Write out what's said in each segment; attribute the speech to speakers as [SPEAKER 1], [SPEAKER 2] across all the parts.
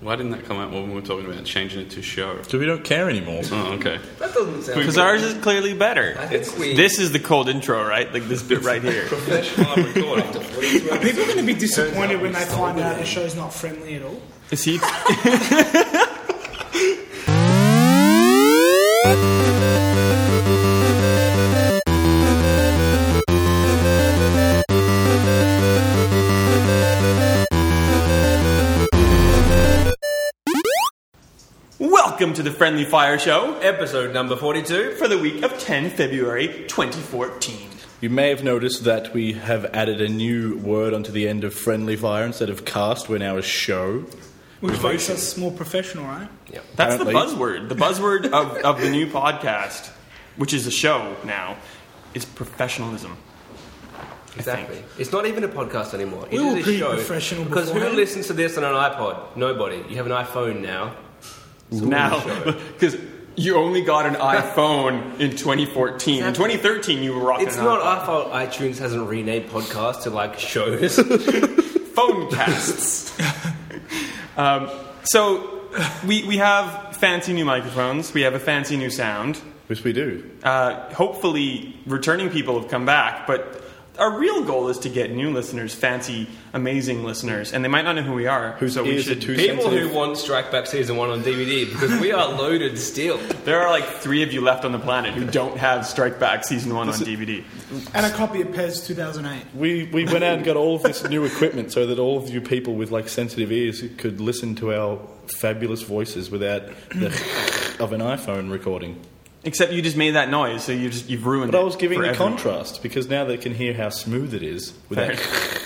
[SPEAKER 1] Why didn't that come out when we were talking about changing it to show?
[SPEAKER 2] Because we don't care anymore.
[SPEAKER 1] Oh, okay.
[SPEAKER 3] That doesn't sound
[SPEAKER 4] Because ours is clearly better.
[SPEAKER 3] I think we-
[SPEAKER 4] This is the cold intro, right? Like this bit right here.
[SPEAKER 1] Professional recording.
[SPEAKER 5] People are going to be disappointed when they find out the show's not friendly at all.
[SPEAKER 4] See, Welcome to the Friendly Fire Show
[SPEAKER 3] episode number 42.
[SPEAKER 4] for the week of 10 February 2014.
[SPEAKER 2] You may have noticed that we have added a new word onto the end of friendly fire instead of cast. We're now a show.
[SPEAKER 5] Which makes us more professional, right?
[SPEAKER 4] That's the
[SPEAKER 2] Apparently.
[SPEAKER 4] buzzword. The buzzword of, of the new podcast, which is a show now, is professionalism.
[SPEAKER 3] Exactly. It's not even a podcast anymore.
[SPEAKER 5] We
[SPEAKER 3] It
[SPEAKER 5] were
[SPEAKER 3] is a
[SPEAKER 5] pretty
[SPEAKER 3] show.
[SPEAKER 5] professional
[SPEAKER 3] Because who
[SPEAKER 5] beforehand.
[SPEAKER 3] listens to this on an iPod? Nobody. You have an iPhone now.
[SPEAKER 4] now, because you only got an iPhone in 2014. In 2013, you were rocking
[SPEAKER 3] It's
[SPEAKER 4] an
[SPEAKER 3] not our fault iTunes hasn't renamed podcasts to like shows.
[SPEAKER 4] phone casts. um, so we, we have fancy new microphones. We have a fancy new sound.
[SPEAKER 2] Which we do.
[SPEAKER 4] Uh, hopefully, returning people have come back, but our real goal is to get new listeners, fancy, amazing listeners, and they might not know who we are.
[SPEAKER 2] Whose
[SPEAKER 4] so we
[SPEAKER 2] ears are
[SPEAKER 4] should.
[SPEAKER 2] too
[SPEAKER 3] People
[SPEAKER 2] sensitive.
[SPEAKER 3] who want Strike Back Season 1 on DVD because we are loaded still.
[SPEAKER 4] There are like three of you left on the planet who don't have Strike Back Season 1 on DVD.
[SPEAKER 5] And a copy of Pez 2008.
[SPEAKER 2] We, we went out and got all of this new equipment so that all of you people with like sensitive ears could listen to our fabulous voices without the of an iPhone recording.
[SPEAKER 4] Except you just made that noise, so you just, you've ruined
[SPEAKER 2] But
[SPEAKER 4] it.
[SPEAKER 2] I was giving
[SPEAKER 4] for
[SPEAKER 2] the
[SPEAKER 4] everyone.
[SPEAKER 2] contrast because now they can hear how smooth it is without
[SPEAKER 5] Is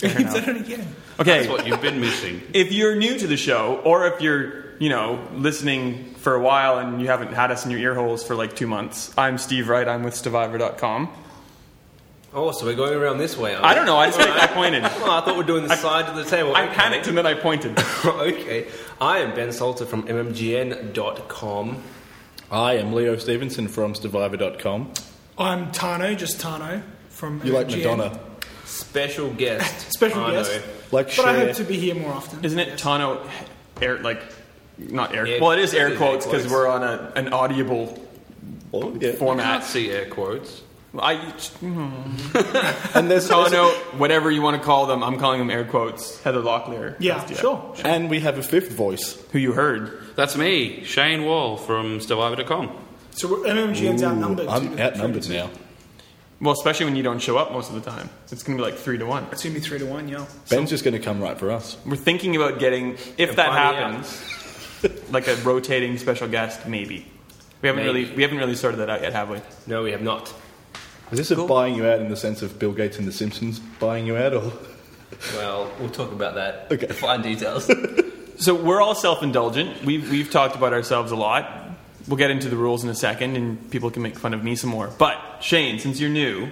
[SPEAKER 5] that it again?
[SPEAKER 1] That's
[SPEAKER 4] Okay,
[SPEAKER 1] what you've been missing.
[SPEAKER 4] if you're new to the show, or if you're, you know, listening for a while and you haven't had us in your ear holes for like two months, I'm Steve Wright. I'm with Survivor.com.
[SPEAKER 3] Oh, so we're going around this way. Aren't we?
[SPEAKER 4] I don't know, I just I pointed.
[SPEAKER 3] Oh, I thought we were doing the side of the table.
[SPEAKER 4] I
[SPEAKER 3] Okay.
[SPEAKER 4] panicked and then I pointed.
[SPEAKER 3] okay. I am Ben Salter from MMGN.com.
[SPEAKER 2] I am Leo Stevenson from Survivor.com.
[SPEAKER 5] I'm Tano, just Tano from.
[SPEAKER 2] You like
[SPEAKER 5] MGM.
[SPEAKER 2] Madonna.
[SPEAKER 3] Special guest.
[SPEAKER 5] Special
[SPEAKER 3] Arno.
[SPEAKER 5] guest.
[SPEAKER 2] Like
[SPEAKER 5] But I
[SPEAKER 2] Cher.
[SPEAKER 5] hope to be here more often.
[SPEAKER 4] Isn't it
[SPEAKER 5] Yes.
[SPEAKER 4] Tano air, like, not air,
[SPEAKER 3] Air-
[SPEAKER 4] well, it is
[SPEAKER 3] it
[SPEAKER 4] air
[SPEAKER 3] is
[SPEAKER 4] quotes
[SPEAKER 3] air
[SPEAKER 4] because
[SPEAKER 3] quotes.
[SPEAKER 4] we're on a, an audible
[SPEAKER 2] Oh, yeah.
[SPEAKER 1] Can't
[SPEAKER 4] format.
[SPEAKER 1] see air quotes.
[SPEAKER 4] I,
[SPEAKER 2] And there's
[SPEAKER 4] Tono, whatever you want to call them, I'm calling them air quotes. Heather Locklear.
[SPEAKER 5] Yeah, sure.
[SPEAKER 2] and we have a fifth voice.
[SPEAKER 4] Who you heard.
[SPEAKER 1] That's me, Shane Wall from Survivor.com.
[SPEAKER 5] So we're- MMGN's outnumbered. two
[SPEAKER 2] I'm
[SPEAKER 5] to-
[SPEAKER 2] outnumbered
[SPEAKER 5] three to
[SPEAKER 2] now.
[SPEAKER 4] Well, especially when you don't show up most of the time. It's going to be like three to one.
[SPEAKER 5] It's gonna be three to one, yeah.
[SPEAKER 2] Ben's just going to come right for us.
[SPEAKER 4] We're thinking about getting, if that
[SPEAKER 3] find out.
[SPEAKER 4] happens, like a rotating special guest, maybe. We haven't
[SPEAKER 3] Maybe.
[SPEAKER 4] really we haven't really sorted that out yet, have we?
[SPEAKER 3] No, we have not.
[SPEAKER 2] Is this a buying you out in the sense of Bill Gates and The Simpsons buying you out, or
[SPEAKER 3] Well, we'll talk about that.
[SPEAKER 2] Okay.
[SPEAKER 3] Fine details.
[SPEAKER 4] So we're all self-indulgent. We've we've talked about ourselves a lot. We'll get into the rules in a second, and people can make fun of me some more. But Shane, since you're new,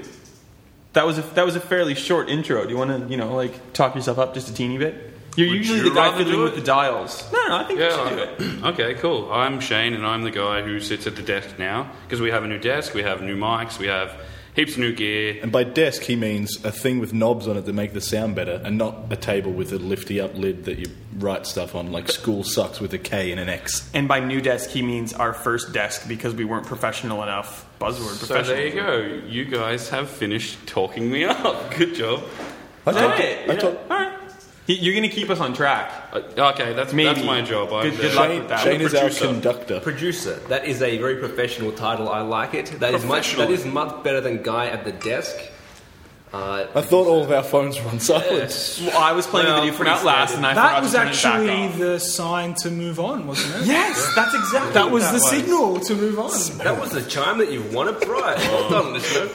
[SPEAKER 4] that was a, that was a fairly short intro. Do you want to you know like talk yourself up just a teeny bit? You're
[SPEAKER 1] Would
[SPEAKER 4] usually
[SPEAKER 1] you
[SPEAKER 4] the guy
[SPEAKER 1] rather
[SPEAKER 4] fiddling
[SPEAKER 1] do
[SPEAKER 4] with
[SPEAKER 1] it?
[SPEAKER 4] the dials. No, no, I think we should do it.
[SPEAKER 1] okay, cool. I'm Shane, and I'm the guy who sits at the desk now because we have a new desk, we have new mics, we have heaps of new gear.
[SPEAKER 2] And by desk, he means a thing with knobs on it that make the sound better, and not a table with a lifty up lid that you write stuff on, like school sucks with a K and an X.
[SPEAKER 4] And by new desk, he means our first desk because we weren't professional enough. Buzzword.
[SPEAKER 1] So
[SPEAKER 4] Professional.
[SPEAKER 1] there you go. You guys have finished talking me up. Good job.
[SPEAKER 2] I
[SPEAKER 4] All
[SPEAKER 2] talked-
[SPEAKER 4] right.
[SPEAKER 2] I talked-
[SPEAKER 4] All right. You- You're going to keep us on track.
[SPEAKER 1] Uh, Okay, that's
[SPEAKER 4] Maybe.
[SPEAKER 1] that's my job. I'm
[SPEAKER 4] Good-
[SPEAKER 1] the-
[SPEAKER 4] good luck.
[SPEAKER 2] Shane,
[SPEAKER 4] with that.
[SPEAKER 2] Shane
[SPEAKER 1] I'm a
[SPEAKER 2] is our
[SPEAKER 1] producer.
[SPEAKER 2] conductor.
[SPEAKER 3] Producer. That is a very professional title. I like it. That is much.
[SPEAKER 1] Professional.
[SPEAKER 3] That is much better than guy at the desk. Uh,
[SPEAKER 2] I thought all of our phones were on silent.
[SPEAKER 3] yes.
[SPEAKER 4] Well, I was playing
[SPEAKER 3] Well,
[SPEAKER 4] the video from
[SPEAKER 3] pretty
[SPEAKER 4] Outlast, and
[SPEAKER 3] standard.
[SPEAKER 4] I
[SPEAKER 5] That
[SPEAKER 4] forgot
[SPEAKER 5] was
[SPEAKER 4] to turn it back
[SPEAKER 5] actually
[SPEAKER 4] off.
[SPEAKER 5] the sign to move on, wasn't it?
[SPEAKER 4] Yes, that's exactly.
[SPEAKER 5] That was
[SPEAKER 4] what
[SPEAKER 5] the signal to move on.
[SPEAKER 3] That was the chime that you won a prize. Well done, listener.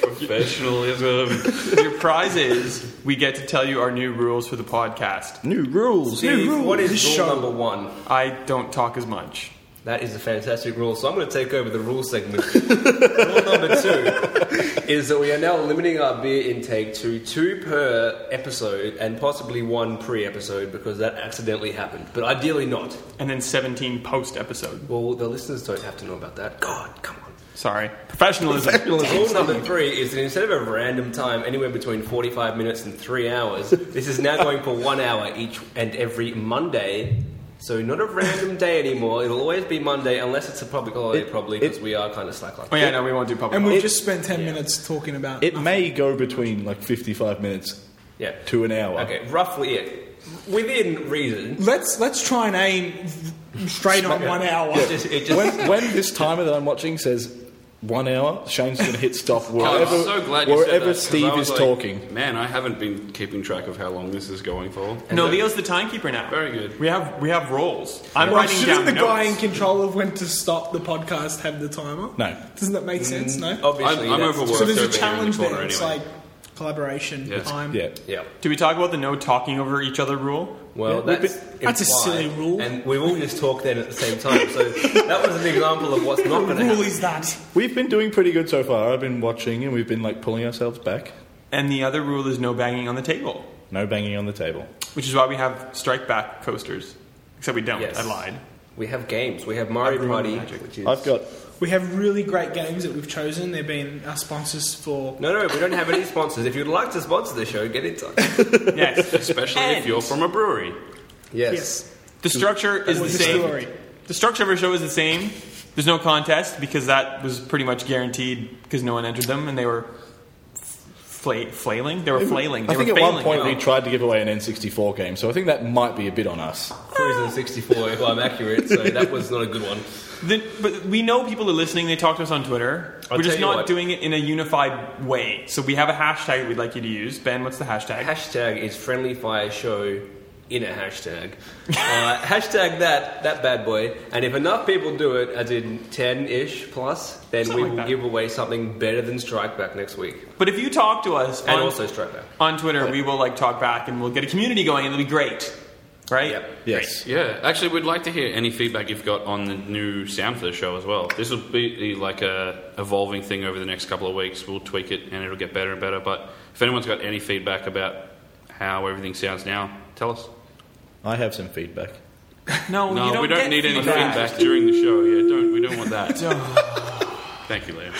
[SPEAKER 1] Professionalism.
[SPEAKER 4] Your prize is we get to tell you our new rules for the podcast.
[SPEAKER 2] New rules.
[SPEAKER 3] Steve,
[SPEAKER 5] rule
[SPEAKER 3] what is rule
[SPEAKER 5] this show.
[SPEAKER 3] number one?
[SPEAKER 4] I don't talk as much.
[SPEAKER 3] That is a fantastic rule. So I'm going to take over the rule segment. rule number two is that we are now limiting our beer intake to two per episode and possibly one pre-episode because that accidentally happened, but ideally not.
[SPEAKER 4] And then 17 post episode.
[SPEAKER 3] Well, the listeners don't have to know about that. God, come on.
[SPEAKER 4] Sorry, professionalism.
[SPEAKER 3] Rule number three is that instead of a random time anywhere between 45 minutes and three hours, this is now going for one hour each and every Monday. So not a random day anymore. It'll always be Monday unless it's a public holiday, probably because we are kind of slack like
[SPEAKER 4] Oh yeah, no, we won't do public.
[SPEAKER 5] And we've
[SPEAKER 4] holidays.
[SPEAKER 5] just spent 10 minutes talking about
[SPEAKER 2] It may go between like 55 minutes
[SPEAKER 3] Yeah.
[SPEAKER 2] to an hour.
[SPEAKER 3] Okay, roughly it. Within reason.
[SPEAKER 5] Let's let's try and aim straight on one hour.
[SPEAKER 3] It just, it just,
[SPEAKER 2] When, when this timer that I'm watching says one hour, Shane's going to hit stop
[SPEAKER 1] I'm
[SPEAKER 2] wherever,
[SPEAKER 1] so glad you said that,
[SPEAKER 2] wherever
[SPEAKER 1] 'cause
[SPEAKER 2] Steve
[SPEAKER 1] I was
[SPEAKER 2] is
[SPEAKER 1] like,
[SPEAKER 2] talking.
[SPEAKER 1] Man, I haven't been keeping track of how long this is going for.
[SPEAKER 4] no, Leo's the timekeeper now.
[SPEAKER 1] Very good.
[SPEAKER 4] We have we have roles. I'm
[SPEAKER 5] Well,
[SPEAKER 4] writing down
[SPEAKER 5] shouldn't the guy in
[SPEAKER 4] notes.
[SPEAKER 5] control of when to stop the podcast have the timer?
[SPEAKER 2] No.
[SPEAKER 5] Doesn't that make sense? No.
[SPEAKER 1] I'm,
[SPEAKER 3] obviously,
[SPEAKER 1] I'm
[SPEAKER 3] that's-
[SPEAKER 1] overworked.
[SPEAKER 5] so there's
[SPEAKER 1] over here
[SPEAKER 5] a
[SPEAKER 1] in the
[SPEAKER 5] challenge there.
[SPEAKER 1] corner
[SPEAKER 5] It's
[SPEAKER 1] anyway.
[SPEAKER 5] like collaboration
[SPEAKER 1] Yes.
[SPEAKER 5] time.
[SPEAKER 2] Yeah.
[SPEAKER 3] Yeah.
[SPEAKER 4] Do we talk about the no talking over each other rule?
[SPEAKER 3] Well,
[SPEAKER 2] Yeah,
[SPEAKER 3] that's,
[SPEAKER 5] That's a
[SPEAKER 3] implied,
[SPEAKER 5] silly rule.
[SPEAKER 3] And we've all just talked then at the same time. So that was an example of what's not going to
[SPEAKER 5] Rule
[SPEAKER 3] happen.
[SPEAKER 5] is that
[SPEAKER 2] We've been doing pretty good so far. I've been watching and we've been like pulling ourselves back.
[SPEAKER 4] And the other rule is no banging on the table,
[SPEAKER 2] No banging on the table.
[SPEAKER 4] which is why we have strike back coasters. Except we don't.
[SPEAKER 3] Yes.
[SPEAKER 4] I lied.
[SPEAKER 3] We have games. We have Mario
[SPEAKER 4] Everyone
[SPEAKER 3] Party,
[SPEAKER 4] magic.
[SPEAKER 3] which is.
[SPEAKER 2] I've got
[SPEAKER 5] we have really great games that we've chosen. They've been our sponsors for.
[SPEAKER 3] No, no, we don't have any sponsors. If you'd like to sponsor the show, get in touch.
[SPEAKER 4] Yes.
[SPEAKER 1] Especially if you're from a brewery.
[SPEAKER 5] Yes.
[SPEAKER 4] The structure is the
[SPEAKER 5] What's the
[SPEAKER 4] same.
[SPEAKER 5] story?
[SPEAKER 4] The structure of our show is the same. There's no contest because that was pretty much guaranteed because no one entered them and they were fla- flailing. They were flailing. They
[SPEAKER 2] I think
[SPEAKER 4] were
[SPEAKER 2] at one
[SPEAKER 4] failing.
[SPEAKER 2] point we tried to give away an N64 game, so I think that might be a bit on us.
[SPEAKER 3] Cruising 64, if I'm accurate, so that was not a good one.
[SPEAKER 4] The- but we know people are listening. They talk to us on Twitter.
[SPEAKER 3] I'll
[SPEAKER 4] We're just
[SPEAKER 3] tell you
[SPEAKER 4] not
[SPEAKER 3] what.
[SPEAKER 4] doing it in a unified way. So we have a hashtag we'd like you to use. Ben, what's the hashtag?
[SPEAKER 3] Hashtag is friendly fire show in a hashtag. Uh, hashtag that, that bad boy. And if enough people do it, as in 10 ish plus, then
[SPEAKER 4] Something
[SPEAKER 3] we
[SPEAKER 4] like
[SPEAKER 3] will
[SPEAKER 4] that.
[SPEAKER 3] give away something better than Strike Back next week.
[SPEAKER 4] but if you talk to us
[SPEAKER 3] And
[SPEAKER 4] on,
[SPEAKER 3] also Strike Back.
[SPEAKER 4] on Twitter, we will like talk back and we'll get a community going. and It'll be great, right?
[SPEAKER 3] Yep.
[SPEAKER 2] Yes.
[SPEAKER 1] Yeah, actually, we'd like to hear any feedback you've got on the new sound for the show as well. This will be like a evolving thing over the next couple of weeks. We'll tweak it and it'll get better and better. But if anyone's got any feedback about how everything sounds now, tell us.
[SPEAKER 2] I have some feedback.
[SPEAKER 4] No,
[SPEAKER 1] No,
[SPEAKER 4] you don't
[SPEAKER 1] we don't
[SPEAKER 4] get
[SPEAKER 1] need any
[SPEAKER 4] feedback.
[SPEAKER 1] feedback during the show. Yeah, don't we don't want that. Thank you, Leo.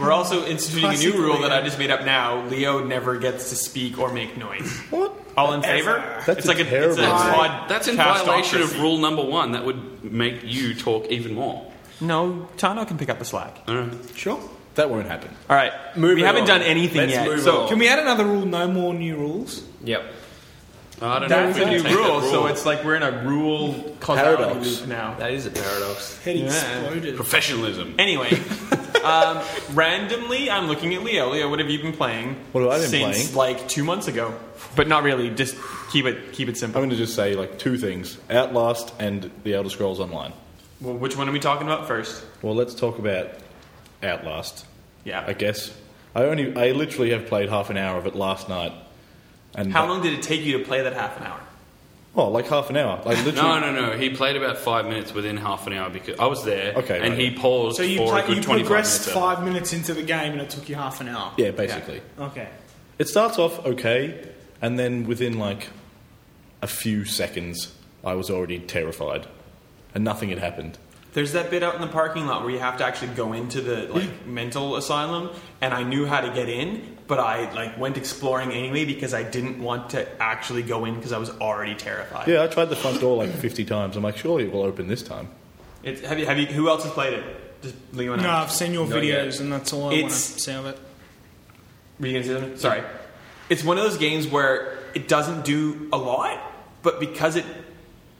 [SPEAKER 4] We're also instituting a new
[SPEAKER 5] Classic
[SPEAKER 4] rule that I
[SPEAKER 5] Leo.
[SPEAKER 4] just made up now. Leo never gets to speak or make noise.
[SPEAKER 2] What?
[SPEAKER 4] All in favor?
[SPEAKER 2] That's
[SPEAKER 4] it's like a, it's
[SPEAKER 2] terrible.
[SPEAKER 4] a odd
[SPEAKER 1] That's in violation of rule number one. That would make you talk even more.
[SPEAKER 4] No, Tano can pick up the slack.
[SPEAKER 1] All right.
[SPEAKER 5] Sure.
[SPEAKER 2] That won't happen.
[SPEAKER 4] All right, we
[SPEAKER 3] Moving
[SPEAKER 4] haven't
[SPEAKER 3] on.
[SPEAKER 4] done anything
[SPEAKER 3] Let's
[SPEAKER 4] yet.
[SPEAKER 3] move
[SPEAKER 4] so
[SPEAKER 3] on.
[SPEAKER 5] Can we add another rule? No more new rules.
[SPEAKER 3] Yep.
[SPEAKER 1] I don't
[SPEAKER 4] that's
[SPEAKER 1] know
[SPEAKER 4] a
[SPEAKER 1] if we
[SPEAKER 4] new
[SPEAKER 1] can take that
[SPEAKER 4] rule, so it's like we're in a rule
[SPEAKER 2] Paradox.
[SPEAKER 4] causality loop now.
[SPEAKER 3] That is a paradox.
[SPEAKER 5] Head
[SPEAKER 4] Yeah.
[SPEAKER 5] exploded.
[SPEAKER 1] professionalism.
[SPEAKER 4] Anyway, um, randomly, I'm looking at Leo. Leo, what have you been playing?
[SPEAKER 2] What have I been
[SPEAKER 4] since,
[SPEAKER 2] playing?
[SPEAKER 4] Like two months ago, but not really. Just keep it keep it
[SPEAKER 2] I'm
[SPEAKER 4] simple.
[SPEAKER 2] going to just say like two things: Outlast and The Elder Scrolls Online.
[SPEAKER 4] Well, which one are we talking about first?
[SPEAKER 2] Well, let's talk about Outlast.
[SPEAKER 4] Yeah.
[SPEAKER 2] I guess I only I literally have played half an hour of it last night. And
[SPEAKER 4] How long did it take you to play that half an hour?
[SPEAKER 2] Oh, like half an hour. Like
[SPEAKER 1] No,
[SPEAKER 2] literally.
[SPEAKER 1] no, no. He played about five minutes within half an hour because I was there.
[SPEAKER 2] Okay,
[SPEAKER 1] and
[SPEAKER 2] right.
[SPEAKER 1] he paused
[SPEAKER 5] So you,
[SPEAKER 1] for
[SPEAKER 5] play-
[SPEAKER 1] a good
[SPEAKER 5] you
[SPEAKER 1] twenty-five
[SPEAKER 5] progressed
[SPEAKER 1] minutes.
[SPEAKER 5] five minutes into the game and it took you half an hour.
[SPEAKER 2] Yeah, basically.
[SPEAKER 5] Okay.
[SPEAKER 2] It starts off okay, and then within like a few seconds, I was already terrified, and nothing had happened.
[SPEAKER 4] There's that bit out in the parking lot where you have to actually go into the like mental asylum, and I knew how to get in, but I like went exploring anyway because I didn't want to actually go in because I was already terrified.
[SPEAKER 2] Yeah, I tried the front door like 50 times. I'm like, surely it will open this time.
[SPEAKER 4] It's, have you? Have you? Who else has played it? Just Leo and
[SPEAKER 5] No,
[SPEAKER 4] I.
[SPEAKER 5] I've seen your
[SPEAKER 3] Not
[SPEAKER 5] videos
[SPEAKER 3] yet.
[SPEAKER 5] and that's all I want to
[SPEAKER 4] It's-
[SPEAKER 5] say of it.
[SPEAKER 4] Were you gonna say something? Sorry. It's one of those games where it doesn't do a lot, but because it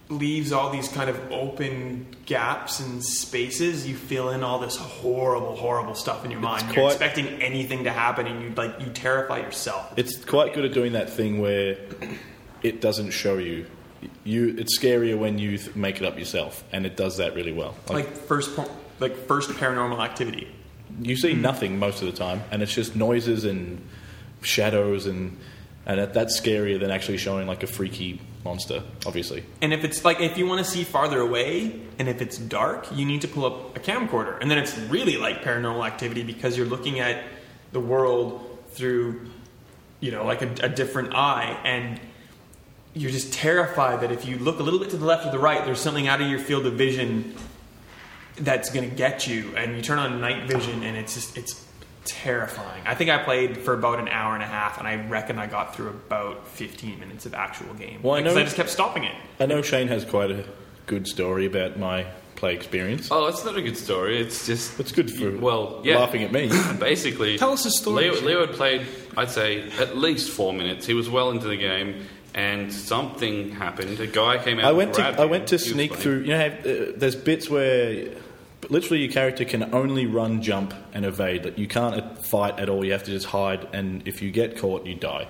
[SPEAKER 4] leaves all these kind of open gaps and spaces, you fill in all this horrible, horrible stuff in your mind. You're
[SPEAKER 2] quite-
[SPEAKER 4] expecting anything to happen, and you like you terrify yourself.
[SPEAKER 2] It's quite good at doing that thing where it doesn't show you. You, it's scarier when you th- make it up yourself, and it does that really well.
[SPEAKER 4] like first, por- like first paranormal activity.
[SPEAKER 2] you
[SPEAKER 1] Mm.
[SPEAKER 2] see nothing most of the time, and it's just noises and shadows, and and that, that's scarier than actually showing like a freaky monster. Obviously,
[SPEAKER 4] And if it's like if you want to see farther away, and if it's dark, you need to pull up a camcorder, and then it's really like paranormal activity because you're looking at the world through, you know, like a, a different eye, and you're just terrified that if you look a little bit to the left or the right, there's something out of your field of vision that's going to get you, and you turn on night vision, and it's just it's terrifying. I think I played for about an hour and a half, and I reckon I got through about fifteen minutes of actual game.
[SPEAKER 2] Well, I
[SPEAKER 4] Like, 'cause
[SPEAKER 2] know-
[SPEAKER 4] I just kept stopping it.
[SPEAKER 2] I know Shane has quite a good story about my play experience.
[SPEAKER 1] Oh, it's not a good story. It's just
[SPEAKER 2] It's good for
[SPEAKER 1] well, yeah.
[SPEAKER 2] laughing at me.
[SPEAKER 1] basically
[SPEAKER 5] Tell us a story,
[SPEAKER 1] Leo,
[SPEAKER 5] Jim.
[SPEAKER 1] Leo had played, I'd say, at least four minutes. He was well into the game, and something happened. A guy came out.
[SPEAKER 2] I
[SPEAKER 1] and
[SPEAKER 2] went to
[SPEAKER 1] grabbed
[SPEAKER 2] I
[SPEAKER 1] him.
[SPEAKER 2] went to
[SPEAKER 1] He was
[SPEAKER 2] sneak
[SPEAKER 1] funny.
[SPEAKER 2] through. You know, how, uh, there's bits where literally your character can only run, jump, and evade. Like, You can't uh, fight at all. You have to just hide, and if you get caught, you die.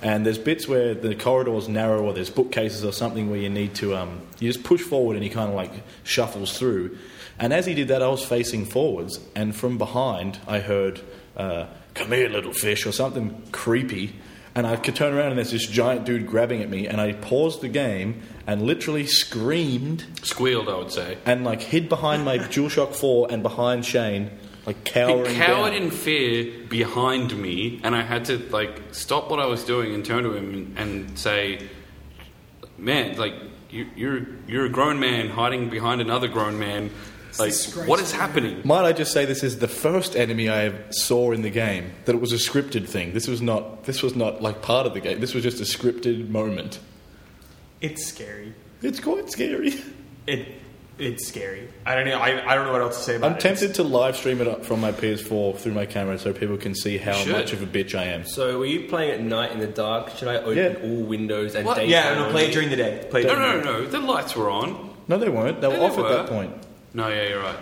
[SPEAKER 2] And there's bits where the corridor's narrow, or there's bookcases or something where you need to um, you just push forward, and he kind of like shuffles through. And as he did that, I was facing forwards, and from behind, I heard uh, "Come here, little fish" or something creepy. And I could turn around and there's this giant dude grabbing at me, and I paused the game and literally screamed
[SPEAKER 1] squealed. I would say.
[SPEAKER 2] and like hid behind my DualShock 4 and behind Shane, like
[SPEAKER 1] He
[SPEAKER 2] cowering.
[SPEAKER 1] cowered
[SPEAKER 2] down.
[SPEAKER 1] in fear behind me, and I had to like stop what I was doing and turn to him and, and say, "Man, like you, you're you're a grown man hiding behind another grown man. Like,
[SPEAKER 5] disgraceful,
[SPEAKER 1] what is
[SPEAKER 5] man.
[SPEAKER 1] happening?"
[SPEAKER 2] Might I just say this is the first enemy I have- saw in the game that it was a scripted thing. This was not. This was not like part of the game. This was just a scripted moment.
[SPEAKER 4] It's scary.
[SPEAKER 2] It's quite scary.
[SPEAKER 4] It it's scary. I don't know. I, I don't know what else to say about
[SPEAKER 2] I'm
[SPEAKER 4] it.
[SPEAKER 2] tempted to live stream it up from my PS4 through my camera so people can see how
[SPEAKER 1] should.
[SPEAKER 2] much of a bitch I am.
[SPEAKER 3] So, were you playing at night in the dark? Should I open
[SPEAKER 2] Yeah.
[SPEAKER 3] all windows and
[SPEAKER 1] What?
[SPEAKER 3] daytime
[SPEAKER 4] Yeah, no, play it
[SPEAKER 3] only?
[SPEAKER 4] during the day. Play it
[SPEAKER 1] No,
[SPEAKER 4] during the
[SPEAKER 1] no,
[SPEAKER 4] day.
[SPEAKER 1] no. The lights were on.
[SPEAKER 2] No, they weren't. They were
[SPEAKER 1] Yeah, they
[SPEAKER 2] off at that
[SPEAKER 1] were.
[SPEAKER 2] point.
[SPEAKER 1] No, yeah, you're right.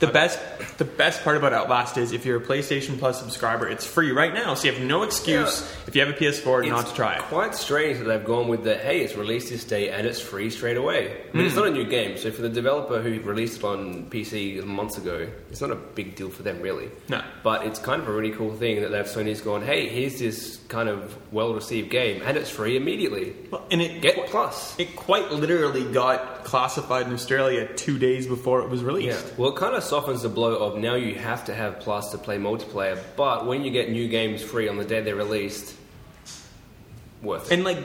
[SPEAKER 4] The best, the best part about Outlast is if you're a PlayStation Plus subscriber, it's free right now, so you have no excuse if you have a PS4
[SPEAKER 3] It's
[SPEAKER 4] not to try it.
[SPEAKER 3] Quite strange that they've gone with the hey, it's released this day and it's free straight away. I mean,
[SPEAKER 4] Hmm.
[SPEAKER 3] it's not a new game, so for the developer who released it on PC months ago, it's not a big deal for them really.
[SPEAKER 4] No.
[SPEAKER 3] but it's kind of a really cool thing that they've Sony's gone, hey, here's this kind of well-received game and it's free immediately.
[SPEAKER 4] Well, and it
[SPEAKER 3] Get
[SPEAKER 4] qui-
[SPEAKER 3] Plus.
[SPEAKER 4] It quite literally got classified in Australia two days before it was released.
[SPEAKER 3] Well, it kind of softens the blow of now you have to have Plus to play multiplayer, but when you get new games free on the day they're released, worth it.
[SPEAKER 4] And like,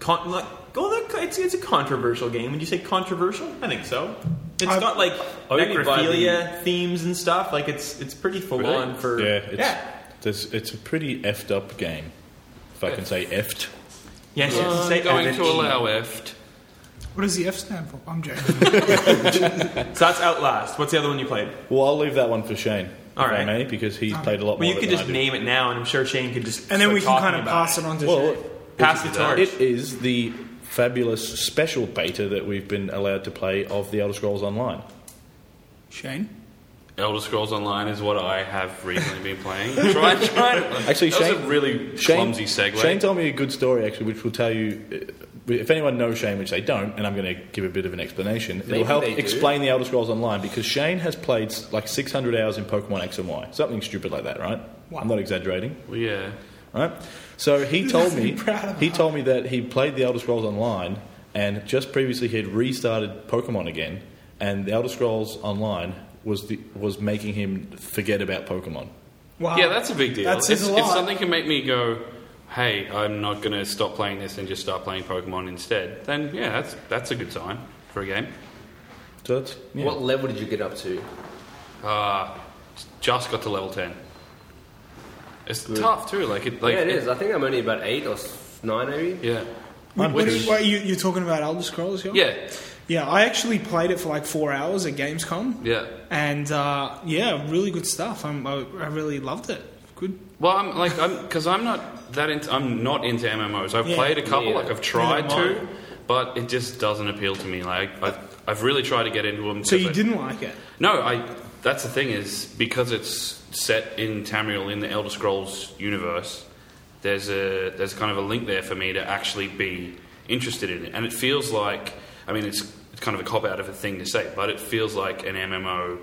[SPEAKER 4] con- like, oh, that, it's it's a controversial game. Would you say controversial? I think so. It's
[SPEAKER 5] I've-
[SPEAKER 4] got like
[SPEAKER 3] Only by the-
[SPEAKER 4] necrophilia themes and stuff. Like, it's it's pretty full
[SPEAKER 1] Really?
[SPEAKER 4] on for
[SPEAKER 2] Yeah, it's,
[SPEAKER 4] yeah.
[SPEAKER 2] There's, it's a pretty effed up game, if I can say effed.
[SPEAKER 4] Yes, yes.
[SPEAKER 1] I'm
[SPEAKER 4] say-
[SPEAKER 1] going to allow EFT.
[SPEAKER 5] What does the F stand for? I'm joking.
[SPEAKER 4] So that's Outlast. What's the other one you played?
[SPEAKER 2] Well, I'll leave that one for Shane.
[SPEAKER 4] All
[SPEAKER 2] if I
[SPEAKER 4] right.
[SPEAKER 2] may, because he's played a lot
[SPEAKER 4] Well,
[SPEAKER 2] more.
[SPEAKER 4] you could
[SPEAKER 2] than I
[SPEAKER 4] just
[SPEAKER 2] do.
[SPEAKER 4] name it now, and I'm sure Shane could just.
[SPEAKER 5] and then
[SPEAKER 4] start
[SPEAKER 5] we can
[SPEAKER 4] talking
[SPEAKER 5] kind of
[SPEAKER 4] about
[SPEAKER 5] pass
[SPEAKER 4] it.
[SPEAKER 5] it on to
[SPEAKER 2] Well,
[SPEAKER 5] Jay.
[SPEAKER 4] Pass
[SPEAKER 1] We
[SPEAKER 4] the
[SPEAKER 1] could do
[SPEAKER 4] torch.
[SPEAKER 2] it is the fabulous special beta that we've been allowed to play of The Elder Scrolls Online.
[SPEAKER 5] Shane.
[SPEAKER 1] Elder Scrolls Online is what I have recently been playing. try, try to,
[SPEAKER 2] Actually,
[SPEAKER 1] that
[SPEAKER 2] Shane,
[SPEAKER 1] was a really
[SPEAKER 2] Shane,
[SPEAKER 1] clumsy segue.
[SPEAKER 2] Shane told me a good story actually, which will tell you. uh, If anyone knows Shane, which they don't, and I'm going to give a bit of an explanation,
[SPEAKER 3] Maybe
[SPEAKER 2] it'll help
[SPEAKER 3] they do.
[SPEAKER 2] explain The Elder Scrolls Online because Shane has played s- like 600 hours in Pokemon X and Y, something stupid like that, right?
[SPEAKER 5] Wow.
[SPEAKER 2] I'm not exaggerating.
[SPEAKER 1] Well, yeah.
[SPEAKER 2] right? So he told me
[SPEAKER 5] proud of
[SPEAKER 2] he told me that he played The Elder Scrolls Online, and just previously he had restarted Pokemon again, and The Elder Scrolls Online was the, was making him forget about Pokemon.
[SPEAKER 5] Wow.
[SPEAKER 1] Yeah, that's a big deal.
[SPEAKER 5] Um, That says
[SPEAKER 1] if,
[SPEAKER 5] a
[SPEAKER 1] if
[SPEAKER 5] lot.
[SPEAKER 1] something can make me go, hey, I'm not going to stop playing this and just start playing Pokemon instead, then yeah, that's that's a good sign for a game.
[SPEAKER 2] So that's yeah.
[SPEAKER 3] What level did you get up to?
[SPEAKER 1] Uh, just got to level ten. It's tough too. Like it, like
[SPEAKER 3] yeah, it is. I think I'm only about eight or s- nine, maybe.
[SPEAKER 1] Yeah,
[SPEAKER 5] What, what,
[SPEAKER 1] Which-
[SPEAKER 5] what, you, you're talking about Elder Scrolls, yeah?
[SPEAKER 1] yeah,
[SPEAKER 5] Yeah, I actually played it for like four hours at Gamescom.
[SPEAKER 1] yeah.
[SPEAKER 5] And uh, yeah, really good stuff. I'm, I, I really loved it. Good.
[SPEAKER 1] Well, I'm like I'm because I'm not that into, I'm not into MMOs. I've
[SPEAKER 5] Yeah.
[SPEAKER 1] played a couple,
[SPEAKER 3] Yeah.
[SPEAKER 1] like I've tried
[SPEAKER 5] Neither am
[SPEAKER 1] to, but it just doesn't appeal to me. Like I've, I've really tried to get into them.
[SPEAKER 5] So you didn't like it?
[SPEAKER 1] No, I. That's the thing is because it's set in Tamriel in the Elder Scrolls universe. There's a there's kind of a link there for me to actually be interested in it, and it feels like I mean it's it's kind of a cop out of a thing to say, but it feels like an MMO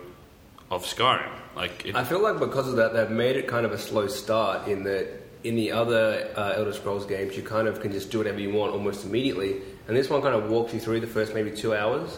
[SPEAKER 1] of Skyrim. Like it,
[SPEAKER 3] I feel like because of that, they've made it kind of a slow start in that in the other uh, Elder Scrolls games, you kind of can just do whatever you want almost immediately. And this one kind of walks you through the first maybe two hours.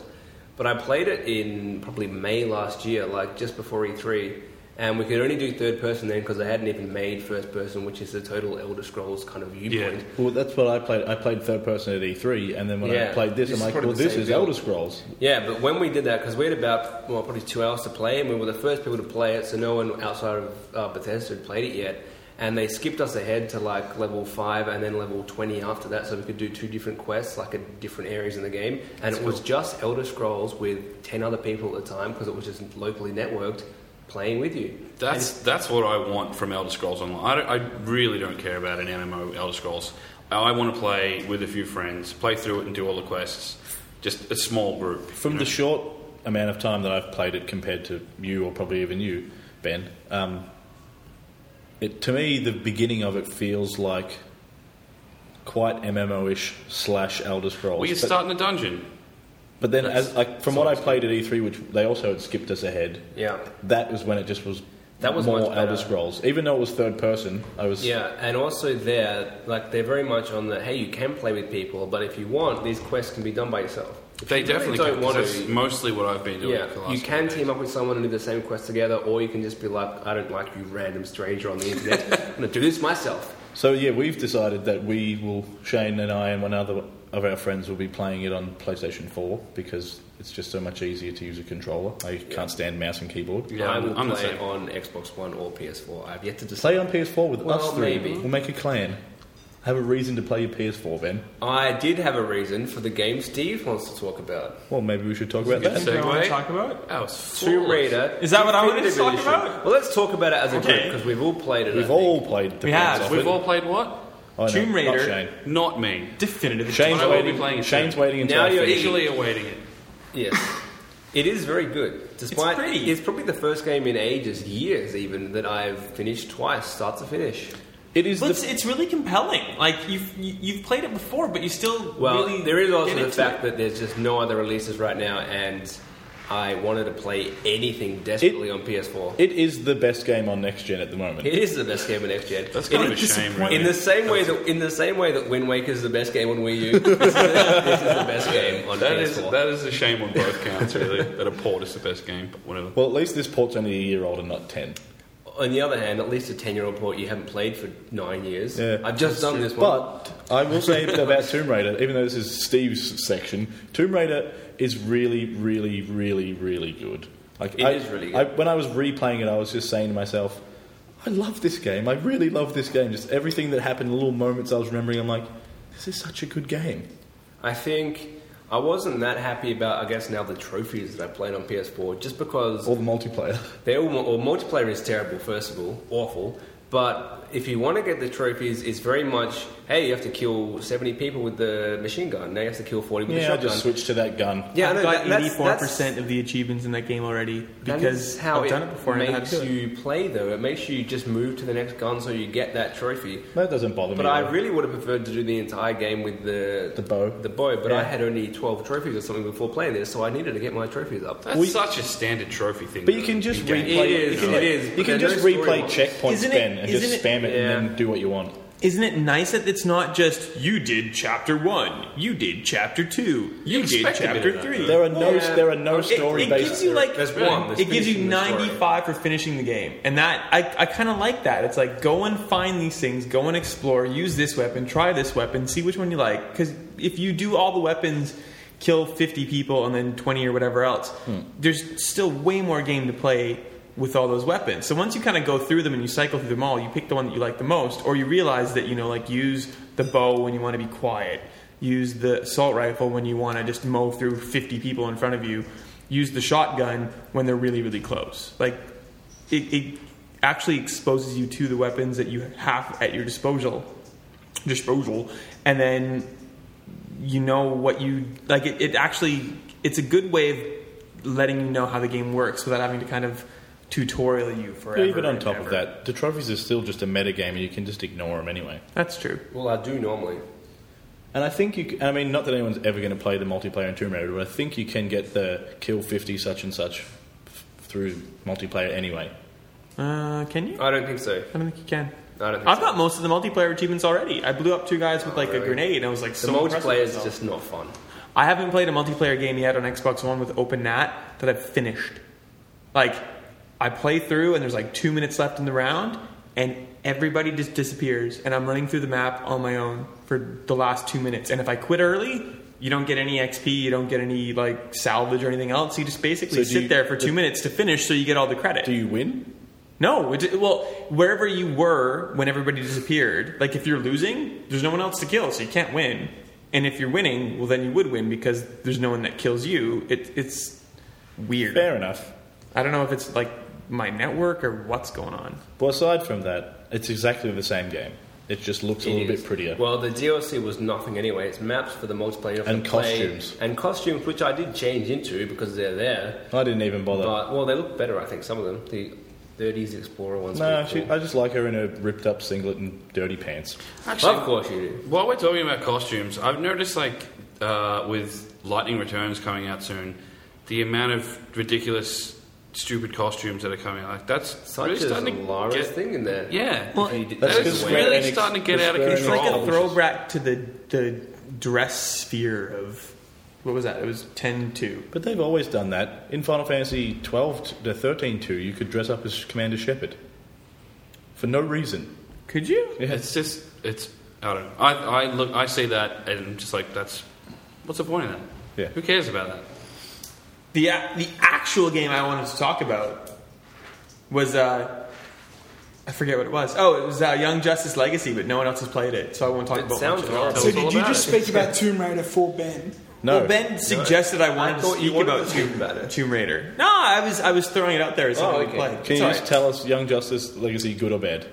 [SPEAKER 3] But I played it in probably May last year, like just before E3. And we could only do third person then because I hadn't even made first person, which is the total Elder Scrolls kind of viewpoint.
[SPEAKER 2] Well, that's what I played. I played third person at E3, and then when I
[SPEAKER 3] Yeah.
[SPEAKER 2] played this,
[SPEAKER 3] This
[SPEAKER 2] I'm like,
[SPEAKER 3] is probably
[SPEAKER 2] well,
[SPEAKER 3] the
[SPEAKER 2] this
[SPEAKER 3] same
[SPEAKER 2] is
[SPEAKER 3] build.
[SPEAKER 2] Elder Scrolls.
[SPEAKER 3] Yeah, but when we did that, because we had about well, probably two hours to play, and we were the first people to play it, so no one outside of uh, Bethesda had played it yet. And they skipped us ahead to like level five and then level twenty after that, so we could do two different quests, like at different areas in the game. And it was just Elder Scrolls with ten other people at the time, because it was just locally networked, playing with you.
[SPEAKER 1] That's that's what I want from Elder Scrolls Online. I, don't- I really don't care about an MMO Elder Scrolls. I want to play with a few friends, play through it, and do all the quests. Just a small group.
[SPEAKER 2] From
[SPEAKER 1] you
[SPEAKER 2] the
[SPEAKER 1] know?
[SPEAKER 2] short amount of time that I've played it compared to you, or probably even you, Ben, um, it, to me, the beginning of it feels like quite MMO ish slash Elder Scrolls.
[SPEAKER 1] well, you
[SPEAKER 2] But-
[SPEAKER 1] start in a dungeon.
[SPEAKER 2] But then, as like from what I played at E3, which they also had skipped us ahead,
[SPEAKER 3] Yeah.
[SPEAKER 2] that was when it just was
[SPEAKER 3] That was much
[SPEAKER 2] more
[SPEAKER 3] better.
[SPEAKER 2] Elder Scrolls. Even though it was third person, I was
[SPEAKER 3] Yeah, and also there, like they're very much on the hey, you can play with people, but if you want, these quests can be done by yourself.
[SPEAKER 1] They
[SPEAKER 3] If you really
[SPEAKER 1] definitely
[SPEAKER 3] don't
[SPEAKER 1] can, 'cause
[SPEAKER 3] want
[SPEAKER 1] that's
[SPEAKER 3] to-
[SPEAKER 1] mostly what I've been doing.
[SPEAKER 3] Yeah,
[SPEAKER 1] for the last
[SPEAKER 3] you
[SPEAKER 1] couple
[SPEAKER 3] can
[SPEAKER 1] of days.
[SPEAKER 3] team up with someone and do the same quest together, or you can just be like, I don't like you, random stranger on the internet. I'm gonna do this myself.
[SPEAKER 2] So yeah, we've decided that we will Shane and I and one other of our friends will be playing it on PlayStation 4 because it's just so much easier to use a controller. I can't stand mouse and keyboard.
[SPEAKER 1] Yeah,
[SPEAKER 3] I
[SPEAKER 1] I'm-
[SPEAKER 3] will
[SPEAKER 1] I'm the
[SPEAKER 3] play
[SPEAKER 1] same.
[SPEAKER 3] it on Xbox One or PS4. I've yet to decide.
[SPEAKER 2] Play on PS4 with
[SPEAKER 3] Well,
[SPEAKER 2] us three.
[SPEAKER 3] maybe.
[SPEAKER 2] We'll make a clan. Have a reason to play your PS4, Ben.
[SPEAKER 3] I did have a reason for the game Steve wants to talk about.
[SPEAKER 2] Well, maybe we should talk about
[SPEAKER 1] Good
[SPEAKER 2] that.
[SPEAKER 4] Anything I want
[SPEAKER 1] segue.
[SPEAKER 4] to talk about?
[SPEAKER 1] That was
[SPEAKER 3] Tomb
[SPEAKER 1] flawless.
[SPEAKER 3] Raider.
[SPEAKER 4] Is that what I wanted to
[SPEAKER 3] Definitive
[SPEAKER 4] talk
[SPEAKER 3] Edition.
[SPEAKER 4] about?
[SPEAKER 3] Well, let's talk about it as a
[SPEAKER 4] Okay.
[SPEAKER 3] group because we've all played it. I
[SPEAKER 2] We've
[SPEAKER 3] think.
[SPEAKER 2] all played the
[SPEAKER 4] We
[SPEAKER 2] bits
[SPEAKER 4] have.
[SPEAKER 2] of
[SPEAKER 1] We've
[SPEAKER 2] it.
[SPEAKER 1] all played what?
[SPEAKER 2] I know,
[SPEAKER 4] Tomb
[SPEAKER 2] not
[SPEAKER 4] Raider.
[SPEAKER 2] Shane.
[SPEAKER 1] Not me.
[SPEAKER 4] Definitive.
[SPEAKER 2] Shane's
[SPEAKER 1] I will be
[SPEAKER 2] waiting.
[SPEAKER 1] playing it
[SPEAKER 2] Shane's
[SPEAKER 1] soon.
[SPEAKER 2] waiting until
[SPEAKER 3] Now
[SPEAKER 2] I
[SPEAKER 3] you're
[SPEAKER 2] finish.
[SPEAKER 1] Eagerly awaiting it.
[SPEAKER 3] Yes. It is very good. Despite
[SPEAKER 4] pretty.
[SPEAKER 3] it's probably the first game in ages, years even, that I've finished twice, start to finish.
[SPEAKER 2] It is
[SPEAKER 4] Well,
[SPEAKER 2] the
[SPEAKER 4] it's, it's really compelling. Like you've you- you've played it before, but you still
[SPEAKER 3] Well,
[SPEAKER 4] really
[SPEAKER 3] there is
[SPEAKER 4] get
[SPEAKER 3] also the
[SPEAKER 4] into
[SPEAKER 3] fact
[SPEAKER 4] it.
[SPEAKER 3] that there's just no other releases right now, and I wanted to play anything desperately on PS4.
[SPEAKER 2] it is the best game on next gen at the moment.
[SPEAKER 3] it is the best game in next gen.
[SPEAKER 1] That's kind of a shame, really.
[SPEAKER 3] in the same way that in the same way that Wind Waker is the best game on Wii U, this is the best game on
[SPEAKER 1] That
[SPEAKER 3] PS4.
[SPEAKER 1] is that is a shame on both counts, really. that a port is the best game, but whatever.
[SPEAKER 2] Well, at least this port's only a year old and not 10.
[SPEAKER 3] on the other hand, at least a ten-year-old port you haven't played for nine years.
[SPEAKER 2] Yeah.
[SPEAKER 3] I've just done this one.
[SPEAKER 2] But I will say about Tomb Raider, even though this is Steve's section, Tomb Raider is really, really, really, really good. Like
[SPEAKER 3] It
[SPEAKER 2] I,
[SPEAKER 3] is really good.
[SPEAKER 2] I, when I was replaying it, I was just saying to myself, "I love this game. I really love this game." Just everything that happened, little moments I was remembering. I'm like, "This is such a good game."
[SPEAKER 3] I think I wasn't that happy about, I guess, now the trophies that I played on PS4, just because
[SPEAKER 2] All the multiplayer.
[SPEAKER 3] they all, or multiplayer is terrible, first of all, awful. But if you want to get the trophies, it's very much, hey, you have to kill 70 people with the machine gun. Now you have to kill 40 with the
[SPEAKER 2] Yeah, I
[SPEAKER 3] shotgun.
[SPEAKER 2] just switched to that gun.
[SPEAKER 3] yeah, I
[SPEAKER 4] I've
[SPEAKER 3] know,
[SPEAKER 4] got
[SPEAKER 3] that- that's-
[SPEAKER 4] eighty four percent of the achievements in that game already
[SPEAKER 3] that's- that
[SPEAKER 4] because
[SPEAKER 3] is how
[SPEAKER 4] I've
[SPEAKER 3] it
[SPEAKER 4] done it before. and I know how
[SPEAKER 3] makes
[SPEAKER 4] to do it.
[SPEAKER 3] you play, though. It makes you just move to the next gun so you get that trophy.
[SPEAKER 2] That doesn't bother
[SPEAKER 3] But
[SPEAKER 2] me.
[SPEAKER 3] I
[SPEAKER 2] either.
[SPEAKER 3] really would have preferred to do the entire game with the
[SPEAKER 2] The bow.
[SPEAKER 3] The bow, but I
[SPEAKER 2] Yeah.
[SPEAKER 3] had only twelve trophies or something before playing this, so I needed to get my trophies up.
[SPEAKER 1] That's
[SPEAKER 2] We-
[SPEAKER 1] such a standard trophy thing.
[SPEAKER 2] But you
[SPEAKER 1] though,
[SPEAKER 2] can just
[SPEAKER 1] in-game.
[SPEAKER 2] replay.
[SPEAKER 3] It
[SPEAKER 2] you
[SPEAKER 3] is,
[SPEAKER 2] can,
[SPEAKER 3] it is,
[SPEAKER 2] You
[SPEAKER 3] but
[SPEAKER 2] can
[SPEAKER 3] there
[SPEAKER 2] just
[SPEAKER 3] are no
[SPEAKER 2] replay
[SPEAKER 3] story
[SPEAKER 2] checkpoints,
[SPEAKER 4] Isn't it-
[SPEAKER 2] Ben, and just
[SPEAKER 4] isn't it-
[SPEAKER 2] spam it,
[SPEAKER 3] yeah.
[SPEAKER 2] and then do what you want.
[SPEAKER 4] Isn't it nice that it's not just you did chapter one, you did chapter two, you, did
[SPEAKER 1] expect a bit
[SPEAKER 4] chapter
[SPEAKER 1] of that,
[SPEAKER 4] three.
[SPEAKER 2] There are no
[SPEAKER 3] Yeah.
[SPEAKER 2] there are no
[SPEAKER 4] It-
[SPEAKER 2] story
[SPEAKER 4] it,
[SPEAKER 2] based.
[SPEAKER 4] gives you like
[SPEAKER 3] There's one, there's
[SPEAKER 4] it gives you
[SPEAKER 3] finishing the story.
[SPEAKER 4] 95 for finishing the game and that i, I kind of like that it's like go and find these things go and explore use this weapon try this weapon see which one you like because if you do all the weapons kill 50 people and then 20 or whatever else there's still way more game to play with all those weapons so once you kind of go through them and you cycle through them all you pick the one that you like the most or you realize that you know like use the bow when you want to be quiet use the assault rifle when you want to just mow through 50 people in front of you use the shotgun when they're really really close like it, it actually exposes you to the weapons that you have at your disposal disposal and then you know what you like it, it actually it's a good way of letting you know how the game works without having to kind of tutorial you forever
[SPEAKER 2] Even on
[SPEAKER 4] and
[SPEAKER 2] top
[SPEAKER 4] ever.
[SPEAKER 2] of that, the trophies are still just a metagame and you can just ignore them anyway.
[SPEAKER 4] that's true
[SPEAKER 3] Well, I do normally.
[SPEAKER 2] And I think you, c- I mean, not that anyone's ever going to play the multiplayer in Tomb Raider, but I think you can get the kill 50 such and such f- through multiplayer anyway.
[SPEAKER 4] uh, can you
[SPEAKER 3] I don't think so.
[SPEAKER 4] i don't think you can
[SPEAKER 3] I don't think
[SPEAKER 4] I've
[SPEAKER 3] so.
[SPEAKER 4] got most of the multiplayer achievements already. I blew up two guys with
[SPEAKER 3] Oh,
[SPEAKER 4] like a
[SPEAKER 3] really?
[SPEAKER 4] grenade, and I was like,
[SPEAKER 3] the
[SPEAKER 4] so impressed with
[SPEAKER 3] multiplayer is
[SPEAKER 4] myself.
[SPEAKER 3] just not fun.
[SPEAKER 4] I haven't played a multiplayer game yet on Xbox One with OpenNat that I've finished. Like, I play through, and there's like two minutes left in the round, and everybody just disappears, and I'm running through the map on my own for the last two minutes. And if I quit early, you don't get any XP, you don't get any like salvage or anything else. You just basically
[SPEAKER 2] So do
[SPEAKER 4] sit
[SPEAKER 2] you-
[SPEAKER 4] there for two minutes to finish, so you get all the credit.
[SPEAKER 2] Do you win?
[SPEAKER 4] No, it, well, wherever you were when everybody disappeared, like if you're losing, there's no one else to kill, so you can't win. And if you're winning, well, then you would win because there's no one that kills you. It, it's weird.
[SPEAKER 2] Fair enough.
[SPEAKER 4] I don't know if it's like my network or what's going on.
[SPEAKER 2] Well, aside from that, it's exactly the same game. It just looks a
[SPEAKER 3] It
[SPEAKER 2] little
[SPEAKER 3] is.
[SPEAKER 2] bit prettier.
[SPEAKER 3] Well, the DLC was nothing anyway. It's maps for the multiplayer you have
[SPEAKER 2] And
[SPEAKER 3] to play.
[SPEAKER 2] costumes.
[SPEAKER 3] and costumes, which I did change into because they're there.
[SPEAKER 2] I didn't even bother.
[SPEAKER 3] But well, they look better. I think some of them. The 30s Explorer ones.
[SPEAKER 2] no,
[SPEAKER 3] look
[SPEAKER 2] she,
[SPEAKER 3] cool.
[SPEAKER 2] I just like her in her ripped up singlet and dirty pants.
[SPEAKER 1] Actually,
[SPEAKER 3] of course you do.
[SPEAKER 1] While we're talking about costumes, I've noticed like uh, with Lightning Returns coming out soon, the amount of ridiculous, stupid costumes that are coming out, like that's
[SPEAKER 3] Such
[SPEAKER 1] really
[SPEAKER 3] as
[SPEAKER 1] starting to
[SPEAKER 3] Lara's
[SPEAKER 1] get,
[SPEAKER 3] thing in there.
[SPEAKER 1] Yeah,
[SPEAKER 4] Well,
[SPEAKER 3] If you did-
[SPEAKER 2] That's
[SPEAKER 1] that's,
[SPEAKER 2] because Square
[SPEAKER 1] really
[SPEAKER 2] Enix-
[SPEAKER 1] starting to get
[SPEAKER 2] the
[SPEAKER 1] out
[SPEAKER 2] Square
[SPEAKER 1] of
[SPEAKER 2] Enix
[SPEAKER 4] It's like a
[SPEAKER 1] control.
[SPEAKER 4] throwback to the, the dress sphere of. What was that? It was 10 2.
[SPEAKER 2] But they've always done that. In Final Fantasy 12 to 13 2, you could dress up as Commander Shepard. For no reason.
[SPEAKER 4] Could you?
[SPEAKER 1] It's just it's I don't know. I, I look I see that and I'm just like that's what's the point of that?
[SPEAKER 2] Yeah.
[SPEAKER 1] Who cares about that?
[SPEAKER 4] The, a- the actual game I wanted to talk about was uh, I forget what it was. Oh, it was uh, Young Justice Legacy, but no one else has played it, so I won't talk
[SPEAKER 3] It
[SPEAKER 4] about
[SPEAKER 3] sounds
[SPEAKER 4] much at all.
[SPEAKER 3] horrible.
[SPEAKER 1] Tell
[SPEAKER 5] So
[SPEAKER 1] us all
[SPEAKER 5] did you
[SPEAKER 1] about
[SPEAKER 5] just
[SPEAKER 1] it.
[SPEAKER 5] speak about Tomb Raider for Ben?
[SPEAKER 2] No.
[SPEAKER 4] Well, Ben suggested I wanted
[SPEAKER 3] I
[SPEAKER 4] to
[SPEAKER 3] thought you
[SPEAKER 4] speak
[SPEAKER 3] wanted
[SPEAKER 4] about
[SPEAKER 3] to speak
[SPEAKER 4] Tomb,
[SPEAKER 3] about it. Oh,
[SPEAKER 4] Tomb Raider. No, I was I was throwing it out there as something
[SPEAKER 3] okay.
[SPEAKER 4] we played.
[SPEAKER 2] Can you
[SPEAKER 4] Sorry.
[SPEAKER 2] just tell us Young Justice Legacy good or bad?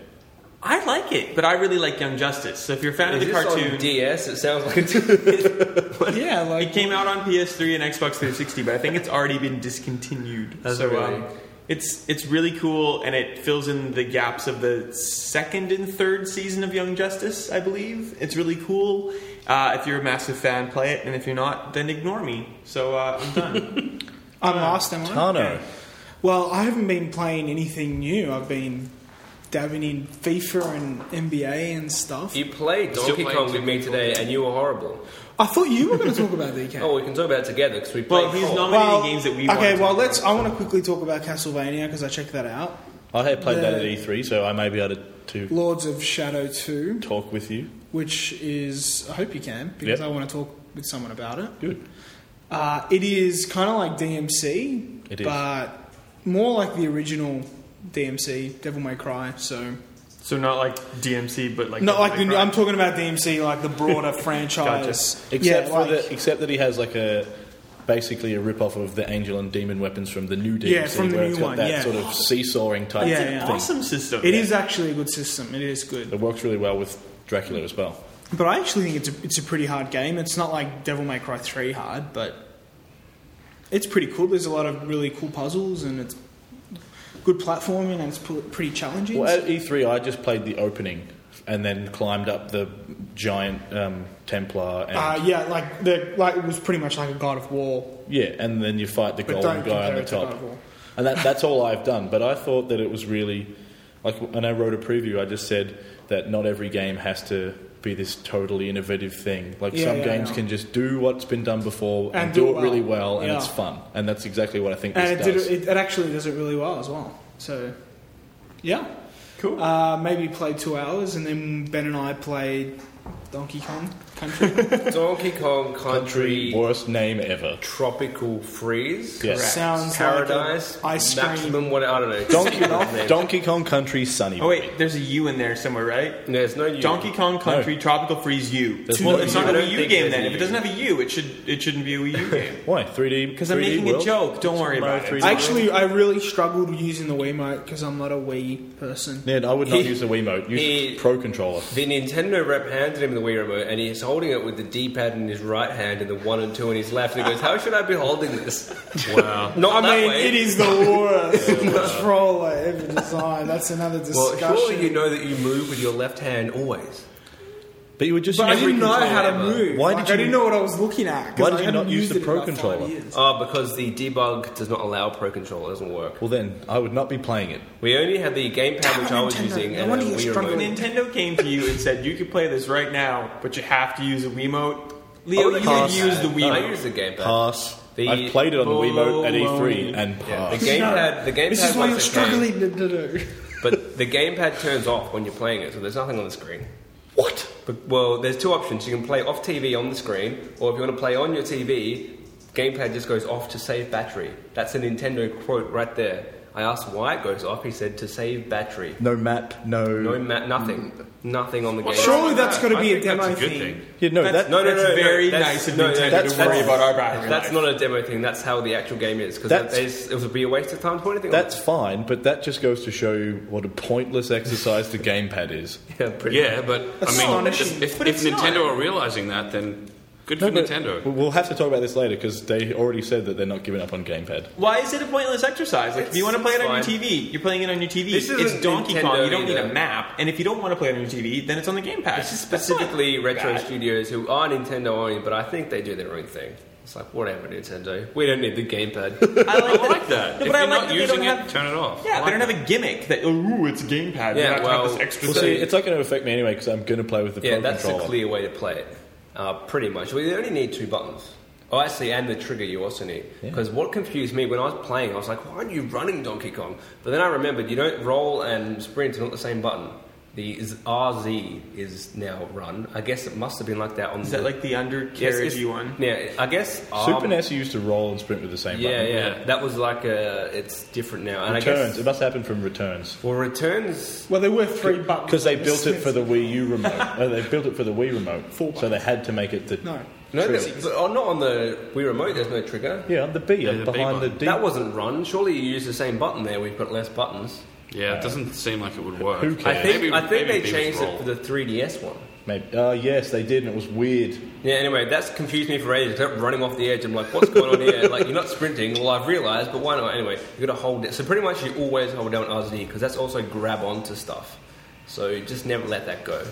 [SPEAKER 4] I like it, but I really like Young Justice. So if you're a fan
[SPEAKER 3] Is
[SPEAKER 4] of the
[SPEAKER 3] this
[SPEAKER 4] cartoon,
[SPEAKER 3] on DS? It sounds like it's
[SPEAKER 5] yeah, like
[SPEAKER 4] It came out on PS3 and Xbox 360, but I think it's already been discontinued.
[SPEAKER 3] That's
[SPEAKER 4] so
[SPEAKER 3] really-
[SPEAKER 4] um, it's it's really cool, and it fills in the gaps of the second and third season of Young Justice, I believe. It's really cool. Uh, if you're a massive fan, play it, and if you're not, then ignore me. So uh, I'm done.
[SPEAKER 5] I'm last, am I?
[SPEAKER 2] Tano.
[SPEAKER 5] Well, I haven't been playing anything new. I've been dabbing in FIFA and NBA and stuff.
[SPEAKER 3] You played
[SPEAKER 1] Still
[SPEAKER 3] Donkey
[SPEAKER 1] playing
[SPEAKER 3] Kong with me
[SPEAKER 1] Donkey Kong.
[SPEAKER 3] today, and you were horrible.
[SPEAKER 5] I thought you were going to talk about DK.
[SPEAKER 3] Oh, we can talk about it together because we played.
[SPEAKER 4] Well, he's
[SPEAKER 3] four.
[SPEAKER 4] not- many games that we
[SPEAKER 5] okay,
[SPEAKER 4] wanna
[SPEAKER 5] well,
[SPEAKER 4] talk
[SPEAKER 5] let's. I want to quickly talk about Castlevania because I checked that out.
[SPEAKER 2] I had played that at
[SPEAKER 5] The-
[SPEAKER 2] E3, so I may be able to, to
[SPEAKER 5] Lords of Shadow Two,
[SPEAKER 2] talk with you.
[SPEAKER 5] which is I hope you can because
[SPEAKER 2] Yep.
[SPEAKER 5] I want to talk with someone about it.
[SPEAKER 2] Good.
[SPEAKER 5] Uh, it is kind of like DMC,
[SPEAKER 2] It is.
[SPEAKER 5] but more like the original DMC, Devil May Cry. So
[SPEAKER 4] so not like DMC, but like
[SPEAKER 5] not like
[SPEAKER 4] Devil
[SPEAKER 5] the,
[SPEAKER 4] May Cry.
[SPEAKER 5] I'm talking about DMC, like the broader franchise.
[SPEAKER 2] Except,
[SPEAKER 5] yeah,
[SPEAKER 2] for
[SPEAKER 5] like-
[SPEAKER 2] the, except that he has like a basically a rip off of the angel and demon weapons from the new DLC,
[SPEAKER 5] Yeah, from the
[SPEAKER 2] where
[SPEAKER 5] new
[SPEAKER 2] it's got
[SPEAKER 5] one,
[SPEAKER 2] that
[SPEAKER 5] yeah.
[SPEAKER 2] sort of seesawing type
[SPEAKER 5] Yeah,
[SPEAKER 2] thing.
[SPEAKER 5] yeah.
[SPEAKER 4] awesome system.
[SPEAKER 5] It is actually a good system. It is good,
[SPEAKER 2] It works really well with Dracula as well.
[SPEAKER 5] but I actually think it's a, it's a pretty hard game. It's not like Devil May Cry three hard, but it's pretty cool. There's a lot of really cool puzzles, and it's good platforming, and it's pu- pretty challenging.
[SPEAKER 2] Well, at E3, I just played the opening and then climbed up the giant um, Templar. And,
[SPEAKER 5] uh, yeah, like the like it was pretty much like a God of War,
[SPEAKER 2] yeah, and then you fight the
[SPEAKER 5] but
[SPEAKER 2] golden
[SPEAKER 5] don't
[SPEAKER 2] guy
[SPEAKER 5] compare
[SPEAKER 2] on the
[SPEAKER 5] it to God
[SPEAKER 2] top.
[SPEAKER 5] of War.
[SPEAKER 2] And that, that's all I've done. But I thought that it was really. Like, and I wrote a preview, I just said that not every game has to be this totally innovative thing. Like,
[SPEAKER 5] Yeah,
[SPEAKER 2] some
[SPEAKER 5] yeah,
[SPEAKER 2] games
[SPEAKER 5] yeah.
[SPEAKER 2] can just do what's been done before and,
[SPEAKER 5] And
[SPEAKER 2] do,
[SPEAKER 5] do
[SPEAKER 2] it
[SPEAKER 5] it
[SPEAKER 2] really
[SPEAKER 5] well.
[SPEAKER 2] well, and
[SPEAKER 5] Yeah.
[SPEAKER 2] it's fun. And that's exactly what I think
[SPEAKER 5] And it,
[SPEAKER 2] this
[SPEAKER 5] did,
[SPEAKER 2] does.
[SPEAKER 5] it, it actually does it really well as well. So, yeah.
[SPEAKER 4] Cool.
[SPEAKER 5] Uh, maybe played two hours, and then Ben and I played Donkey Kong Country.
[SPEAKER 3] Donkey Kong Country,
[SPEAKER 2] Country, worst name ever.
[SPEAKER 3] Tropical Freeze.
[SPEAKER 2] Yes.
[SPEAKER 5] Sounds
[SPEAKER 3] Paradise.
[SPEAKER 5] like a ice cream.
[SPEAKER 3] Maximum what I don't know.
[SPEAKER 2] Donkey, Donkey Kong Country Sunny.
[SPEAKER 4] Oh wait, there's a U in there somewhere, right?
[SPEAKER 3] There's no you.
[SPEAKER 4] Donkey Kong Country Tropical Freeze U.
[SPEAKER 2] There's
[SPEAKER 4] well,
[SPEAKER 2] no
[SPEAKER 4] it's
[SPEAKER 2] U.
[SPEAKER 4] not a
[SPEAKER 3] I
[SPEAKER 4] Wii
[SPEAKER 3] don't
[SPEAKER 4] U
[SPEAKER 3] think
[SPEAKER 4] game
[SPEAKER 3] there's
[SPEAKER 4] then.
[SPEAKER 3] a
[SPEAKER 4] If it
[SPEAKER 3] U.
[SPEAKER 4] doesn't have a U, it should it shouldn't be a Wii U game.
[SPEAKER 2] Why? 3D?
[SPEAKER 4] Because I'm
[SPEAKER 2] 3D
[SPEAKER 4] making
[SPEAKER 2] world?
[SPEAKER 4] a joke. Don't worry
[SPEAKER 2] Mario
[SPEAKER 4] about
[SPEAKER 2] 3D.
[SPEAKER 4] it.
[SPEAKER 5] Actually, I really struggled using the Wiimote because I'm not a Wii person.
[SPEAKER 2] Yeah, I would not
[SPEAKER 3] He-
[SPEAKER 2] use the Wiimote. Use
[SPEAKER 3] he-
[SPEAKER 2] Pro Controller.
[SPEAKER 3] The Nintendo rep handed him the Wii remote, and he's holding it with the D-pad in his right hand and the one and two in his left. And he goes, "How should I be holding this?
[SPEAKER 1] Wow.
[SPEAKER 3] Not
[SPEAKER 5] I
[SPEAKER 3] that
[SPEAKER 5] mean,
[SPEAKER 3] way."
[SPEAKER 5] it is the worst controller ever designed. That's another
[SPEAKER 3] Well,
[SPEAKER 5] discussion.
[SPEAKER 3] surely you know that you move with your left hand always.
[SPEAKER 2] But you would just.
[SPEAKER 5] but I
[SPEAKER 2] use-
[SPEAKER 5] didn't know
[SPEAKER 3] controller
[SPEAKER 5] how to
[SPEAKER 3] ever.
[SPEAKER 5] move.
[SPEAKER 2] Why
[SPEAKER 5] Like,
[SPEAKER 2] did you-
[SPEAKER 5] I didn't know what I was looking at. 'cause
[SPEAKER 2] Why
[SPEAKER 5] I
[SPEAKER 2] did you
[SPEAKER 5] haven't
[SPEAKER 2] not use
[SPEAKER 5] used
[SPEAKER 2] the
[SPEAKER 5] it in
[SPEAKER 2] Pro
[SPEAKER 5] about five
[SPEAKER 2] controller?
[SPEAKER 5] years.
[SPEAKER 3] Ah, because the debug does not allow Pro Controller. It doesn't work.
[SPEAKER 2] well, then I would not be playing it.
[SPEAKER 3] We only had the gamepad which I was
[SPEAKER 5] Nintendo.
[SPEAKER 3] using,
[SPEAKER 5] No
[SPEAKER 3] and
[SPEAKER 5] wonder
[SPEAKER 3] a
[SPEAKER 5] you're
[SPEAKER 3] Wii
[SPEAKER 5] struggling.
[SPEAKER 3] remote.
[SPEAKER 4] Nintendo came to you and said you could play this right now, but you have to use a Wiimote. Oh,
[SPEAKER 3] Leo,
[SPEAKER 4] you could use the
[SPEAKER 3] Wii. I
[SPEAKER 4] Wii.
[SPEAKER 3] use the gamepad.
[SPEAKER 2] Ah. Pass.
[SPEAKER 3] The-
[SPEAKER 2] I've played it on the Wiimote at E3 and
[SPEAKER 3] Yeah, the
[SPEAKER 2] pass.
[SPEAKER 3] gamepad. The gamepad.
[SPEAKER 5] This is why
[SPEAKER 3] likes
[SPEAKER 5] you're
[SPEAKER 3] to
[SPEAKER 5] struggling to do.
[SPEAKER 3] change, But the gamepad turns off when you're playing it, so there's nothing on the screen.
[SPEAKER 2] What?
[SPEAKER 3] But well, there's two options. You can play off TV on the screen, or if you want to play on your TV, gamepad just goes off to save battery. That's a Nintendo quote right there. I asked why it goes off. He said to save battery.
[SPEAKER 2] No map, no.
[SPEAKER 3] No, ma- nothing, nothing on the game.
[SPEAKER 5] Surely that's got to
[SPEAKER 1] I
[SPEAKER 5] be a
[SPEAKER 1] think that's
[SPEAKER 5] demo
[SPEAKER 1] a good
[SPEAKER 5] thing.
[SPEAKER 1] thing.
[SPEAKER 2] yeah, no, that,
[SPEAKER 3] no, no,
[SPEAKER 4] That's
[SPEAKER 3] no, no,
[SPEAKER 4] very
[SPEAKER 3] that's-
[SPEAKER 4] nice of
[SPEAKER 3] no, no,
[SPEAKER 4] Nintendo
[SPEAKER 2] that's-
[SPEAKER 4] to worry
[SPEAKER 2] that's-
[SPEAKER 4] about our battery
[SPEAKER 3] That's
[SPEAKER 4] life.
[SPEAKER 3] not a demo thing. That's how the actual game is. Because
[SPEAKER 2] That's-
[SPEAKER 3] it would be a waste of time to put anything.
[SPEAKER 2] that's fine, but that just goes to show you what a pointless exercise the gamepad is.
[SPEAKER 3] on. yeah, pretty
[SPEAKER 1] Yeah, but I mean,
[SPEAKER 5] Astonishing.
[SPEAKER 1] if,
[SPEAKER 4] But
[SPEAKER 1] if
[SPEAKER 4] it's not.
[SPEAKER 1] Nintendo are realizing that, then good for
[SPEAKER 2] No, but
[SPEAKER 1] Nintendo.
[SPEAKER 2] We'll have to talk about this later because they already said that they're not giving up on gamepad.
[SPEAKER 4] Why is it a pointless exercise? Like, if you want to play it on your
[SPEAKER 3] fine.
[SPEAKER 4] TV, you're playing it on your TV.
[SPEAKER 3] This
[SPEAKER 4] It's
[SPEAKER 3] isn't
[SPEAKER 4] Donkey Kong.
[SPEAKER 3] Nintendo
[SPEAKER 4] You don't need
[SPEAKER 3] either.
[SPEAKER 4] a map, and if you don't want to play it on your TV, then it's on the gamepad.
[SPEAKER 3] This is
[SPEAKER 4] That's not
[SPEAKER 3] specifically retro
[SPEAKER 4] bad.
[SPEAKER 3] studios who are Nintendo only, but I think they do their own thing. It's like whatever Nintendo, we don't need the gamepad.
[SPEAKER 4] I like,
[SPEAKER 1] I like that.
[SPEAKER 4] No,
[SPEAKER 1] if
[SPEAKER 4] but
[SPEAKER 1] you're
[SPEAKER 4] I like
[SPEAKER 1] not
[SPEAKER 4] that they
[SPEAKER 1] using
[SPEAKER 4] don't
[SPEAKER 1] it,
[SPEAKER 4] have.
[SPEAKER 1] turn it off.
[SPEAKER 4] yeah,
[SPEAKER 1] I
[SPEAKER 4] they
[SPEAKER 1] like
[SPEAKER 4] don't have a gimmick that. "Oh, Ooh, it's a gamepad.
[SPEAKER 3] Yeah,
[SPEAKER 4] you have to
[SPEAKER 3] well,
[SPEAKER 4] have this extra
[SPEAKER 2] Well,
[SPEAKER 3] So-
[SPEAKER 2] see,
[SPEAKER 4] thing.
[SPEAKER 2] it's not going to affect me anyway because I'm going to play with the
[SPEAKER 3] yeah,
[SPEAKER 2] Pro
[SPEAKER 3] that's a
[SPEAKER 2] controller.
[SPEAKER 3] clear way to play it. Uh, pretty much. We only need two buttons. Oh, actually, and the trigger you also need. Because what confused me when I was playing, I was like, why aren't you running Donkey Kong? But then I remembered you don't roll and sprint are not the same button. The is- RZ is now run. I guess it must have been like that on
[SPEAKER 4] Is that like the
[SPEAKER 3] Yes, it's-
[SPEAKER 4] undercarriage you one?
[SPEAKER 3] Yeah, I guess.
[SPEAKER 2] Super
[SPEAKER 3] um,
[SPEAKER 2] NES used to roll and sprint with the same
[SPEAKER 3] Yeah,
[SPEAKER 2] button.
[SPEAKER 3] yeah,
[SPEAKER 1] Yeah.
[SPEAKER 3] That was like a. It's different now. And I
[SPEAKER 2] Returns.
[SPEAKER 3] guess
[SPEAKER 2] It must happen from returns.
[SPEAKER 3] Well, returns.
[SPEAKER 5] Well, there were three buttons.
[SPEAKER 2] Because they built it for the Wii U remote. Uh, they built it for the Wii remote,
[SPEAKER 5] Full
[SPEAKER 2] so they had to make it the.
[SPEAKER 5] No.
[SPEAKER 3] No,
[SPEAKER 2] trigger.
[SPEAKER 3] there's, but, oh, not on the Wii Remote. There's no trigger.
[SPEAKER 2] Yeah, the B
[SPEAKER 1] the
[SPEAKER 2] I'm
[SPEAKER 1] B
[SPEAKER 2] behind the
[SPEAKER 1] button.
[SPEAKER 2] D.
[SPEAKER 3] That wasn't run. Surely you use the same button there. We've got less buttons.
[SPEAKER 1] that. Yeah, it doesn't seem like it would work.
[SPEAKER 2] Who
[SPEAKER 3] I
[SPEAKER 2] cares? Yeah.
[SPEAKER 3] think.
[SPEAKER 1] Maybe-
[SPEAKER 3] I think
[SPEAKER 1] maybe
[SPEAKER 3] they
[SPEAKER 1] Beavis
[SPEAKER 3] changed
[SPEAKER 1] roll.
[SPEAKER 3] it for the 3DS one.
[SPEAKER 2] Maybe. Uh, yes, they did, and it was weird.
[SPEAKER 3] Yeah. Anyway, that's confused me for ages. I kept running off the edge. I'm like, what's going on here? like, you're not sprinting. Well, I've realised, but why not? Anyway, you got to hold it. So pretty much, you always hold down RZ because that's also grab onto stuff. So just never let that go.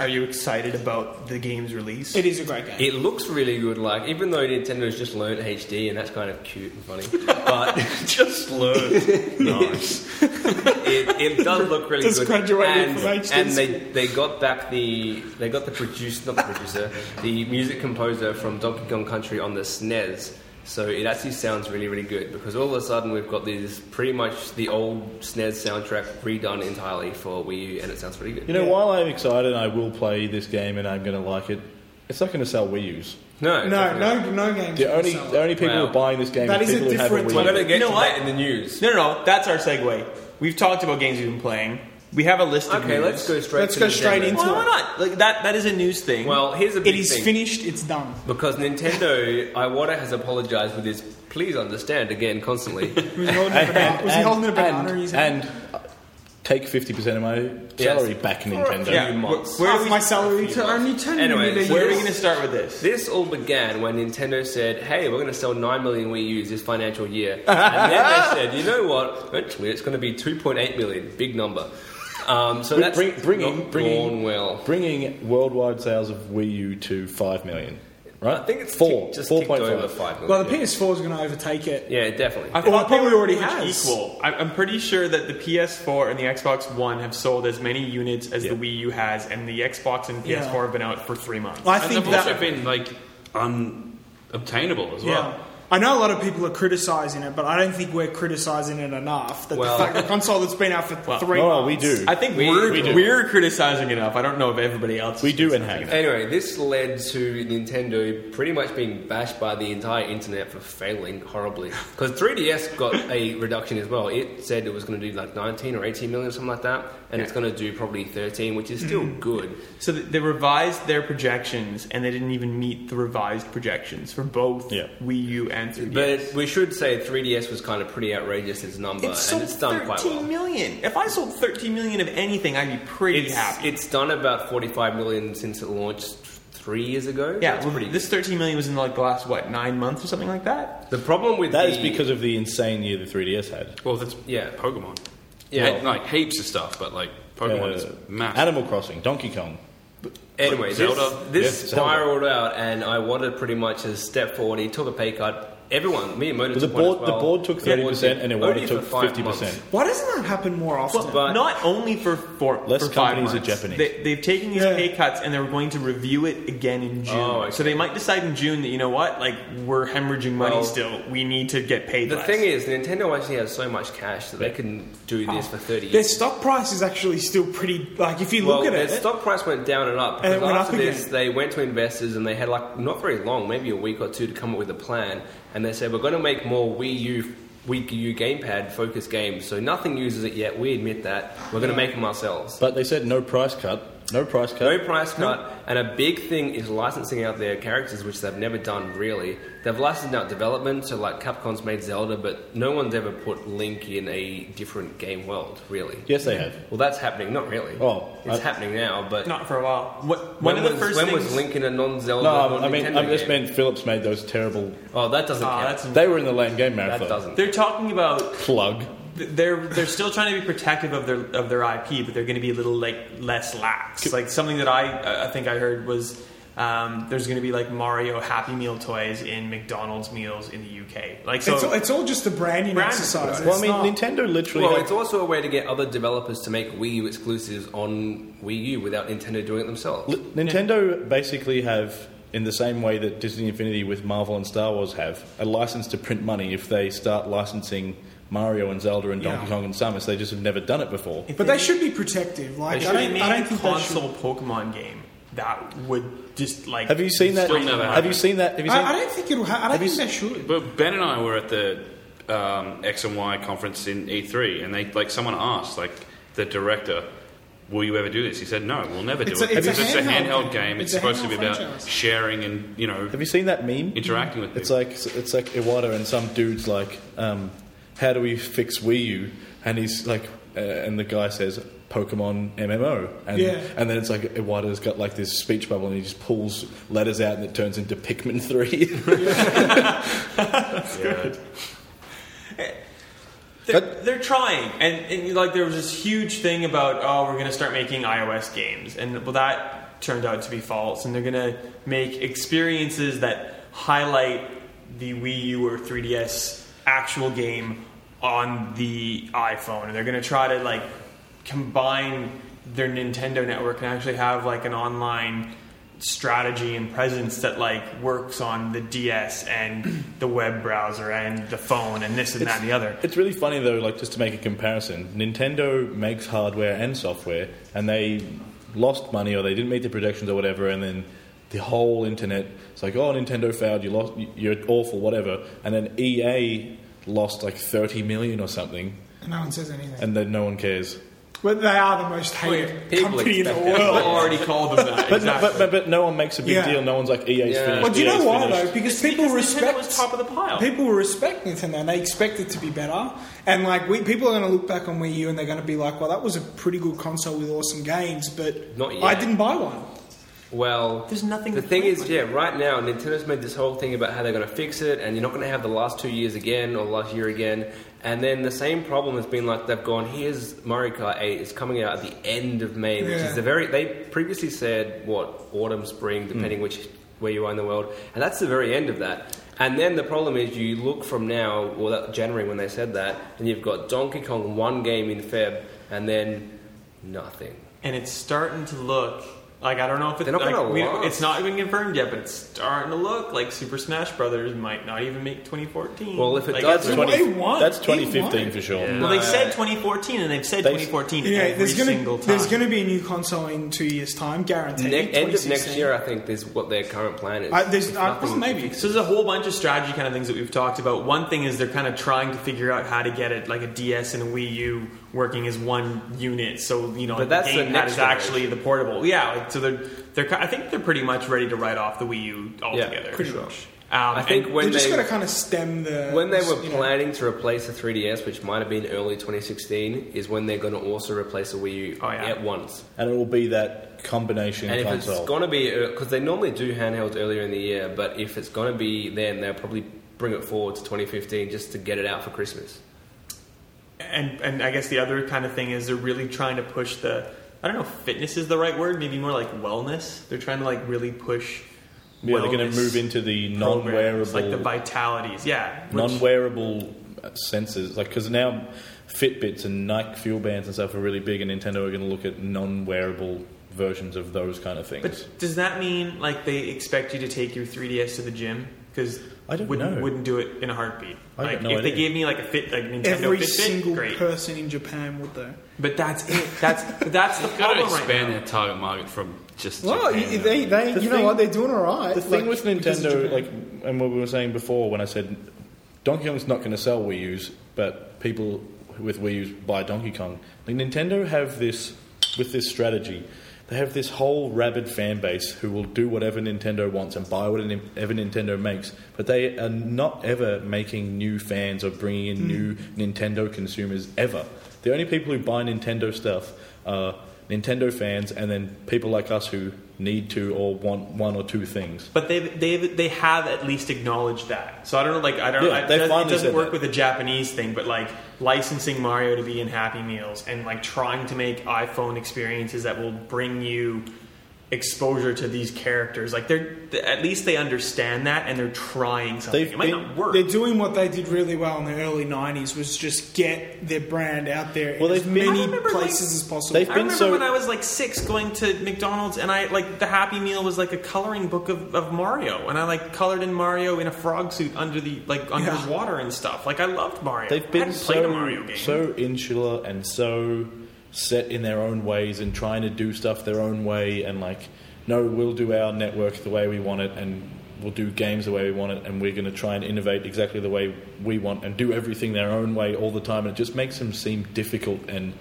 [SPEAKER 4] Are you excited about the game's release?
[SPEAKER 5] It is a great game.
[SPEAKER 3] It looks really good, like, even though Nintendo's just learned HD, and that's kind of cute and funny, but
[SPEAKER 1] Just learn. nice.
[SPEAKER 3] it, it does look really
[SPEAKER 5] Just
[SPEAKER 3] good.
[SPEAKER 5] graduated
[SPEAKER 3] and,
[SPEAKER 5] from HD
[SPEAKER 3] and they, they got back the they got the producer, not the producer, the music composer from Donkey Kong Country on the SNES. So it actually sounds really, really good because all of a sudden we've got these pretty much the old SNES soundtrack redone entirely for Wii U, and it sounds pretty good.
[SPEAKER 2] You know, while I'm excited, I will play this game, and I'm going to like it. It's not going to sell Wii U's.
[SPEAKER 3] No,
[SPEAKER 5] no, no, no games.
[SPEAKER 2] The
[SPEAKER 5] can
[SPEAKER 2] only
[SPEAKER 5] sell
[SPEAKER 2] the
[SPEAKER 5] it.
[SPEAKER 2] only people who
[SPEAKER 3] Wow.
[SPEAKER 2] are buying this game
[SPEAKER 5] That
[SPEAKER 2] are
[SPEAKER 5] is a
[SPEAKER 2] people who have a
[SPEAKER 5] different-
[SPEAKER 3] We're
[SPEAKER 2] Wii.
[SPEAKER 3] going to
[SPEAKER 2] U.
[SPEAKER 3] get
[SPEAKER 4] You know
[SPEAKER 3] to
[SPEAKER 4] what?
[SPEAKER 3] that in the news.
[SPEAKER 4] No, no, no. That's our segue. We've talked about games we've been playing. We have a list of
[SPEAKER 3] Okay,
[SPEAKER 4] news.
[SPEAKER 3] let's go straight.
[SPEAKER 5] Let's
[SPEAKER 3] to
[SPEAKER 5] go straight
[SPEAKER 3] Nintendo.
[SPEAKER 5] into-
[SPEAKER 4] Why, why not? Like that. That is a news thing.
[SPEAKER 3] Well, here's a big
[SPEAKER 5] It is
[SPEAKER 3] thing.
[SPEAKER 5] finished. It's done.
[SPEAKER 3] Because Nintendo, Iwata has apologised with his please understand again constantly.
[SPEAKER 5] Was he holding a
[SPEAKER 2] And,
[SPEAKER 5] banana?
[SPEAKER 2] and,
[SPEAKER 5] Was he holding a banana?
[SPEAKER 2] and,
[SPEAKER 5] in his hand?
[SPEAKER 2] and uh, take fifty percent of my salary back, Nintendo.
[SPEAKER 3] Yeah.
[SPEAKER 4] yeah.
[SPEAKER 3] few
[SPEAKER 4] Where,
[SPEAKER 3] months.
[SPEAKER 4] where
[SPEAKER 5] Half
[SPEAKER 4] are we?
[SPEAKER 5] my salary to only ten
[SPEAKER 3] Anyway,
[SPEAKER 5] million
[SPEAKER 3] so
[SPEAKER 4] where are we
[SPEAKER 5] euros.
[SPEAKER 4] going to start with this?
[SPEAKER 3] this all began when Nintendo said, hey, we're going to sell 9 million Wii U's this financial year. And then they said, you know what? Actually, it's going to be 2.8 million. Big number. Um, so
[SPEAKER 2] Br-
[SPEAKER 3] that's
[SPEAKER 2] bring- bringing-
[SPEAKER 3] not
[SPEAKER 2] bringing-
[SPEAKER 3] gone well.
[SPEAKER 2] Bringing worldwide sales of Wii U to five million. Right?
[SPEAKER 3] I think it's
[SPEAKER 2] four.
[SPEAKER 3] tick- just
[SPEAKER 2] four
[SPEAKER 3] ticked
[SPEAKER 2] point
[SPEAKER 3] over
[SPEAKER 2] five.
[SPEAKER 3] 5 million.
[SPEAKER 5] Well, the PS4 is going to overtake it.
[SPEAKER 3] yeah, definitely.
[SPEAKER 4] I
[SPEAKER 5] Well,
[SPEAKER 4] thought
[SPEAKER 5] it probably
[SPEAKER 4] they were
[SPEAKER 5] already
[SPEAKER 4] pretty much
[SPEAKER 5] has.
[SPEAKER 4] Equal. I, I'm pretty sure that the PS4 and the Xbox One have sold as many units as the Wii U has, and the Xbox and PS4
[SPEAKER 5] Yeah.
[SPEAKER 4] have been out for three months.
[SPEAKER 5] I
[SPEAKER 1] And
[SPEAKER 5] think
[SPEAKER 1] they've also
[SPEAKER 5] that.
[SPEAKER 1] been like unobtainable as well.
[SPEAKER 5] Yeah. I know a lot of people are criticising it, but I don't think we're criticising it enough. That
[SPEAKER 3] Well-
[SPEAKER 5] the fact the console that's been out for
[SPEAKER 4] Well,
[SPEAKER 5] three
[SPEAKER 2] No,
[SPEAKER 5] months.
[SPEAKER 2] we do.
[SPEAKER 4] I think
[SPEAKER 3] We-
[SPEAKER 4] we, are
[SPEAKER 3] we do.
[SPEAKER 4] we're criticizing enough. I don't know if everybody else. is
[SPEAKER 2] We do and
[SPEAKER 4] criticizing
[SPEAKER 2] have.
[SPEAKER 4] enough.
[SPEAKER 3] Anyway, this led to Nintendo pretty much being bashed by the entire internet for failing horribly. Because 3DS got a reduction as well. It said it was going to do like 19 or 18 million, something like that, and it's going to do probably 13, which is still good.
[SPEAKER 4] So th- they revised their projections, and they didn't even meet the revised projections for both
[SPEAKER 2] Yeah.
[SPEAKER 4] Wii U and 3DS.
[SPEAKER 3] But we should say 3DS was kind of pretty outrageous as a number,
[SPEAKER 4] it
[SPEAKER 3] and
[SPEAKER 4] sold
[SPEAKER 3] it's done quite
[SPEAKER 4] thirteen million.
[SPEAKER 3] well.
[SPEAKER 4] If I sold 13 million of anything, I'd be pretty
[SPEAKER 3] It's,
[SPEAKER 4] happy.
[SPEAKER 3] it's done about 45 million since it launched three years ago.
[SPEAKER 4] yeah,
[SPEAKER 3] That's
[SPEAKER 4] well,
[SPEAKER 3] pretty.
[SPEAKER 4] this 13 million was in like the last what nine months or something like that.
[SPEAKER 3] the problem with
[SPEAKER 2] That
[SPEAKER 3] the,
[SPEAKER 2] is because of the insane year the 3DS had.
[SPEAKER 1] Well, that's
[SPEAKER 3] Yeah.
[SPEAKER 1] Pokemon.
[SPEAKER 3] Yeah.
[SPEAKER 1] He- like heaps of stuff, but like Pokemon is
[SPEAKER 2] Uh,
[SPEAKER 1] massive.
[SPEAKER 2] Animal Crossing, Donkey Kong.
[SPEAKER 3] Anyway,
[SPEAKER 1] Zelda.
[SPEAKER 3] this, this
[SPEAKER 2] Yes, Zelda.
[SPEAKER 3] spiraled out, and I wanted pretty much a step forward. He took a pay cut. Everyone, me and Moda.
[SPEAKER 2] The
[SPEAKER 3] took one as
[SPEAKER 2] board- the
[SPEAKER 3] well.
[SPEAKER 2] board took 30% and Iwata
[SPEAKER 3] Only for
[SPEAKER 2] took
[SPEAKER 3] five
[SPEAKER 2] 50%.
[SPEAKER 3] months.
[SPEAKER 5] Why doesn't that happen more often?
[SPEAKER 4] Well,
[SPEAKER 3] But-
[SPEAKER 4] not only for four,
[SPEAKER 2] Less
[SPEAKER 4] for five
[SPEAKER 2] companies are
[SPEAKER 4] months.
[SPEAKER 2] Japanese.
[SPEAKER 4] They, they've taken these
[SPEAKER 5] Yeah.
[SPEAKER 4] pay cuts and they're going to review it again in June.
[SPEAKER 3] Oh, okay.
[SPEAKER 4] So they might decide in June that you know what, like we're hemorrhaging money
[SPEAKER 3] Well,
[SPEAKER 4] still. We need to get paid.
[SPEAKER 3] The
[SPEAKER 4] less.
[SPEAKER 3] thing is, Nintendo actually has so much cash that they can do this for 30
[SPEAKER 5] Their
[SPEAKER 3] years.
[SPEAKER 5] stock price is actually still pretty. Like if you
[SPEAKER 3] Well,
[SPEAKER 5] look at
[SPEAKER 3] their
[SPEAKER 5] it,
[SPEAKER 3] stock price went down and up.
[SPEAKER 5] And it
[SPEAKER 3] because
[SPEAKER 5] went
[SPEAKER 3] after
[SPEAKER 5] up
[SPEAKER 3] this,
[SPEAKER 5] again.
[SPEAKER 3] they went to investors and they had like not very long, maybe a week or two, to come up with a plan. And they said, "We're going to make more Wii U, Wii U gamepad focused games. So nothing uses it yet. We admit that. We're going to make them ourselves.
[SPEAKER 2] But they said no price cut. No price cut.
[SPEAKER 3] No price cut, and a big thing is licensing out their characters, which they've never done really. They've licensed out development, so like Capcom's made Zelda, but no one's ever put Link in a different game world, really.
[SPEAKER 2] Yes, they have.
[SPEAKER 3] Well, that's happening, not really.
[SPEAKER 2] Oh,
[SPEAKER 3] it's
[SPEAKER 2] I-
[SPEAKER 3] happening now, but
[SPEAKER 4] not for a while. What,
[SPEAKER 3] when
[SPEAKER 4] one of the
[SPEAKER 3] was,
[SPEAKER 4] first
[SPEAKER 3] when
[SPEAKER 4] things.
[SPEAKER 3] was Link in a non-Zelda?
[SPEAKER 2] No, I
[SPEAKER 3] non-Nintendo
[SPEAKER 2] mean, I just
[SPEAKER 3] game?
[SPEAKER 2] meant Phillips made those terrible.
[SPEAKER 3] Oh, that doesn't
[SPEAKER 4] Ah,
[SPEAKER 3] count.
[SPEAKER 4] that's-
[SPEAKER 2] They were in the lame game marathon.
[SPEAKER 3] that doesn't.
[SPEAKER 4] they're talking about
[SPEAKER 2] Plug.
[SPEAKER 4] they're they're still trying to be protective of their of their IP, but they're going to be a little like less lax. Like something that I I think I heard was um, there's going to be like Mario Happy Meal toys in McDonald's meals in the UK. Like so,
[SPEAKER 5] it's, it's all just a branding
[SPEAKER 4] Brand-
[SPEAKER 5] exercise.
[SPEAKER 2] Well, I
[SPEAKER 5] It's
[SPEAKER 2] mean,
[SPEAKER 5] not-
[SPEAKER 2] Nintendo literally.
[SPEAKER 3] Well,
[SPEAKER 2] had-
[SPEAKER 3] it's also a way to get other developers to make Wii U exclusives on Wii U without Nintendo doing it themselves.
[SPEAKER 2] L- Nintendo basically have, in the same way that Disney Infinity with Marvel and Star Wars have, a license to print money if they start licensing Mario and Zelda and Donkey
[SPEAKER 5] Yeah.
[SPEAKER 2] Kong and Samus. They just have never done it before.
[SPEAKER 5] but they should be protective.
[SPEAKER 4] I,
[SPEAKER 5] Like I
[SPEAKER 4] don't,
[SPEAKER 5] don't, I don't
[SPEAKER 4] a
[SPEAKER 5] think they should.
[SPEAKER 4] console Pokemon game that would just like.
[SPEAKER 2] Have you seen that?
[SPEAKER 1] Still never
[SPEAKER 2] Have
[SPEAKER 1] happened.
[SPEAKER 2] you seen that? Have you seen?
[SPEAKER 5] I, I don't think it'll. Ha- I don't
[SPEAKER 2] Have you
[SPEAKER 5] think they should.
[SPEAKER 1] But Ben and I were at the um, X and Y conference in E3, and they like someone asked like the director, "Will you ever do this?" He said, "No, we'll never do
[SPEAKER 5] It's
[SPEAKER 1] it.
[SPEAKER 5] a- it's a
[SPEAKER 1] because it's a
[SPEAKER 5] handheld
[SPEAKER 1] handheld
[SPEAKER 5] game.
[SPEAKER 1] game. It's,
[SPEAKER 5] It's a
[SPEAKER 1] supposed to be
[SPEAKER 5] handheld
[SPEAKER 1] about
[SPEAKER 5] franchise.
[SPEAKER 1] sharing and you know
[SPEAKER 2] have you seen that meme?
[SPEAKER 1] interacting with
[SPEAKER 2] It's
[SPEAKER 1] people."
[SPEAKER 2] like it's like Iwata and some dude's like, um, "How do we fix Wii U?" And he's like, uh, and the guy says, "Pokemon MMO." And,
[SPEAKER 5] Yeah.
[SPEAKER 2] and then it's like Iwata's got like this speech bubble, and he just pulls letters out, and it turns into Pikmin Three.
[SPEAKER 1] Yeah.
[SPEAKER 4] They're,
[SPEAKER 2] But-
[SPEAKER 4] they're trying, and, and like there was this huge thing about oh we're going to start making iOS games, and well that turned out to be false, and they're going to make experiences that highlight the Wii U or 3DS actual game on the iPhone, and they're going to try to like combine their Nintendo network and actually have like an online strategy and presence that like works on the DS and the web browser and the phone and this and that and the other.
[SPEAKER 2] it's really funny though, like just to make a comparison, Nintendo makes hardware and software, and they lost money or they didn't meet the predictions or whatever, and then. The whole internet, it's like, oh, Nintendo failed, you lost, you're awful, whatever. And then EA lost like 30 million or something,
[SPEAKER 5] And no one says anything.
[SPEAKER 2] and then no one cares.
[SPEAKER 5] but they are the most hated
[SPEAKER 3] Oh, people
[SPEAKER 5] company in the
[SPEAKER 3] expect that.
[SPEAKER 5] world.
[SPEAKER 4] already called them that.
[SPEAKER 2] But, but, but, but no one makes a big
[SPEAKER 5] Yeah.
[SPEAKER 2] deal. No one's like EA's
[SPEAKER 3] Yeah.
[SPEAKER 2] finished.
[SPEAKER 5] Well, do you
[SPEAKER 2] EA's
[SPEAKER 5] know why
[SPEAKER 2] finished.
[SPEAKER 5] though? Because people respect
[SPEAKER 4] was top of the pile.
[SPEAKER 5] people respect Nintendo. and They expect it to be better, and like we, people are going to look back on Wii U and they're going to be like, "Well, that was a pretty good console with awesome games, but
[SPEAKER 3] Not yet.
[SPEAKER 5] I didn't buy one."
[SPEAKER 3] Well,
[SPEAKER 4] There's nothing
[SPEAKER 3] The
[SPEAKER 4] to
[SPEAKER 3] thing
[SPEAKER 4] play
[SPEAKER 3] is,
[SPEAKER 4] with.
[SPEAKER 3] yeah, right now Nintendo's made this whole thing about how they're going to fix it, and you're not going to have the last two years again or last year again. And then the same problem has been like they've gone. Here's Mario Kart 8 is coming out at the end of May, which
[SPEAKER 5] Yeah.
[SPEAKER 3] is the very they previously said what autumn, spring, depending which where you are in the world, and that's the very end of that. And then the problem is you look from now, well, that January when they said that, and you've got Donkey Kong one game in Feb, and then nothing.
[SPEAKER 4] and it's starting to look like I don't know if it,
[SPEAKER 3] They're not
[SPEAKER 4] like,
[SPEAKER 3] gonna
[SPEAKER 4] we-
[SPEAKER 3] launch.
[SPEAKER 4] it's not even confirmed yet, but it's starting to look like Super Smash Brothers might not even make 2014.
[SPEAKER 3] Well, if it
[SPEAKER 4] Like,
[SPEAKER 3] does,
[SPEAKER 4] it's-
[SPEAKER 5] Well, they
[SPEAKER 2] 20,
[SPEAKER 5] won.
[SPEAKER 2] that's
[SPEAKER 5] They
[SPEAKER 2] 2015
[SPEAKER 5] won.
[SPEAKER 2] for sure.
[SPEAKER 4] well, they said 2014, and they've said
[SPEAKER 2] They-
[SPEAKER 4] 2014
[SPEAKER 5] Yeah,
[SPEAKER 4] every
[SPEAKER 5] there's going
[SPEAKER 4] single
[SPEAKER 5] to
[SPEAKER 4] time.
[SPEAKER 5] there's going to be a new console in two years' time, guaranteed.
[SPEAKER 3] Ne- end of next
[SPEAKER 5] 2016.
[SPEAKER 3] year, I think, is what their current plan is.
[SPEAKER 5] I, there's,
[SPEAKER 3] If
[SPEAKER 5] I,
[SPEAKER 3] nothing-
[SPEAKER 5] maybe.
[SPEAKER 4] So there's a whole bunch of strategy kind of things that we've talked about. One thing is they're kind of trying to figure out how to get it like a DS and a Wii U working as one unit. So you know,
[SPEAKER 3] But that's
[SPEAKER 4] the
[SPEAKER 3] the
[SPEAKER 4] gamepad
[SPEAKER 3] next
[SPEAKER 4] is actually the portable. Yeah, like, so they're they're. ki- I think they're pretty much ready to write off the Wii U altogether.
[SPEAKER 3] pretty much.
[SPEAKER 4] Um,
[SPEAKER 3] I
[SPEAKER 4] and-
[SPEAKER 3] think
[SPEAKER 5] They
[SPEAKER 3] when
[SPEAKER 5] just
[SPEAKER 3] they
[SPEAKER 5] got to kind of stem the
[SPEAKER 3] when they were
[SPEAKER 5] you know,
[SPEAKER 3] planning to replace the 3DS, which might have been early 2016, is when they're going to also replace the Wii U
[SPEAKER 4] Oh, yeah.
[SPEAKER 3] at once.
[SPEAKER 2] And it will be that combination
[SPEAKER 3] And if
[SPEAKER 2] console.
[SPEAKER 3] it's going to be because they normally do handhelds earlier in the year, but if it's going to be then, they'll probably bring it forward to 2015 just to get it out for Christmas.
[SPEAKER 4] and and I guess the other kind of thing is they're really trying to push the I don't know if fitness is the right word maybe more like wellness they're trying to like really push
[SPEAKER 2] Yeah, they're going
[SPEAKER 4] wellness
[SPEAKER 2] to move into the non-wearable,
[SPEAKER 4] programs, like the vitalities. Yeah, which-
[SPEAKER 2] non-wearable uh, sensors. Like because now Fitbits and Nike Fuel Bands and stuff are really big, and Nintendo are going to look at non-wearable versions of those kind of things.
[SPEAKER 4] But does that mean like they expect you to take your 3DS to the gym? Because
[SPEAKER 2] I don't
[SPEAKER 4] wouldn't,
[SPEAKER 2] know.
[SPEAKER 4] Wouldn't do it in a heartbeat.
[SPEAKER 2] I
[SPEAKER 4] like
[SPEAKER 2] got no
[SPEAKER 4] if they
[SPEAKER 2] idea.
[SPEAKER 4] gave me like a fit, like Nintendo
[SPEAKER 5] Every
[SPEAKER 4] Fitbit,
[SPEAKER 5] single
[SPEAKER 4] great.
[SPEAKER 5] person in Japan would though.
[SPEAKER 4] But that's it. That's that's the
[SPEAKER 1] Got to
[SPEAKER 4] problem right
[SPEAKER 1] expand
[SPEAKER 4] now.
[SPEAKER 1] their target market from just.
[SPEAKER 5] Well,
[SPEAKER 1] Japan,
[SPEAKER 5] you-
[SPEAKER 1] though.
[SPEAKER 3] uh,
[SPEAKER 5] they, they, you
[SPEAKER 2] The
[SPEAKER 5] know
[SPEAKER 2] thing-
[SPEAKER 5] what? They're doing all right.
[SPEAKER 2] The thing with
[SPEAKER 5] like, because of
[SPEAKER 2] Nintendo,
[SPEAKER 5] Japan.
[SPEAKER 2] like, and what we were saying before when I said Donkey Kong's not going to sell Wii U's, but people with Wii U's buy Donkey Kong. Like, Nintendo have this, with this strategy, they have this whole rabid fan base who will do whatever Nintendo wants and buy whatever Nintendo makes, but they are not ever making new fans or bringing in new Nintendo consumers ever. The only people who buy Nintendo stuff are Nintendo fans and then people like us who need to or want one or two things.
[SPEAKER 4] But they they they have at least acknowledged that. So I don't know. Like I don't.
[SPEAKER 2] Yeah, they
[SPEAKER 4] I, it doesn't- it
[SPEAKER 2] finally
[SPEAKER 4] doesn't
[SPEAKER 2] said
[SPEAKER 4] work
[SPEAKER 2] that.
[SPEAKER 4] with the Japanese thing, but like licensing Mario to be in Happy Meals and like trying to make iPhone experiences that will bring you exposure to these characters. Like they're at least they understand that and they're trying something.
[SPEAKER 2] They've
[SPEAKER 4] it might
[SPEAKER 2] been-
[SPEAKER 4] not work.
[SPEAKER 5] They're doing what they did really well in the early '90s, was just get their brand out there
[SPEAKER 2] Well,
[SPEAKER 5] in as
[SPEAKER 2] they've been-
[SPEAKER 5] many
[SPEAKER 4] I remember, like,
[SPEAKER 5] places as possible.
[SPEAKER 2] they've
[SPEAKER 4] I
[SPEAKER 2] been
[SPEAKER 4] remember
[SPEAKER 2] so-
[SPEAKER 4] when I was like six going to McDonald's and I like the Happy Meal was like a coloring book of, of Mario and I like colored in Mario in a frog suit under the like under
[SPEAKER 5] Yeah.
[SPEAKER 4] water and stuff. Like I loved Mario.
[SPEAKER 2] They've
[SPEAKER 4] I
[SPEAKER 2] been
[SPEAKER 4] hadn't
[SPEAKER 2] so
[SPEAKER 4] played a Mario game.
[SPEAKER 2] so insular and so set in their own ways and trying to do stuff their own way and like, no, we'll do our network the way we want it and we'll do games the way we want it and we're going to try and innovate exactly the way we want and do everything their own way all the time and it just makes them seem difficult and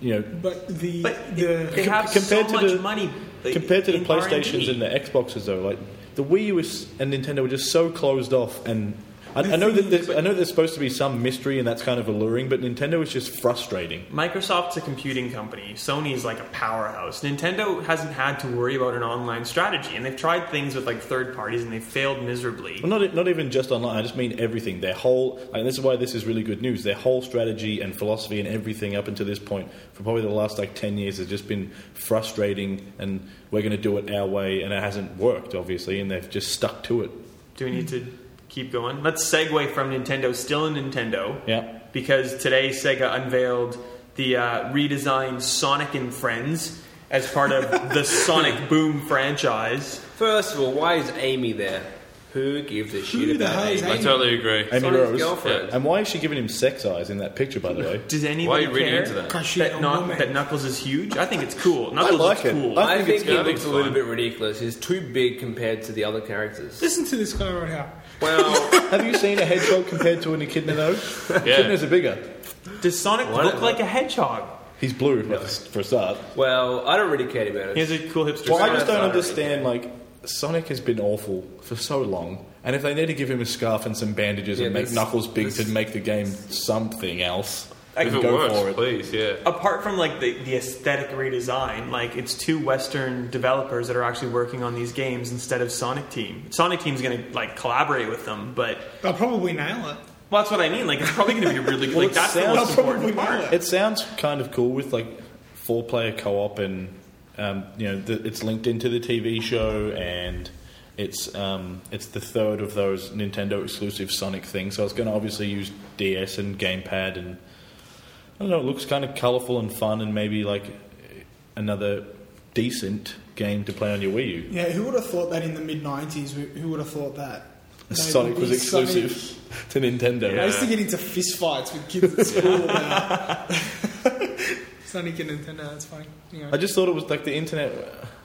[SPEAKER 2] you know
[SPEAKER 5] but the
[SPEAKER 4] but
[SPEAKER 5] the
[SPEAKER 4] they have
[SPEAKER 2] compared
[SPEAKER 4] so
[SPEAKER 2] to
[SPEAKER 4] much
[SPEAKER 2] the-
[SPEAKER 4] money
[SPEAKER 2] compared to the
[SPEAKER 4] in
[SPEAKER 2] PlayStations
[SPEAKER 4] R&D.
[SPEAKER 2] and the Xboxes, though, like the Wii U is- and Nintendo were just so closed off. And I,
[SPEAKER 5] The
[SPEAKER 2] I know
[SPEAKER 5] thing
[SPEAKER 2] that there's, I know there's supposed to be some mystery, and that's kind of alluring. But Nintendo is just frustrating.
[SPEAKER 4] Microsoft's a computing company. Sony's like a powerhouse. Nintendo hasn't had to worry about an online strategy, and they've tried things with like third parties, and they've failed miserably.
[SPEAKER 2] Well, not not even just online. I just mean everything. Their whole like this is why this is really good news. Their whole strategy and philosophy and everything up until this point, for probably the last like ten years, has just been frustrating. And we're going to do it our way, and it hasn't worked, obviously. And they've just stuck to it.
[SPEAKER 4] Do we need to keep going? Let's segue from Nintendo, still in Nintendo.
[SPEAKER 2] Yeah.
[SPEAKER 4] Because today Sega unveiled the uh, redesigned Sonic and Friends as part of the Sonic Boom franchise.
[SPEAKER 3] First of all, why is Amy there? Who gives a shit
[SPEAKER 5] the
[SPEAKER 3] about
[SPEAKER 5] hell is
[SPEAKER 1] I
[SPEAKER 3] Amy?
[SPEAKER 5] Amy?
[SPEAKER 1] totally agree.
[SPEAKER 2] Amy
[SPEAKER 3] Sonic's
[SPEAKER 2] Rose.
[SPEAKER 3] girlfriend.
[SPEAKER 2] And why is she giving him sex eyes in that picture, by the way?
[SPEAKER 4] Does
[SPEAKER 1] Why are
[SPEAKER 4] anybody
[SPEAKER 1] you reading
[SPEAKER 4] care
[SPEAKER 1] into that?
[SPEAKER 5] Cause she's
[SPEAKER 4] that,
[SPEAKER 5] a
[SPEAKER 4] Knuck-
[SPEAKER 5] woman.
[SPEAKER 4] that Knuckles is huge? I think it's cool. Knuckles
[SPEAKER 2] like
[SPEAKER 4] is
[SPEAKER 2] it.
[SPEAKER 4] cool.
[SPEAKER 2] I
[SPEAKER 3] I
[SPEAKER 2] think
[SPEAKER 3] think
[SPEAKER 2] it's
[SPEAKER 3] he
[SPEAKER 1] gonna be
[SPEAKER 3] looks a little
[SPEAKER 1] fine.
[SPEAKER 3] bit ridiculous. He's too big compared to the other characters.
[SPEAKER 5] Listen to this guy right here.
[SPEAKER 3] Well,
[SPEAKER 2] Have you seen a hedgehog compared to an echidna though? Echidnas are bigger.
[SPEAKER 4] Does Sonic
[SPEAKER 3] Whatever.
[SPEAKER 4] look like a hedgehog?
[SPEAKER 2] He's blue for, for a start.
[SPEAKER 3] well, I don't really care about
[SPEAKER 4] He
[SPEAKER 3] it.
[SPEAKER 4] has a cool hipster.
[SPEAKER 2] Well, I just
[SPEAKER 4] style.
[SPEAKER 3] Sonic's
[SPEAKER 2] don't
[SPEAKER 3] not
[SPEAKER 2] understand. Like Sonic has been awful for so long, and if they need to give him a scarf and some bandages
[SPEAKER 3] Yeah,
[SPEAKER 2] and make
[SPEAKER 3] this-
[SPEAKER 2] Knuckles big
[SPEAKER 3] this-
[SPEAKER 2] to make the game something else,
[SPEAKER 1] If
[SPEAKER 2] then
[SPEAKER 1] it
[SPEAKER 2] go
[SPEAKER 1] works,
[SPEAKER 2] for it.
[SPEAKER 1] please, yeah.
[SPEAKER 4] apart from like the, the aesthetic redesign, like it's two Western developers that are actually working on these games instead of Sonic Team. Sonic Team's going to like collaborate with them, but
[SPEAKER 5] They'll probably nail it.
[SPEAKER 4] well, that's what I mean. Like it's probably going to be really
[SPEAKER 2] Well,
[SPEAKER 4] like
[SPEAKER 2] it
[SPEAKER 4] that's the
[SPEAKER 2] sounds-
[SPEAKER 5] They'll
[SPEAKER 4] most
[SPEAKER 5] probably
[SPEAKER 4] important part.
[SPEAKER 5] nail it.
[SPEAKER 2] It sounds kind of cool with like four player co op, and um, you know the, it's linked into the TV show, and it's um, it's the third of those Nintendo exclusive Sonic things. So I was going to obviously use DS and gamepad, and I don't know. It looks kind of colourful and fun, and maybe like another decent game to play on your Wii U.
[SPEAKER 5] Yeah, who would have thought that in the mid '90s? Who- Who would have thought that? They
[SPEAKER 2] Sonic
[SPEAKER 5] would
[SPEAKER 2] was
[SPEAKER 5] be
[SPEAKER 2] exclusive
[SPEAKER 5] Sonic-
[SPEAKER 2] to Nintendo.
[SPEAKER 5] I used to get into fist fights with kids at school about Sonic and Nintendo. That's funny. You know.
[SPEAKER 2] I just thought it was like the internet.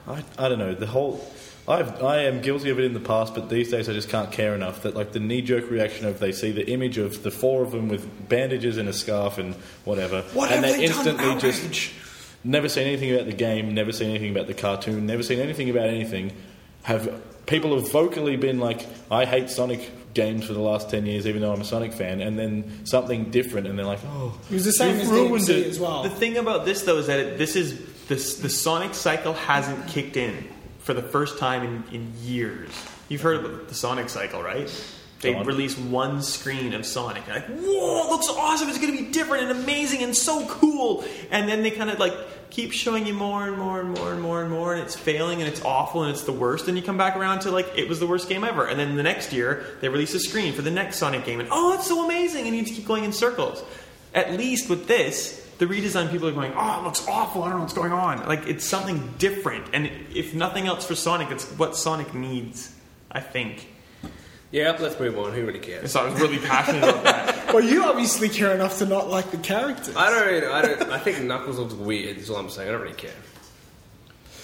[SPEAKER 2] I, I don't know the whole. I've, I am guilty of it in the past, but these days I just can't care enough that like the knee jerk reaction of they see the image of the four of them with bandages and a scarf and whatever,
[SPEAKER 5] what
[SPEAKER 2] and
[SPEAKER 5] have
[SPEAKER 2] they,
[SPEAKER 5] they
[SPEAKER 2] instantly
[SPEAKER 5] done? Outrage?
[SPEAKER 2] just never seen anything about the game, never seen anything about the cartoon, never seen anything about anything. Have people have vocally been like, I hate Sonic games for the last ten years, even though I'm a Sonic fan, and then something different, and they're like, oh,
[SPEAKER 5] It was the same
[SPEAKER 2] you've
[SPEAKER 5] as
[SPEAKER 2] ruined
[SPEAKER 5] DMC
[SPEAKER 2] it.
[SPEAKER 5] as well.
[SPEAKER 4] The thing about this though is that it, this is this the Sonic cycle hasn't kicked in for the first time in, in years. You've heard about the Sonic cycle, right? They
[SPEAKER 2] Go on.
[SPEAKER 4] release one screen of Sonic. And like, whoa, it looks awesome. It's going to be different and amazing and so cool. And then they kind of like keep showing you more and more and more and more and more. And it's failing and it's awful and it's the worst. And you come back around to like, it was the worst game ever. And then the next year, they release a screen for the next Sonic game. And oh, it's so amazing. And you just keep going in circles. At least with this, the redesign people are going, oh, it looks awful. I don't know what's going on. Like, it's something different. And if nothing else for Sonic, it's what Sonic needs, I think.
[SPEAKER 3] Yeah, let's move on. Who really cares?
[SPEAKER 4] So I was really passionate about that.
[SPEAKER 5] Well, you obviously care enough to not like the character.
[SPEAKER 3] I don't. I don't. I think Knuckles looks weird. Is all I'm saying. I don't really care.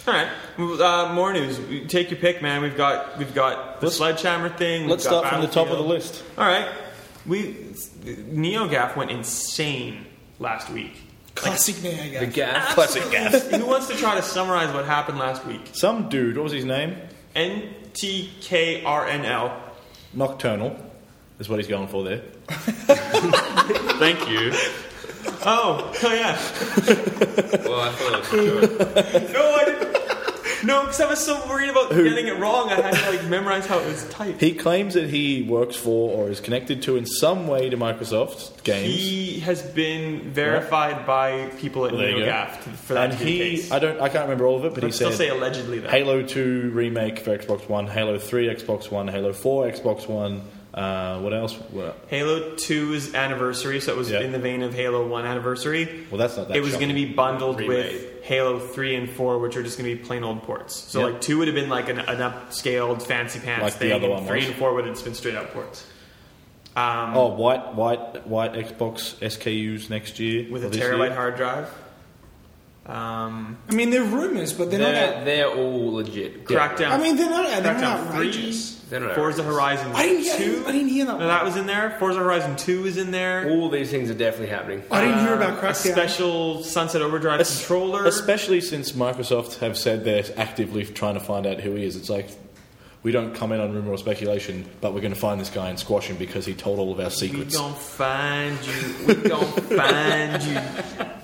[SPEAKER 4] All right, uh, more news. Take your pick, man. We've got we've got the
[SPEAKER 2] Let's-
[SPEAKER 4] sledgehammer thing. we've
[SPEAKER 2] Let's
[SPEAKER 4] got
[SPEAKER 2] start from the top of the
[SPEAKER 4] Battlefield.
[SPEAKER 2] list.
[SPEAKER 4] All right, we NeoGaf went insane last week.
[SPEAKER 5] Classic Neo
[SPEAKER 3] The
[SPEAKER 5] game.
[SPEAKER 3] gas.
[SPEAKER 2] Classic gas.
[SPEAKER 4] Who wants to try to summarize what happened last week?
[SPEAKER 2] Some dude, what was his name?
[SPEAKER 4] N T K R N L.
[SPEAKER 2] Nocturnal is what he's going for there.
[SPEAKER 1] Thank you.
[SPEAKER 4] Oh, oh yeah.
[SPEAKER 1] Well, I thought I was good.
[SPEAKER 4] No, I didn't. No, because I was so worried about getting it wrong. I had to like memorize how it was typed.
[SPEAKER 2] He claims that he works for or is connected to in some way to Microsoft Games.
[SPEAKER 4] He has been verified by people at
[SPEAKER 2] There you go.
[SPEAKER 4] NeoGaf to- for that
[SPEAKER 2] and
[SPEAKER 4] to be the
[SPEAKER 2] he,
[SPEAKER 4] case.
[SPEAKER 2] I don't, I can't remember all of it, but
[SPEAKER 4] Let's
[SPEAKER 2] he
[SPEAKER 4] still
[SPEAKER 2] said
[SPEAKER 4] say allegedly though.
[SPEAKER 2] Halo 2 remake for Xbox One, Halo 3 Xbox One, Halo 4 Xbox One. Uh, what else? Well,
[SPEAKER 4] Halo 2's anniversary, so it was
[SPEAKER 2] Yeah.
[SPEAKER 4] in the vein of Halo 1 anniversary.
[SPEAKER 2] well, that's not that.
[SPEAKER 4] it was going to
[SPEAKER 2] shocking.
[SPEAKER 4] be bundled
[SPEAKER 3] Remade.
[SPEAKER 4] with Halo 3 and 4, which are just going to be plain old ports. So,
[SPEAKER 2] Yeah.
[SPEAKER 4] like, 2 would have been like an, an upscaled, fancy pants
[SPEAKER 2] Like the
[SPEAKER 4] thing.
[SPEAKER 2] other
[SPEAKER 4] and
[SPEAKER 2] one
[SPEAKER 4] 3
[SPEAKER 2] was.
[SPEAKER 4] and 4 would have just been straight up ports. Um,
[SPEAKER 2] Oh, white, white, white Xbox SKUs next year
[SPEAKER 4] with
[SPEAKER 2] or
[SPEAKER 4] a
[SPEAKER 2] this
[SPEAKER 4] terabyte
[SPEAKER 2] year.
[SPEAKER 4] hard drive. Um,
[SPEAKER 5] I mean, they're rumors, but they're, not.
[SPEAKER 3] They're, they're all legit.
[SPEAKER 4] Crackdown.
[SPEAKER 5] I mean, they're not. They're not
[SPEAKER 4] Crackdown 3.
[SPEAKER 5] outrageous.
[SPEAKER 3] They're not
[SPEAKER 4] Forza Horizon 2.
[SPEAKER 5] I didn't hear- I didn't- I didn't hear that
[SPEAKER 4] No,
[SPEAKER 5] one.
[SPEAKER 4] that was in there. Forza Horizon 2 is in there.
[SPEAKER 3] All these things are definitely happening.
[SPEAKER 5] "Oh, I didn't hear about
[SPEAKER 4] Um, A
[SPEAKER 5] Crackdown.
[SPEAKER 4] special Sunset Overdrive
[SPEAKER 2] Es-
[SPEAKER 4] controller.
[SPEAKER 2] Especially since Microsoft have said they're actively trying to find out who he is. It's like we don't comment on rumor or speculation, but we're going to find this guy and squash him because he told all of our
[SPEAKER 4] We
[SPEAKER 2] secrets.
[SPEAKER 4] gon' find you. We gon' find you.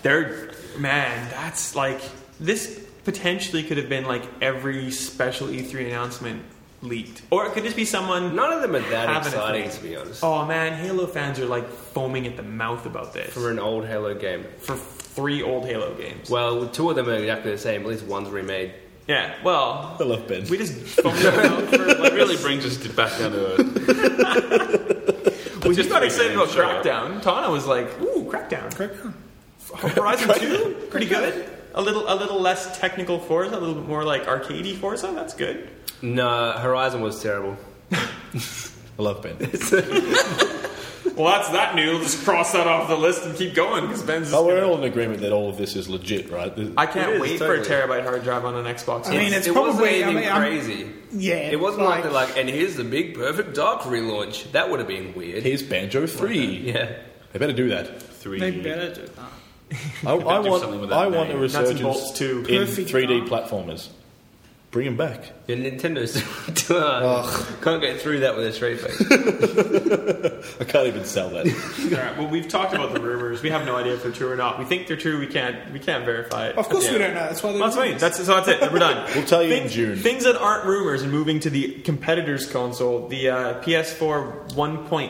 [SPEAKER 4] There, man, that's like this potentially could have been like every special E3 announcement leaked, or it could just be someone.
[SPEAKER 3] None of them are that
[SPEAKER 4] Having it.
[SPEAKER 3] exciting, to be honest.
[SPEAKER 4] Oh man, Halo fans are like foaming at the mouth about this
[SPEAKER 3] For
[SPEAKER 4] for,
[SPEAKER 3] an old Halo game.
[SPEAKER 4] three old Halo games.
[SPEAKER 3] Well, two of them are exactly the same. At least one's remade.
[SPEAKER 4] yeah, well,
[SPEAKER 2] I love Ben.
[SPEAKER 4] we just foamed at the mouth for like
[SPEAKER 1] It really brings us to- back down to earth.
[SPEAKER 4] When you
[SPEAKER 1] Just
[SPEAKER 4] got
[SPEAKER 1] three
[SPEAKER 4] excited about
[SPEAKER 1] games, shut up.
[SPEAKER 4] Crackdown, Tana was like, "Ooh, Crackdown,
[SPEAKER 5] Crackdown.
[SPEAKER 4] Horizon Two, pretty good. A little, a little less technical Forza, a little bit more like arcadey Forza. That's good.
[SPEAKER 3] No, Horizon was terrible.
[SPEAKER 2] I love Ben.
[SPEAKER 4] Well, that's that new. We'll just cross that off the list and keep going because Ben's.
[SPEAKER 2] But we're all in agreement that all of this is legit, right? This-
[SPEAKER 4] I
[SPEAKER 3] It
[SPEAKER 4] can't
[SPEAKER 3] is,
[SPEAKER 4] wait
[SPEAKER 3] totally.
[SPEAKER 4] for a terabyte hard drive on an Xbox.
[SPEAKER 5] I mean,
[SPEAKER 4] One.
[SPEAKER 5] it's
[SPEAKER 3] it wasn't
[SPEAKER 5] probably- I
[SPEAKER 3] anything
[SPEAKER 5] mean, I'm-
[SPEAKER 3] crazy.
[SPEAKER 5] Yeah,
[SPEAKER 3] It wasn't like, they're like, and here's the big perfect dark relaunch. That would have been weird.
[SPEAKER 2] Here's Banjo 3.
[SPEAKER 3] yeah.
[SPEAKER 2] They better do that.
[SPEAKER 1] Three.
[SPEAKER 5] They better do that.
[SPEAKER 2] I, I
[SPEAKER 1] do
[SPEAKER 2] want,
[SPEAKER 1] something with that
[SPEAKER 2] I want a
[SPEAKER 1] name.
[SPEAKER 4] Nuts and
[SPEAKER 2] resurgence
[SPEAKER 4] bolts too.
[SPEAKER 2] in
[SPEAKER 5] Perfect
[SPEAKER 2] 3D platformers. Bring them back.
[SPEAKER 3] The Nintendo's uh, can't get through that with a straight face.
[SPEAKER 2] I can't even sell that.
[SPEAKER 4] All right, well, we've talked about the rumors. We have no idea if they're true or not. We think they're true. We can't. We can't verify it.
[SPEAKER 5] Of course, we don't know. That's why they're
[SPEAKER 4] Well, That's
[SPEAKER 5] rumors.
[SPEAKER 4] fine. That's so that's it. We're done.
[SPEAKER 2] We'll tell you in
[SPEAKER 4] things,
[SPEAKER 2] June.
[SPEAKER 4] Things that aren't rumors and moving to the competitor's console. The uh, PS4 1.60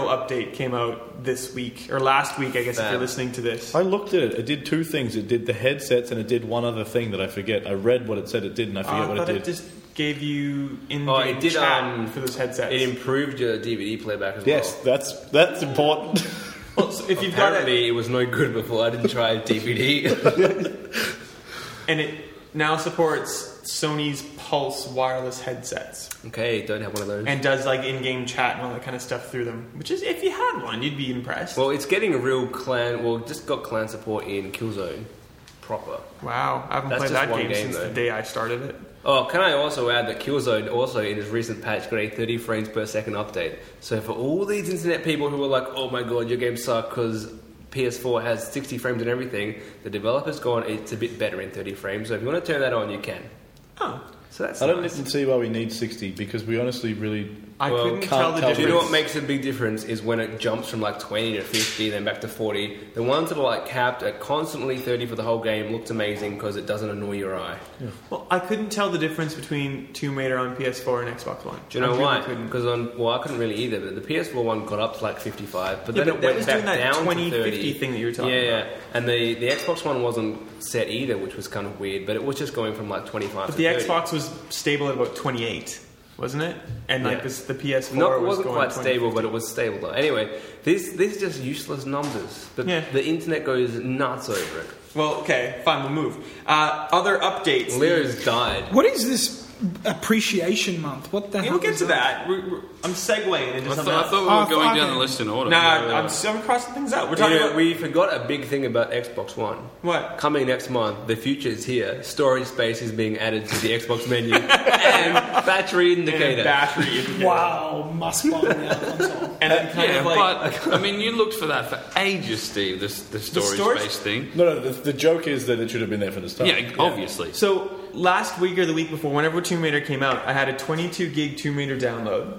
[SPEAKER 4] update came out this week or last week, I guess. If
[SPEAKER 3] Bam.
[SPEAKER 4] you're listening to this,
[SPEAKER 2] I looked at it. It did two things. It did the headsets and it did one other thing that I forget. I read what it said it did and I
[SPEAKER 4] Uh, I
[SPEAKER 2] forget what it
[SPEAKER 4] thought
[SPEAKER 2] did.
[SPEAKER 4] it just gave you in
[SPEAKER 3] Oh, it did,
[SPEAKER 4] chat
[SPEAKER 3] um,
[SPEAKER 4] for those headsets.
[SPEAKER 3] it improved your DVD playback as
[SPEAKER 2] yes,
[SPEAKER 3] well.
[SPEAKER 2] that's that's important.
[SPEAKER 4] Well, so if you've got it,
[SPEAKER 3] Apparently, it was no good before. I didn't try DVD.
[SPEAKER 4] and it now supports Sony's Pulse wireless headsets
[SPEAKER 3] okay, don't have one of those.
[SPEAKER 4] and does like in-game chat and all that kind of stuff through them. Which is, if you had one, you'd be impressed.
[SPEAKER 3] well, it's getting a real clan. Well, just got clan support in Killzone proper.
[SPEAKER 4] wow, I haven't
[SPEAKER 3] That's
[SPEAKER 4] played
[SPEAKER 3] just
[SPEAKER 4] that
[SPEAKER 3] one
[SPEAKER 4] game,
[SPEAKER 3] game,
[SPEAKER 4] since the
[SPEAKER 3] though.
[SPEAKER 4] day I started it.
[SPEAKER 3] Oh, can I also add that Killzone also in its recent patch got a 30 frames per second update. So for all these internet people who are like, "Oh my god, your games suck because PS4 has 60 frames and everything," the developer's gone. It's a bit better in 30 frames. So if you want to turn that on, you can.
[SPEAKER 4] Oh.
[SPEAKER 3] So that's
[SPEAKER 2] I don't
[SPEAKER 3] nice.
[SPEAKER 2] even see why we need 60 because we honestly really
[SPEAKER 4] I
[SPEAKER 3] Well,
[SPEAKER 4] couldn't
[SPEAKER 2] can't
[SPEAKER 4] tell the
[SPEAKER 2] tell
[SPEAKER 4] difference.
[SPEAKER 3] Do you know what makes a big difference is when it jumps from like 20 to 50, then back to 40. The ones that are like capped at constantly 30 for the whole game looked amazing because it doesn't annoy your eye.
[SPEAKER 4] well, I couldn't tell the difference between Tomb Raider on PS4 and Xbox One.
[SPEAKER 3] Do you know
[SPEAKER 4] I really
[SPEAKER 3] why?
[SPEAKER 4] couldn't.
[SPEAKER 3] Because on well, I couldn't really either. But the PS4 one got up to like 55, but
[SPEAKER 4] Yeah,
[SPEAKER 3] then
[SPEAKER 4] but
[SPEAKER 3] it
[SPEAKER 4] that
[SPEAKER 3] went
[SPEAKER 4] was
[SPEAKER 3] back
[SPEAKER 4] doing that
[SPEAKER 3] down
[SPEAKER 4] 20,
[SPEAKER 3] to 30.
[SPEAKER 4] 50 thing that you were talking
[SPEAKER 3] yeah,
[SPEAKER 4] about.
[SPEAKER 3] Yeah, and the the Xbox one wasn't set either, which was kind of weird. But it was just going from like 25
[SPEAKER 4] But
[SPEAKER 3] to
[SPEAKER 4] the
[SPEAKER 3] 30.
[SPEAKER 4] Xbox was stable at about 28, wasn't it? And like
[SPEAKER 3] Yeah.
[SPEAKER 4] this, the PS4
[SPEAKER 3] No, it
[SPEAKER 4] was
[SPEAKER 3] wasn't
[SPEAKER 4] going
[SPEAKER 3] quite
[SPEAKER 4] 20.
[SPEAKER 3] stable, but it was stable though. Anyway, these these are just useless numbers. The,
[SPEAKER 4] Yeah.
[SPEAKER 3] the internet goes nuts over it.
[SPEAKER 4] Well, okay, fine, we'll move. Uh, other updates.
[SPEAKER 3] Leo's died.
[SPEAKER 5] What is this appreciation month? What the
[SPEAKER 4] Yeah,
[SPEAKER 5] hell?
[SPEAKER 4] we'll get
[SPEAKER 5] is
[SPEAKER 4] to that. We're, we're, I'm segueing into
[SPEAKER 1] I,
[SPEAKER 4] something
[SPEAKER 1] thought uh, I
[SPEAKER 4] else.
[SPEAKER 1] thought we
[SPEAKER 5] Oh,
[SPEAKER 1] were going
[SPEAKER 5] fuck
[SPEAKER 1] down
[SPEAKER 5] it.
[SPEAKER 1] the list in order.
[SPEAKER 4] Nah,
[SPEAKER 1] Yeah.
[SPEAKER 4] I'm, s- I'm crossing things out. We're
[SPEAKER 3] You
[SPEAKER 4] talking
[SPEAKER 3] know,
[SPEAKER 4] about
[SPEAKER 3] we forgot a big thing about Xbox One.
[SPEAKER 4] What?
[SPEAKER 3] Coming next month, the future is here. Storage space is being added to the Xbox menu, and battery indicator.
[SPEAKER 4] and battery.
[SPEAKER 5] that? Wow, must buy now console.
[SPEAKER 4] And I'm kind
[SPEAKER 1] yeah,
[SPEAKER 4] of like,
[SPEAKER 1] but I mean, you looked for that for ages, Steve. This the storage,
[SPEAKER 4] storage-
[SPEAKER 1] space thing.
[SPEAKER 2] No, no, the, the joke is that it should have been there for the start.
[SPEAKER 1] Yeah, obviously.
[SPEAKER 4] So last week or the week before, whenever Tomb Raider came out, I had a 22 gig Tomb Raider download.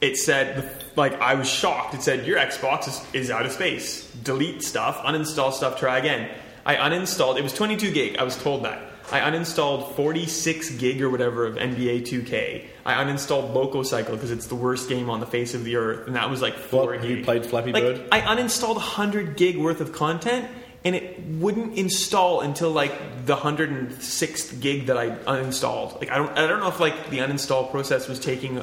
[SPEAKER 4] It said, like, I was shocked. It said, your Xbox is, is out of space. Delete stuff, uninstall stuff, try again. I uninstalled, it was 22 gig, I was told that. I uninstalled 46 gig or whatever of NBA 2K. I uninstalled Loco Cycle because it's the worst game on the face of the earth, and that was like four
[SPEAKER 2] What,
[SPEAKER 4] gig.
[SPEAKER 2] you played Flappy
[SPEAKER 4] Like,
[SPEAKER 2] Bird?
[SPEAKER 4] I uninstalled 100 gig worth of content, and it wouldn't install until like the 106th gig that I uninstalled. Like I don't, I don't know if like the uninstall process was taking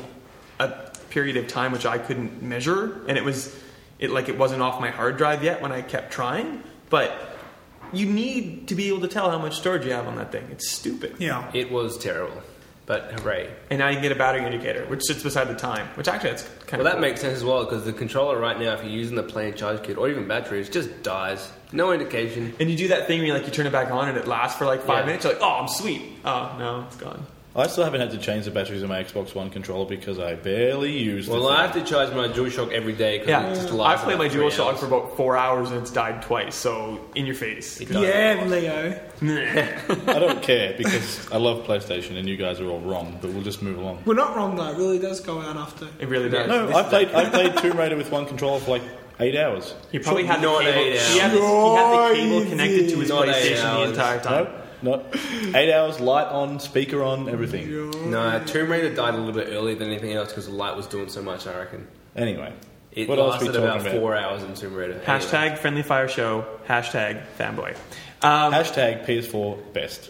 [SPEAKER 4] a period of time which I couldn't measure, and it was, it like it wasn't off my hard drive yet when I kept trying. But you need to be able to tell how much storage you have on that thing. It's stupid.
[SPEAKER 5] Yeah.
[SPEAKER 3] It was terrible, but hooray!
[SPEAKER 4] And now you can get a battery indicator, which sits beside the time, which actually that's kind
[SPEAKER 3] Well,
[SPEAKER 4] of
[SPEAKER 3] that makes sense as well because the controller right now, if you're using the plain charge kit or even batteries, just dies. No indication.
[SPEAKER 4] And you do that thing where you like you turn it back on and it lasts for like five
[SPEAKER 3] Yeah.
[SPEAKER 4] minutes. You're like, oh, I'm sweet. Oh no, it's gone.
[SPEAKER 2] I still haven't had to change the batteries in my Xbox One controller because I barely use.
[SPEAKER 3] Well,
[SPEAKER 2] the
[SPEAKER 3] I
[SPEAKER 2] thing.
[SPEAKER 3] have to charge my DualShock every day because
[SPEAKER 4] Yeah,
[SPEAKER 3] it just
[SPEAKER 4] I've
[SPEAKER 3] lasts.
[SPEAKER 4] played my
[SPEAKER 3] about three
[SPEAKER 4] DualShock
[SPEAKER 3] hours.
[SPEAKER 4] for about four hours and it's died twice. So in your face.
[SPEAKER 3] It dies.
[SPEAKER 5] Yeah, Leo.
[SPEAKER 2] I don't care because I love PlayStation and you guys are all wrong, but we'll just move along.
[SPEAKER 5] We're not wrong though. It really does go out after.
[SPEAKER 4] It really does.
[SPEAKER 2] No, I played I played Tomb Raider with one controller for like eight hours.
[SPEAKER 4] He probably had the
[SPEAKER 3] Not
[SPEAKER 4] cable.
[SPEAKER 3] eight
[SPEAKER 4] He had, the, he had the cable connected to his
[SPEAKER 3] Not eight
[SPEAKER 4] PlayStation
[SPEAKER 3] hours.
[SPEAKER 4] the entire time.
[SPEAKER 2] No, not eight hours. Light on, speaker on, everything.
[SPEAKER 3] No, Tomb Raider died a little bit earlier than anything else because the light was doing so much. I reckon
[SPEAKER 2] Anyway,
[SPEAKER 3] it
[SPEAKER 2] what else are we
[SPEAKER 3] lasted
[SPEAKER 2] talking
[SPEAKER 3] about
[SPEAKER 2] about?
[SPEAKER 3] four hours in Tomb Raider. Anyway.
[SPEAKER 4] Hashtag friendly fire show. Hashtag fanboy. Um,
[SPEAKER 2] Hashtag PS4 best.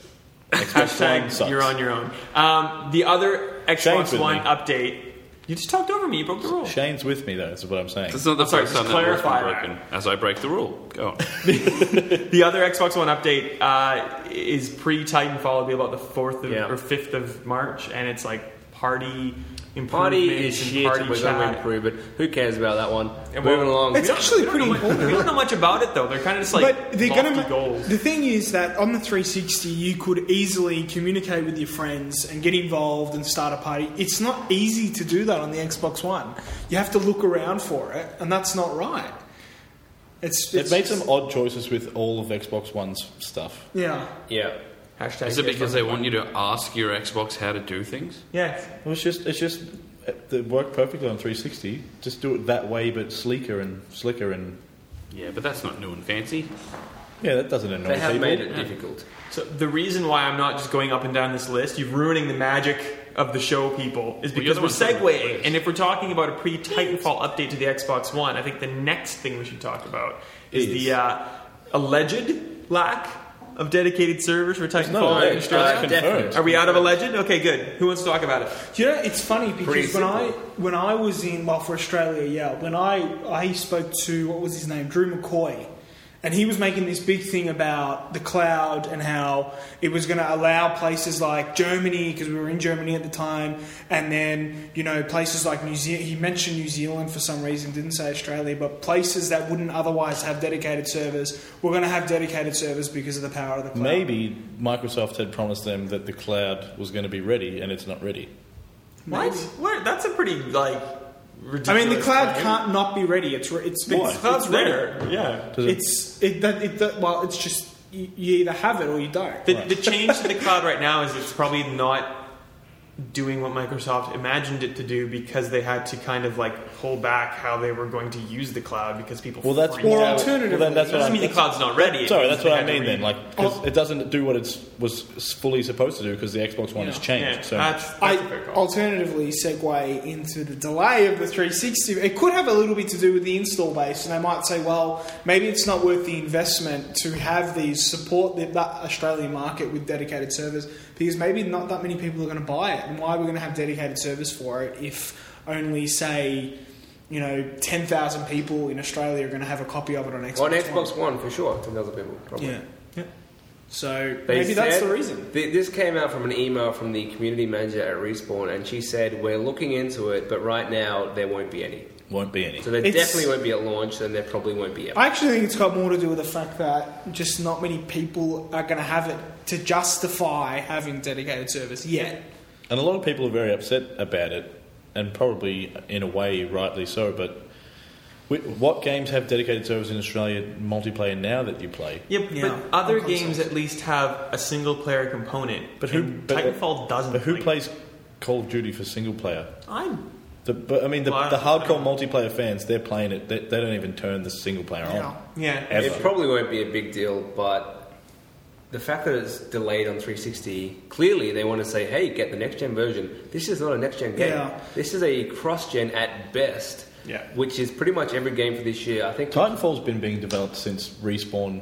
[SPEAKER 2] Xbox One
[SPEAKER 4] hashtag
[SPEAKER 2] sucks.
[SPEAKER 4] you're on your own. Um, the other
[SPEAKER 2] Shane's
[SPEAKER 4] Xbox
[SPEAKER 2] with
[SPEAKER 4] One
[SPEAKER 2] me.
[SPEAKER 4] update. You just talked over me. You broke the rule.
[SPEAKER 2] Shane's with me though. That's what I'm saying.
[SPEAKER 1] That's not the
[SPEAKER 4] I'm sorry,
[SPEAKER 1] first
[SPEAKER 4] just
[SPEAKER 1] time that rule's been
[SPEAKER 4] clarify that.
[SPEAKER 1] broken. As I break the rule, go on.
[SPEAKER 4] The other Xbox One update uh, is pre Titanfall. It'll be about the fourth of,
[SPEAKER 3] Yeah.
[SPEAKER 4] or fifth of March, and it's like party improvements
[SPEAKER 3] Party is
[SPEAKER 4] and
[SPEAKER 3] shit.
[SPEAKER 4] party
[SPEAKER 3] We're going to
[SPEAKER 4] chat.
[SPEAKER 3] improve it. Who cares about that one?
[SPEAKER 4] Yeah, well,
[SPEAKER 3] Moving along.
[SPEAKER 5] It's actually pretty important.
[SPEAKER 4] We don't know much about it though. They're kind of just like
[SPEAKER 5] but they're
[SPEAKER 4] lofty
[SPEAKER 5] going to.
[SPEAKER 4] goals.
[SPEAKER 5] The thing is that on the 360, you could easily communicate with your friends and get involved and start a party. It's not easy to do that on the Xbox One. You have to look around for it, and that's not right. It's,
[SPEAKER 2] It
[SPEAKER 5] it's
[SPEAKER 2] made some odd choices with all of Xbox One's stuff.
[SPEAKER 5] Yeah,
[SPEAKER 3] yeah.
[SPEAKER 4] Hashtag
[SPEAKER 1] Is it because
[SPEAKER 4] Xbox.
[SPEAKER 1] they want you to ask your Xbox how to do things?
[SPEAKER 4] Yeah,
[SPEAKER 2] It was just, it's just, it worked perfectly on 360. Just do it that way, but sleeker and slicker and
[SPEAKER 1] Yeah, but that's not new and fancy.
[SPEAKER 2] yeah, that doesn't annoy
[SPEAKER 3] They have
[SPEAKER 2] people.
[SPEAKER 3] made it difficult.
[SPEAKER 4] So the reason why I'm not just going up and down this list, you're ruining the magic of the show, people, is
[SPEAKER 1] Well,
[SPEAKER 4] because
[SPEAKER 1] you're the
[SPEAKER 4] we're
[SPEAKER 1] one saying the
[SPEAKER 4] segueing.
[SPEAKER 1] list.
[SPEAKER 4] And if we're talking about a pre-Titanfall update to the Xbox One, I think the next thing we should talk about is,
[SPEAKER 2] Is.
[SPEAKER 4] the uh, alleged lack of dedicated servers for Titanfall.
[SPEAKER 2] no,
[SPEAKER 4] in
[SPEAKER 2] it's
[SPEAKER 4] Australia.
[SPEAKER 2] confirmed.
[SPEAKER 4] Are we out of alleged? Okay, good. Who wants to talk about it?
[SPEAKER 5] you know it's funny
[SPEAKER 3] Pretty
[SPEAKER 5] because when I
[SPEAKER 3] simple.
[SPEAKER 5] when I was in well for Australia, yeah, when I I spoke to what was his name, Drew McCoy, and he was making this big thing about the cloud and how it was going to allow places like Germany because we were in Germany at the time, and then you know places like New Zealand. He mentioned New Zealand for some reason, didn't say Australia, but places that wouldn't otherwise have dedicated servers were going to have dedicated servers because of the power of the cloud.
[SPEAKER 2] Maybe Microsoft had promised them that the cloud was going to be ready, and it's not ready.
[SPEAKER 4] What? What? That's a pretty like. Ridiculous
[SPEAKER 5] I mean, the cloud
[SPEAKER 4] claim.
[SPEAKER 5] can't not be ready. It's re- it's
[SPEAKER 2] Why?
[SPEAKER 5] it's,
[SPEAKER 4] Cloud's
[SPEAKER 5] it's ready.
[SPEAKER 4] there. Yeah.
[SPEAKER 2] Does it-
[SPEAKER 5] It's it, that, it that, well, it's just you, you either have it or you don't.
[SPEAKER 4] The, the change to the cloud right now is it's probably not doing what Microsoft imagined it to do because they had to kind of like pull back how they were going to use the cloud because people.
[SPEAKER 2] Well, that's
[SPEAKER 4] freaked
[SPEAKER 2] well,
[SPEAKER 4] out.
[SPEAKER 2] Well, then that's
[SPEAKER 4] It
[SPEAKER 2] what
[SPEAKER 4] doesn't
[SPEAKER 2] I'm,
[SPEAKER 4] mean the cloud's not ready. It
[SPEAKER 2] Sorry,
[SPEAKER 4] means
[SPEAKER 2] that's
[SPEAKER 4] they
[SPEAKER 2] what I
[SPEAKER 4] had to
[SPEAKER 2] mean
[SPEAKER 4] re-
[SPEAKER 2] then. Like, 'cause it doesn't do what it's was fully supposed to do because the Xbox One has
[SPEAKER 4] yeah,
[SPEAKER 2] changed. so
[SPEAKER 4] that's, that's
[SPEAKER 5] I
[SPEAKER 4] a fair call.
[SPEAKER 5] alternatively segue into the delay of the 360. It could have a little bit to do with the install base, and I might say, well, maybe it's not worth the investment to have these support the, that Australian market with dedicated servers because maybe not that many people are going to buy it, and why we're going to have dedicated servers for it if only say. You know, ten thousand people in Australia are going to have a copy of it on Xbox.
[SPEAKER 3] On
[SPEAKER 5] One.
[SPEAKER 3] Xbox One, for sure, 10,000 people, probably.
[SPEAKER 5] Yeah. yeah. So
[SPEAKER 3] They
[SPEAKER 5] maybe that's
[SPEAKER 3] said-
[SPEAKER 5] the reason.
[SPEAKER 3] Th- this came out from an email from the community manager at Respawn, and she said, We're looking into it, but right now there won't be any.
[SPEAKER 2] won't be any.
[SPEAKER 3] So there
[SPEAKER 5] It's-
[SPEAKER 3] definitely won't be at launch, and there probably won't be ever.
[SPEAKER 5] I actually think it's got more to do with the fact that just not many people are going to have it to justify having dedicated service yet.
[SPEAKER 2] And a lot of people are very upset about it, and probably in a way rightly so. But wi- what games have dedicated servers in Australia multiplayer now that you play?
[SPEAKER 4] Yeah, but
[SPEAKER 5] Yeah,
[SPEAKER 4] other
[SPEAKER 5] on consoles.
[SPEAKER 4] games at least have a single player component.
[SPEAKER 2] But who-
[SPEAKER 4] and
[SPEAKER 2] but-
[SPEAKER 4] Titanfall doesn't.
[SPEAKER 2] But who
[SPEAKER 4] like,
[SPEAKER 2] plays Call of Duty for single player?
[SPEAKER 4] I'm
[SPEAKER 2] The, but I mean, the,
[SPEAKER 4] Well, I-
[SPEAKER 2] the hardcore multiplayer fans, they're playing it. They, they don't even turn the single
[SPEAKER 3] Oh.
[SPEAKER 2] player on.
[SPEAKER 5] Yeah.
[SPEAKER 4] yeah.
[SPEAKER 2] Ever.
[SPEAKER 3] It probably won't be a big deal, but the fact that it's delayed on 360, clearly they want to say, hey, get the next gen version. This is not a next gen game.
[SPEAKER 5] Yeah.
[SPEAKER 3] This is a cross gen at best,
[SPEAKER 4] Yeah.
[SPEAKER 3] which is pretty much every game for this year. I think
[SPEAKER 2] Titanfall's been being developed since Respawn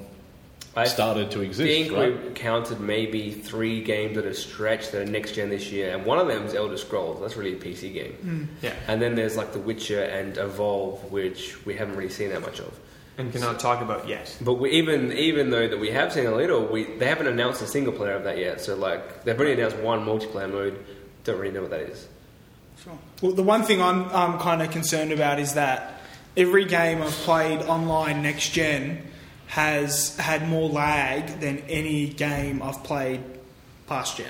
[SPEAKER 3] I
[SPEAKER 2] started to exist,
[SPEAKER 3] think
[SPEAKER 2] right?
[SPEAKER 3] we've counted maybe three games that are stretched that are next gen this year, and one of them is Elder Scrolls. That's really a PC
[SPEAKER 5] Hmm.
[SPEAKER 3] game.
[SPEAKER 4] Yeah.
[SPEAKER 3] And then there's like The Witcher and Evolve, which we haven't really seen that much of.
[SPEAKER 4] and cannot talk about yet.
[SPEAKER 3] But we, even even though that we have seen a little, we they haven't announced a single player of that yet. So like they've already announced one multiplayer mode. Don't really know what that is.
[SPEAKER 5] Well, the one thing I'm, I'm kind of concerned about is that every game I've played online next gen has had more lag than any game I've played past gen.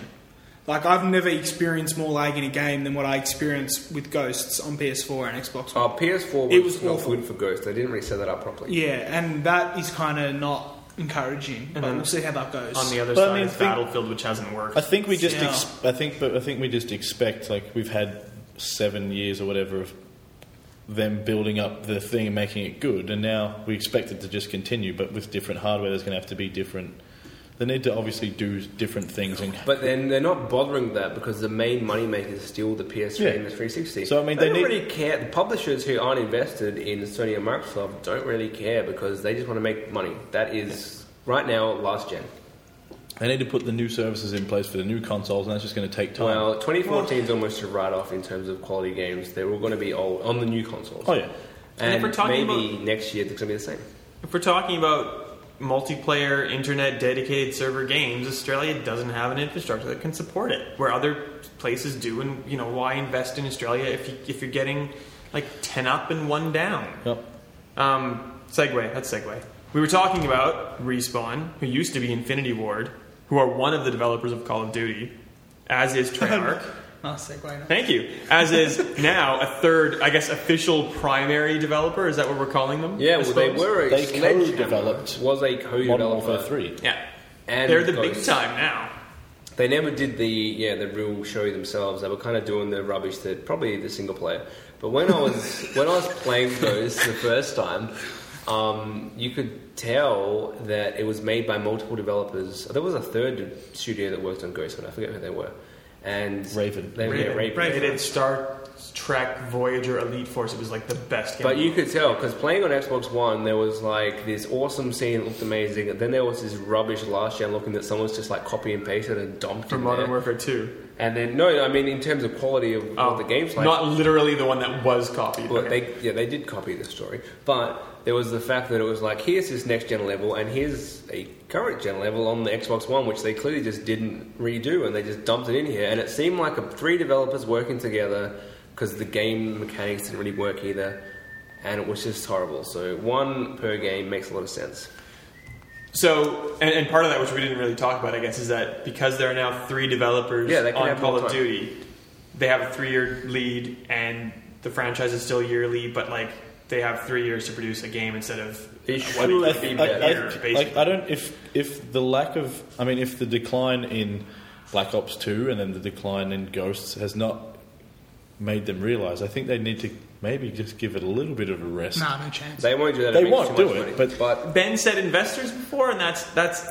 [SPEAKER 5] Like I've never experienced more lag in a game than what I experienced with Ghosts on PS4 and Xbox One.
[SPEAKER 3] Our PS4 was,
[SPEAKER 5] It was
[SPEAKER 3] not
[SPEAKER 5] awful.
[SPEAKER 3] good for Ghost. They didn't really set that up properly.
[SPEAKER 5] Yeah, and that is kind of not encouraging. But
[SPEAKER 4] then
[SPEAKER 5] we'll see how that goes.
[SPEAKER 4] On the other
[SPEAKER 2] But I
[SPEAKER 4] side,
[SPEAKER 2] mean,
[SPEAKER 4] is
[SPEAKER 2] think-
[SPEAKER 4] Battlefield, which hasn't worked.
[SPEAKER 2] I think we just.
[SPEAKER 5] Yeah.
[SPEAKER 2] Ex- I think, but I think we just expect like we've had seven years or whatever of them building up the thing and making it good, and now we expect it to just continue. But with different hardware, there's going to have to be different. They need to obviously do different things, and
[SPEAKER 3] But then they're not bothering with that because the main moneymaker is still the PS3
[SPEAKER 2] Yeah.
[SPEAKER 3] and the 360.
[SPEAKER 2] So, I mean, they
[SPEAKER 3] don't
[SPEAKER 2] need-
[SPEAKER 3] really care. The publishers who aren't invested in Sony and Microsoft don't really care because they just want to make money. That is right now last gen.
[SPEAKER 2] they need to put the new services in place for the new consoles, and that's just going to take time.
[SPEAKER 3] Well, 2014 is almost a write off in terms of quality games. They're all going to be old on the new consoles.
[SPEAKER 2] oh yeah,
[SPEAKER 3] And,
[SPEAKER 4] And if we're talking
[SPEAKER 3] maybe next year it's going to be the same.
[SPEAKER 4] If we're talking about multiplayer, internet dedicated server games, Australia doesn't have an infrastructure that can support it, where other places do. And you know, why invest in Australia if you, if you're getting like ten up and one down?
[SPEAKER 2] Yep.
[SPEAKER 4] Um, segue. That's segue. We were talking about Respawn, who used to be Infinity Ward, who are one of the developers of Call of Duty, as is Treyarch.
[SPEAKER 5] Nice segue.
[SPEAKER 4] Thank you. As is now a third, I guess, official primary developer. Is that what we're calling them?
[SPEAKER 3] Yeah,
[SPEAKER 4] I
[SPEAKER 3] well, they
[SPEAKER 4] suppose?
[SPEAKER 3] were a
[SPEAKER 2] They
[SPEAKER 3] Sledgehammer
[SPEAKER 2] co-developed
[SPEAKER 3] was a
[SPEAKER 2] Modern Warfare
[SPEAKER 3] co-developer.
[SPEAKER 2] Three.
[SPEAKER 4] Yeah.
[SPEAKER 3] And
[SPEAKER 4] They're the big
[SPEAKER 3] Ghost.
[SPEAKER 4] time now.
[SPEAKER 3] They never did the yeah the real show themselves. They were kind of doing the rubbish that probably the single player. But when I was when I was playing those the first time, um, you could tell that it was made by multiple developers. There was a third studio that worked on Ghost, but I forget who they were. And
[SPEAKER 2] Raven.
[SPEAKER 3] they, Raven. Yeah, Raven.
[SPEAKER 4] They did Star Trek Voyager Elite Force. It was like the best game.
[SPEAKER 3] But you could tell because playing on Xbox One, there was like this awesome scene that looked amazing, and then there was this rubbish last gen looking that someone's just like copy and pasted and dumped
[SPEAKER 4] for
[SPEAKER 3] in
[SPEAKER 4] Modern
[SPEAKER 3] there.
[SPEAKER 4] Warfare 2.
[SPEAKER 3] And then no, I mean in terms of quality of what the game's like.
[SPEAKER 4] Oh, Not literally the one that was copied.
[SPEAKER 3] Well,
[SPEAKER 4] Okay.
[SPEAKER 3] they yeah they did copy the story, but there was the fact that it was like here's this next gen level and here's a current gen level on the Xbox One, which they clearly just didn't redo and they just dumped it in here. And it seemed like a, three developers working together because the game mechanics didn't really work either, and it was just horrible. So one per game makes a lot of sense.
[SPEAKER 4] So, and, and part of that, which we didn't really talk about, I guess, is that because there are now three developers
[SPEAKER 3] Yeah, they can
[SPEAKER 4] on
[SPEAKER 3] have
[SPEAKER 4] Call
[SPEAKER 3] more
[SPEAKER 4] of
[SPEAKER 3] time.
[SPEAKER 4] Duty, they have a three-year lead, and the franchise is still yearly, but like they have three years to produce a game instead of
[SPEAKER 3] It should
[SPEAKER 4] what it
[SPEAKER 3] have
[SPEAKER 4] could be
[SPEAKER 3] been
[SPEAKER 2] I,
[SPEAKER 4] better,
[SPEAKER 2] I,
[SPEAKER 4] basically.
[SPEAKER 2] like, I don't if if the lack of I mean if the decline in Black Ops 2 and then the decline in Ghosts has not made them realize. I think they need to maybe just give it a little bit of a rest.
[SPEAKER 5] Nah, no chance.
[SPEAKER 3] They won't do that.
[SPEAKER 2] They
[SPEAKER 3] it makes
[SPEAKER 2] won't
[SPEAKER 3] too
[SPEAKER 2] do
[SPEAKER 3] much
[SPEAKER 2] it,
[SPEAKER 3] money.
[SPEAKER 2] but-
[SPEAKER 4] Ben said investors before, and that's that's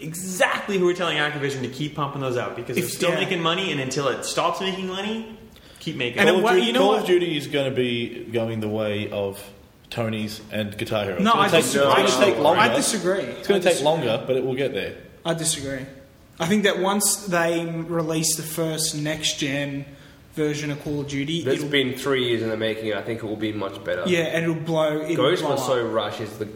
[SPEAKER 4] exactly who we're telling Activision to keep pumping those out because
[SPEAKER 5] If-
[SPEAKER 4] they're still
[SPEAKER 5] yeah.
[SPEAKER 4] making money, and until it stops making money, keep making.
[SPEAKER 5] And
[SPEAKER 4] it.
[SPEAKER 2] Call, of,
[SPEAKER 5] then what-
[SPEAKER 2] Duty,
[SPEAKER 5] you know
[SPEAKER 2] Call
[SPEAKER 5] what-
[SPEAKER 2] of Duty is going to be going the way of Tony's and Guitar Hero.
[SPEAKER 5] No, I
[SPEAKER 2] it's going to take,
[SPEAKER 5] disagree.
[SPEAKER 2] it's gonna
[SPEAKER 5] I
[SPEAKER 2] take longer.
[SPEAKER 5] I disagree.
[SPEAKER 2] It's going
[SPEAKER 5] I
[SPEAKER 2] to take
[SPEAKER 5] dis-
[SPEAKER 2] longer, but it will get there.
[SPEAKER 5] I disagree. I think that once they release the first next gen version of Call of Duty,
[SPEAKER 3] It's
[SPEAKER 5] it'll,
[SPEAKER 3] been three years in the making. I think it will be much better.
[SPEAKER 5] yeah, and it'll blow. It'll
[SPEAKER 3] Ghost
[SPEAKER 5] blow
[SPEAKER 3] was
[SPEAKER 5] up.
[SPEAKER 3] so rush is the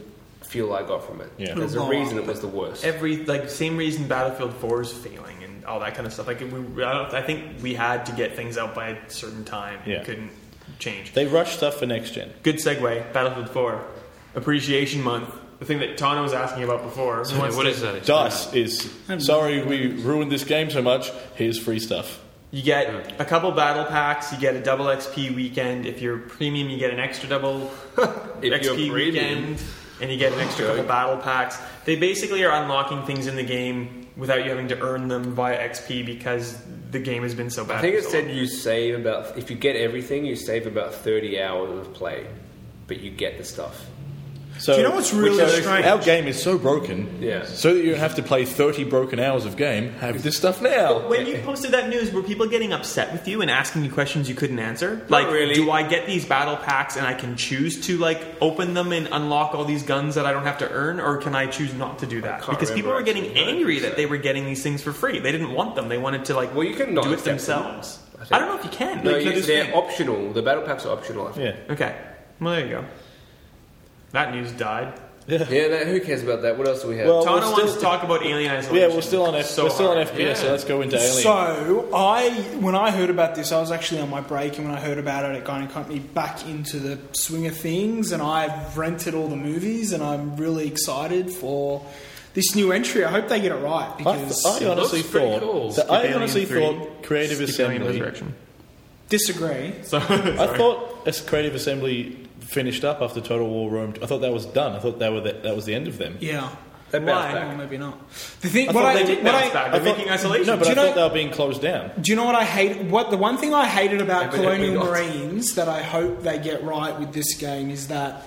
[SPEAKER 3] feel I got from it.
[SPEAKER 2] Yeah.
[SPEAKER 3] There's a
[SPEAKER 5] Blow
[SPEAKER 3] reason
[SPEAKER 5] up.
[SPEAKER 3] it was the worst.
[SPEAKER 4] every like same reason Battlefield Four is failing and all that kind of stuff. Like we, I, don't, I think we had to get things out by a certain time. and
[SPEAKER 2] Yeah.
[SPEAKER 4] couldn't change.
[SPEAKER 2] They rush stuff for next gen.
[SPEAKER 4] Good segue. Battlefield Four, Appreciation Month. The thing that Tana was asking about before. Who wants
[SPEAKER 1] what
[SPEAKER 4] to-
[SPEAKER 1] is that?
[SPEAKER 2] DICE is sorry we ruined this game so much. Here's free stuff.
[SPEAKER 4] You
[SPEAKER 3] Hmm.
[SPEAKER 4] get a couple battle packs. You get a double XP weekend. If you're premium, you get an extra double
[SPEAKER 3] you're
[SPEAKER 4] XP
[SPEAKER 3] premium.
[SPEAKER 4] weekend, and you get an extra couple battle packs. They basically are unlocking things in the game without you having to earn them via XP because the game has been so bad.
[SPEAKER 3] I think
[SPEAKER 4] for
[SPEAKER 3] it
[SPEAKER 4] so
[SPEAKER 3] said
[SPEAKER 4] long.
[SPEAKER 3] you save about if you get everything, you save about thirty hours of play, but you get the stuff.
[SPEAKER 2] So
[SPEAKER 5] Do you know what's really
[SPEAKER 2] so
[SPEAKER 5] strange?
[SPEAKER 2] Our game is so broken.
[SPEAKER 3] Yeah.
[SPEAKER 2] So that you don't have to play 30 broken hours of game. Have this stuff now.
[SPEAKER 4] When you posted that news, were people getting upset with you and asking you questions you couldn't answer? like,
[SPEAKER 3] really.
[SPEAKER 4] do I get these battle packs and I can choose to like open them and unlock all these guns that I don't have to earn, or can I choose not to do that?
[SPEAKER 3] can't
[SPEAKER 4] Because people were
[SPEAKER 3] remember
[SPEAKER 4] getting
[SPEAKER 3] actually.
[SPEAKER 4] angry that they were getting these things for free. They didn't want them. They wanted to like
[SPEAKER 3] Well, you can not
[SPEAKER 4] do it
[SPEAKER 3] accept them.
[SPEAKER 4] themselves.
[SPEAKER 3] think.
[SPEAKER 4] I, don't know if you can.
[SPEAKER 3] No,
[SPEAKER 4] Like,
[SPEAKER 3] you,
[SPEAKER 4] this
[SPEAKER 3] they're
[SPEAKER 4] thing-
[SPEAKER 3] optional. The battle packs are optional. I think.
[SPEAKER 2] Yeah.
[SPEAKER 4] okay. Well, there you go. That news died.
[SPEAKER 3] Yeah, that, who cares about that? What else do we have?
[SPEAKER 2] Well,
[SPEAKER 4] Tana
[SPEAKER 2] we're
[SPEAKER 4] wants
[SPEAKER 2] still-
[SPEAKER 4] to talk about Alien Isolation.
[SPEAKER 2] Yeah, we're still on F-
[SPEAKER 4] So
[SPEAKER 2] we're still on
[SPEAKER 4] hard.
[SPEAKER 2] FPS, so let's go into Alien.
[SPEAKER 5] So I, when I heard about this, I was actually on my break, and when I heard about it, it kind of got me back into the swing of things. And I've rented all the movies, and I'm really excited for this new entry. I hope they get it right
[SPEAKER 2] I,
[SPEAKER 5] because
[SPEAKER 2] I honestly
[SPEAKER 1] looks pretty
[SPEAKER 2] thought.
[SPEAKER 1] cool.
[SPEAKER 2] that I
[SPEAKER 4] Alien
[SPEAKER 2] honestly
[SPEAKER 4] 3,
[SPEAKER 2] thought Creative
[SPEAKER 4] Skip Alien
[SPEAKER 2] Assembly.
[SPEAKER 4] Resurrection.
[SPEAKER 5] disagree.
[SPEAKER 4] So,
[SPEAKER 2] I thought as Creative Assembly finished up after Total War Rome. I thought that was done. I thought that were the, that was the end of them.
[SPEAKER 5] Yeah,
[SPEAKER 3] They bounced
[SPEAKER 5] Why?
[SPEAKER 3] back.
[SPEAKER 5] Well, maybe not. The thing,
[SPEAKER 2] I
[SPEAKER 5] what
[SPEAKER 2] thought
[SPEAKER 5] I,
[SPEAKER 2] they did
[SPEAKER 5] what
[SPEAKER 4] bounce
[SPEAKER 5] I-
[SPEAKER 4] back.
[SPEAKER 2] I
[SPEAKER 4] They're
[SPEAKER 2] thought-
[SPEAKER 4] making isolation.
[SPEAKER 2] No, but
[SPEAKER 5] Do
[SPEAKER 2] I
[SPEAKER 5] you know-
[SPEAKER 2] thought they were being closed down.
[SPEAKER 5] Do you know what I hate? What the one thing I hated about
[SPEAKER 3] Evidently not.
[SPEAKER 5] Colonial Marines that I hope they get right with this game is that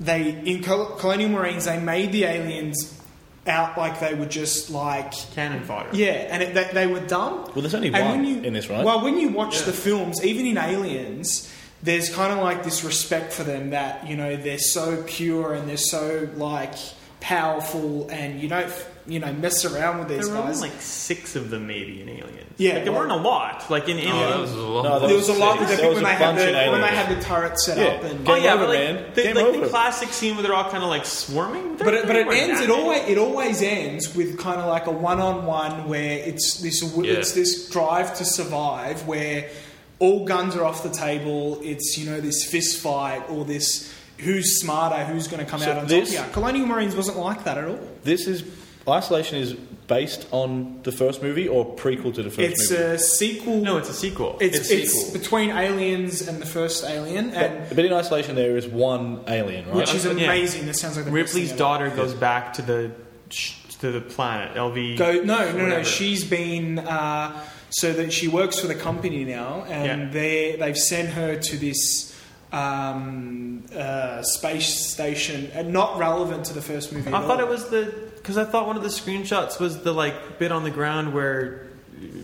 [SPEAKER 5] they in Col- Colonial Marines they made the aliens out like they were just like
[SPEAKER 4] cannon fodder.
[SPEAKER 5] yeah, and it, they, they were dumb.
[SPEAKER 2] Well, there's only
[SPEAKER 5] And
[SPEAKER 2] one
[SPEAKER 5] when you-
[SPEAKER 2] in this, right?
[SPEAKER 5] Well, when you watch the films, even in Aliens, there's kind of like this respect for them that you know they're so pure and they're so like powerful, and you don't f- you know mess around with these
[SPEAKER 4] There were only
[SPEAKER 5] guys.
[SPEAKER 4] like six of them, maybe in Aliens.
[SPEAKER 5] Yeah,
[SPEAKER 4] like, there
[SPEAKER 5] well-
[SPEAKER 4] weren't a lot. Like in Aliens.
[SPEAKER 1] Oh, that was a long
[SPEAKER 2] No, that
[SPEAKER 5] there was a lot
[SPEAKER 2] six.
[SPEAKER 5] of them
[SPEAKER 2] There was
[SPEAKER 5] when
[SPEAKER 2] a
[SPEAKER 5] they had
[SPEAKER 2] bunch in
[SPEAKER 5] the when they
[SPEAKER 2] Aliens.
[SPEAKER 5] had the turret set
[SPEAKER 2] Yeah.
[SPEAKER 5] up and
[SPEAKER 4] Oh
[SPEAKER 2] Game
[SPEAKER 4] yeah,
[SPEAKER 2] over,
[SPEAKER 4] but like,
[SPEAKER 2] man.
[SPEAKER 4] The,
[SPEAKER 2] Game
[SPEAKER 4] like
[SPEAKER 2] over.
[SPEAKER 4] the classic scene where they're all kind of like swarming. There-
[SPEAKER 5] But it, but
[SPEAKER 4] there
[SPEAKER 5] it
[SPEAKER 4] weren't
[SPEAKER 5] ends.
[SPEAKER 4] that
[SPEAKER 5] It
[SPEAKER 4] many.
[SPEAKER 5] always it always ends with kind of like a one on one where it's this w
[SPEAKER 1] Yeah.
[SPEAKER 5] it's this drive to survive where all guns are off the table. It's you know this fist fight or this who's smarter, who's going to come
[SPEAKER 2] So
[SPEAKER 5] out on
[SPEAKER 2] this-
[SPEAKER 5] top here. Colonial Marines wasn't like that at all.
[SPEAKER 2] This is Isolation is based on the first movie or prequel to the first
[SPEAKER 5] It's
[SPEAKER 2] movie.
[SPEAKER 5] a sequel.
[SPEAKER 4] No, it's a sequel.
[SPEAKER 5] it's,
[SPEAKER 3] it's
[SPEAKER 5] it's,
[SPEAKER 3] sequel.
[SPEAKER 5] between Aliens and the first Alien, and
[SPEAKER 2] but, but in Isolation, there is one alien, right?
[SPEAKER 5] which is
[SPEAKER 4] Yeah.
[SPEAKER 5] amazing. This sounds like the best thing
[SPEAKER 4] Ripley's
[SPEAKER 5] ever.
[SPEAKER 4] daughter goes back to the sh- to the planet. LV.
[SPEAKER 5] Go no, no, no.
[SPEAKER 4] whatever.
[SPEAKER 5] She's been uh, so that she works for the company now, and
[SPEAKER 4] Yeah.
[SPEAKER 5] they they've sent her to this um, uh, space station, and not relevant to the first movie.
[SPEAKER 4] I
[SPEAKER 5] at
[SPEAKER 4] thought
[SPEAKER 5] all.
[SPEAKER 4] it was the because I thought one of the screenshots was the like bit on the ground where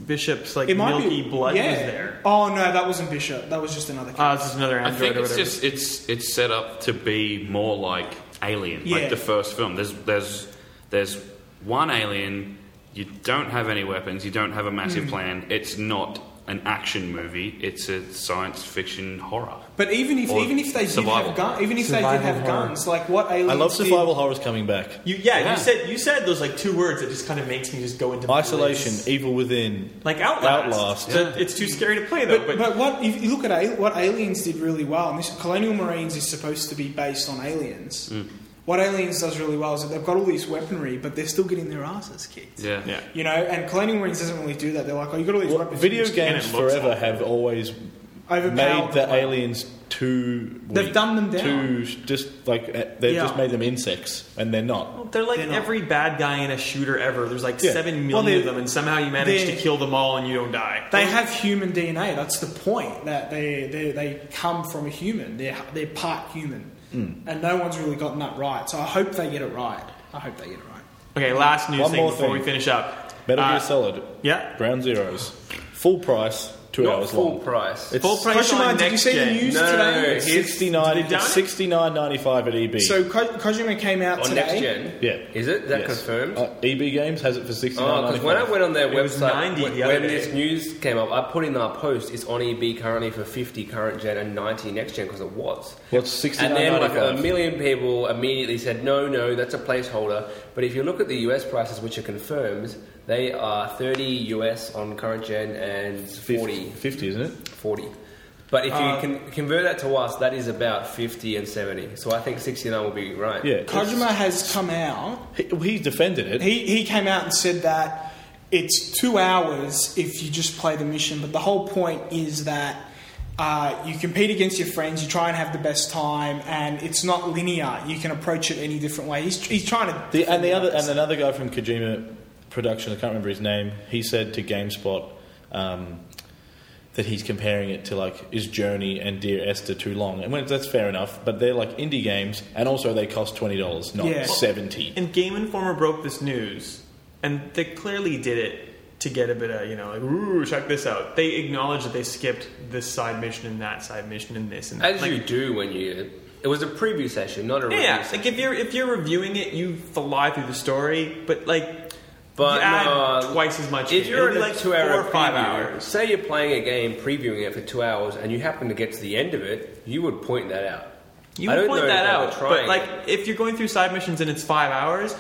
[SPEAKER 4] Bishop's like
[SPEAKER 5] It might
[SPEAKER 4] milky
[SPEAKER 5] be
[SPEAKER 4] blood
[SPEAKER 5] yeah.
[SPEAKER 4] was there.
[SPEAKER 5] Oh no, that wasn't Bishop. That was just another.
[SPEAKER 4] Ah, it's just another
[SPEAKER 1] I
[SPEAKER 4] android
[SPEAKER 1] think
[SPEAKER 4] or
[SPEAKER 1] it's
[SPEAKER 4] whatever.
[SPEAKER 1] just it's it's set up to be more like Alien,
[SPEAKER 5] Yeah.
[SPEAKER 1] like the first film. There's there's there's one alien. You don't have any weapons. You don't have a massive
[SPEAKER 4] Hmm.
[SPEAKER 1] plan. It's not an action movie. It's a science fiction horror.
[SPEAKER 5] but even if
[SPEAKER 1] Or
[SPEAKER 5] even if they did
[SPEAKER 1] survival.
[SPEAKER 5] have guns, even if they did
[SPEAKER 4] Survival
[SPEAKER 5] have
[SPEAKER 4] horror.
[SPEAKER 5] guns, like what aliens?
[SPEAKER 2] I love
[SPEAKER 5] did-
[SPEAKER 2] survival horrors coming back.
[SPEAKER 4] you, yeah,
[SPEAKER 1] Yeah.
[SPEAKER 4] you said you said those like two words that just kind of makes me just go into
[SPEAKER 2] Isolation, Evil Within.
[SPEAKER 4] Like Outlast.
[SPEAKER 2] Outlast.
[SPEAKER 4] So It's too scary to play though.
[SPEAKER 5] But, but what if you look at Al- what aliens did really well, and this Colonial Marines is supposed to be based on aliens.
[SPEAKER 3] Mm.
[SPEAKER 5] What aliens does really well is that they've got all this weaponry, but they're still getting their asses kicked.
[SPEAKER 1] Yeah,
[SPEAKER 4] yeah.
[SPEAKER 5] You know, and Colonial Marines doesn't really do that. They're like, oh, you got all these
[SPEAKER 2] Well,
[SPEAKER 5] weapons.
[SPEAKER 2] video
[SPEAKER 5] you just
[SPEAKER 2] games
[SPEAKER 4] and it looks
[SPEAKER 2] forever have always
[SPEAKER 5] overpower
[SPEAKER 2] made the
[SPEAKER 5] them.
[SPEAKER 2] aliens too. Weak,
[SPEAKER 5] They've dumbed them down.
[SPEAKER 2] Too just like uh, they've
[SPEAKER 4] Yeah.
[SPEAKER 2] just made them insects, and they're not.
[SPEAKER 4] They're like
[SPEAKER 5] They're not.
[SPEAKER 4] every bad guy in a shooter ever. There's like
[SPEAKER 2] Yeah.
[SPEAKER 4] seven million
[SPEAKER 5] Well, they-
[SPEAKER 4] of them, and somehow you manage
[SPEAKER 5] they-
[SPEAKER 4] to kill them all and you don't die.
[SPEAKER 5] They have human DNA. That's the point. That they they, they come from a human. They're they're part human,
[SPEAKER 3] Mm.
[SPEAKER 5] and no one's really gotten that right. So I hope they get it right. I hope they get it right.
[SPEAKER 4] Okay, last news
[SPEAKER 2] One
[SPEAKER 4] thing
[SPEAKER 2] more
[SPEAKER 4] before
[SPEAKER 2] thing.
[SPEAKER 4] we finish up.
[SPEAKER 2] Metal
[SPEAKER 4] Uh,
[SPEAKER 2] Gear Solid,
[SPEAKER 4] Yeah.
[SPEAKER 2] Ground Zeroes, full price, two
[SPEAKER 3] Not
[SPEAKER 2] hours
[SPEAKER 3] full
[SPEAKER 2] long.
[SPEAKER 3] price.
[SPEAKER 2] It's
[SPEAKER 4] Full price
[SPEAKER 5] Question
[SPEAKER 4] on
[SPEAKER 5] mark, did you
[SPEAKER 4] next
[SPEAKER 5] see the
[SPEAKER 4] gen.
[SPEAKER 5] news
[SPEAKER 3] No, no,
[SPEAKER 5] today?
[SPEAKER 3] no, no,
[SPEAKER 5] It's-
[SPEAKER 3] he-
[SPEAKER 2] sixty nine.
[SPEAKER 4] They've done it?
[SPEAKER 2] Sixty nine ninety five at EB.
[SPEAKER 5] so Ko- Kojima came out
[SPEAKER 3] on
[SPEAKER 5] today.
[SPEAKER 3] next gen.
[SPEAKER 2] yeah,
[SPEAKER 3] Is it? Is that
[SPEAKER 2] Yes.
[SPEAKER 3] confirmed?
[SPEAKER 2] Uh, EB Games has it for sixty nine.
[SPEAKER 3] Oh, because when I went on their
[SPEAKER 4] It was
[SPEAKER 3] website,
[SPEAKER 4] 90
[SPEAKER 3] when,
[SPEAKER 4] the other
[SPEAKER 3] when
[SPEAKER 4] day.
[SPEAKER 3] this news came up, I put in our post, it's on EB currently for 50 current gen and 90 next gen, because it was.
[SPEAKER 2] What's sixty
[SPEAKER 3] And
[SPEAKER 2] nine
[SPEAKER 3] then like
[SPEAKER 2] ninety
[SPEAKER 3] a
[SPEAKER 2] five?
[SPEAKER 3] million people immediately said, no, no, that's a placeholder. But if you look at the US prices, which are confirmed, they are 30 US on current gen and 40,
[SPEAKER 2] 50, isn't it?
[SPEAKER 3] 40. But if you
[SPEAKER 4] Uh,
[SPEAKER 3] can convert that to us, that is about 50 and 70. So I think 69 will be right.
[SPEAKER 2] Yeah.
[SPEAKER 5] Kojima has come out
[SPEAKER 2] He, he defended it.
[SPEAKER 5] He, he came out and said that it's two hours if you just play the mission, but the whole point is that uh, you compete against your friends, you try and have the best time, and it's not linear. You can approach it any different way. He's, he's trying to.
[SPEAKER 2] The, and the other and another guy from Kojima Production, I can't remember his name. He said to GameSpot um, that he's comparing it to like is Journey and Dear Esther too long? And when, that's fair enough, but they're like indie games, and also they cost twenty dollars, not
[SPEAKER 5] Yeah.
[SPEAKER 2] seventy.
[SPEAKER 4] And Game Informer broke this news, and they clearly did it to get a bit of, you know, like, ooh, check this out. They acknowledged that they skipped this side mission and that side mission and this and that.
[SPEAKER 3] As
[SPEAKER 4] Like,
[SPEAKER 3] you do when you. It was a preview session, not a review
[SPEAKER 4] yeah,
[SPEAKER 3] session.
[SPEAKER 4] like if you're if you're reviewing it, you fly through the story, but like,
[SPEAKER 3] But
[SPEAKER 4] you add
[SPEAKER 3] no, uh,
[SPEAKER 4] twice as much.
[SPEAKER 3] If
[SPEAKER 4] in.
[SPEAKER 3] you're
[SPEAKER 4] It'll
[SPEAKER 3] in
[SPEAKER 4] be
[SPEAKER 3] a
[SPEAKER 4] like
[SPEAKER 3] two hour
[SPEAKER 4] four or five
[SPEAKER 3] preview,
[SPEAKER 4] hours,
[SPEAKER 3] say you're playing a game, previewing it for two hours, and you happen to get to the end of it, you would point that out.
[SPEAKER 4] you
[SPEAKER 3] I
[SPEAKER 4] would
[SPEAKER 3] don't
[SPEAKER 4] point
[SPEAKER 3] know
[SPEAKER 4] that
[SPEAKER 3] if they were
[SPEAKER 4] out. But
[SPEAKER 3] trying
[SPEAKER 4] like,
[SPEAKER 3] it.
[SPEAKER 4] if you're going through side missions and it's five hours,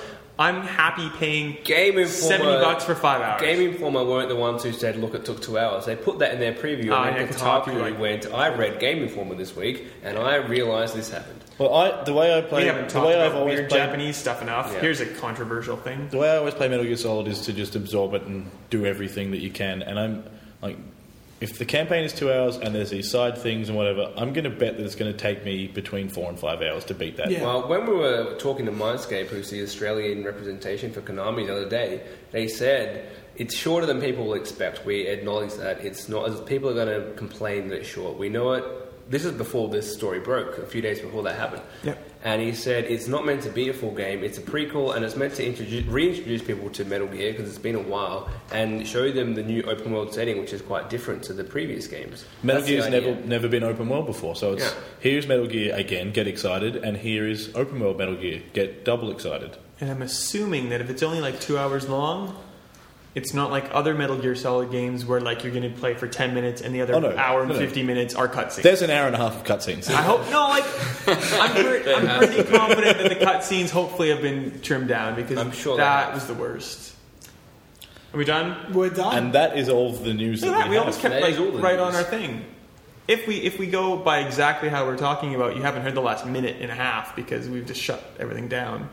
[SPEAKER 4] I'm happy paying
[SPEAKER 3] Game Informer,
[SPEAKER 4] seventy bucks for five hours.
[SPEAKER 3] Game Informer weren't the ones who said, "Look, it took two hours." They put that in their preview,
[SPEAKER 4] Ah,
[SPEAKER 3] and
[SPEAKER 4] yeah,
[SPEAKER 3] then
[SPEAKER 4] Kotaku,
[SPEAKER 3] Kotaku
[SPEAKER 4] like-
[SPEAKER 3] went, "I read Game Informer this week, and I realised this happened."
[SPEAKER 2] Well, I the way I
[SPEAKER 4] we
[SPEAKER 2] play
[SPEAKER 4] haven't
[SPEAKER 2] the
[SPEAKER 4] talked
[SPEAKER 2] way I've
[SPEAKER 4] about
[SPEAKER 2] always
[SPEAKER 4] weird
[SPEAKER 2] played
[SPEAKER 4] Japanese stuff enough.
[SPEAKER 3] Yeah.
[SPEAKER 4] Here's a controversial thing.
[SPEAKER 2] the way I always play Metal Gear Solid is to just absorb it and do everything that you can. And I'm like, if the campaign is two hours and there's these side things and whatever, I'm going to bet that it's going to take me between four and five hours to beat that.
[SPEAKER 5] Yeah.
[SPEAKER 3] Well, when we were talking to Mindscape, who's the Australian representation for Konami the other day, they said it's shorter than people will expect. We acknowledge that it's not. As people are going to complain that it's short. We know it. This is before this story broke, a few days before that happened.
[SPEAKER 5] Yep.
[SPEAKER 3] And he said it's not meant to be a full game. It's a prequel, and it's meant to introduce, reintroduce people to Metal Gear because it's been a while, and show them the new open world setting, which is quite different to the previous games.
[SPEAKER 2] Metal
[SPEAKER 3] That's the
[SPEAKER 2] Gear's
[SPEAKER 3] idea.
[SPEAKER 2] never never been open world before, so it's
[SPEAKER 3] Yeah.
[SPEAKER 2] here's Metal Gear again, get excited, and here is open world Metal Gear, get double excited.
[SPEAKER 4] And I'm assuming that if it's only like two hours long, it's not like other Metal Gear Solid games where like you're going to play for ten minutes and the other
[SPEAKER 2] Oh, no.
[SPEAKER 4] hour and
[SPEAKER 2] No, no.
[SPEAKER 4] fifty minutes are cutscenes.
[SPEAKER 2] There's an hour and a half of cutscenes.
[SPEAKER 4] I hope no. Like I'm, pretty, I'm pretty confident that the cutscenes hopefully have been trimmed down because
[SPEAKER 3] I'm sure they
[SPEAKER 4] that
[SPEAKER 3] have.
[SPEAKER 4] was the worst. Are we done?
[SPEAKER 5] We're done.
[SPEAKER 2] And that is all of the news
[SPEAKER 4] Look
[SPEAKER 2] that
[SPEAKER 4] at that.
[SPEAKER 2] we,
[SPEAKER 4] We
[SPEAKER 2] have.
[SPEAKER 4] almost kept
[SPEAKER 3] That
[SPEAKER 4] like
[SPEAKER 3] is all the
[SPEAKER 4] right on
[SPEAKER 3] news.
[SPEAKER 4] our thing. If we if we go by exactly how we're talking about, you haven't heard the last minute and a half because we've just shut everything down.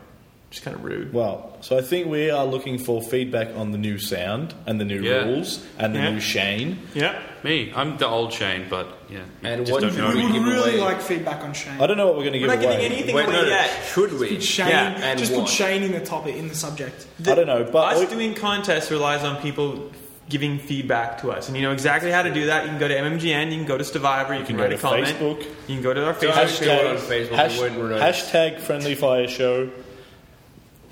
[SPEAKER 4] Which is kind of rude.
[SPEAKER 2] Well, so I think we are looking for feedback on the new sound and the new
[SPEAKER 1] Yeah.
[SPEAKER 2] rules and the
[SPEAKER 4] Yeah.
[SPEAKER 2] new Shane.
[SPEAKER 4] Yeah.
[SPEAKER 1] Me, I'm the old Shane, but yeah, you
[SPEAKER 3] And
[SPEAKER 1] just
[SPEAKER 3] what
[SPEAKER 1] don't
[SPEAKER 3] do
[SPEAKER 1] know
[SPEAKER 5] we
[SPEAKER 1] me.
[SPEAKER 5] would
[SPEAKER 3] give
[SPEAKER 5] really
[SPEAKER 3] away-
[SPEAKER 5] like feedback on Shane.
[SPEAKER 2] I don't know what we're going to give
[SPEAKER 4] We're not
[SPEAKER 2] away.
[SPEAKER 4] giving anything
[SPEAKER 3] Wait,
[SPEAKER 4] away
[SPEAKER 3] no, no,
[SPEAKER 4] yet.
[SPEAKER 3] Should we?
[SPEAKER 5] Put Shane,
[SPEAKER 4] Yeah,
[SPEAKER 3] and
[SPEAKER 5] just
[SPEAKER 3] what?
[SPEAKER 5] put Shane in the topic in the subject.
[SPEAKER 2] I don't know, but
[SPEAKER 4] us doing contests relies on people giving feedback to us, and you know exactly how to do that. You can go to MMGN, you can go to Survivor, you,
[SPEAKER 2] can
[SPEAKER 4] write
[SPEAKER 2] go
[SPEAKER 4] a
[SPEAKER 2] to
[SPEAKER 4] comment,
[SPEAKER 2] Facebook.
[SPEAKER 4] you can go to our
[SPEAKER 3] Don't
[SPEAKER 4] Facebook.
[SPEAKER 3] share it on Facebook,
[SPEAKER 2] hash-
[SPEAKER 3] we won't run out.
[SPEAKER 2] hashtag friendly fire show.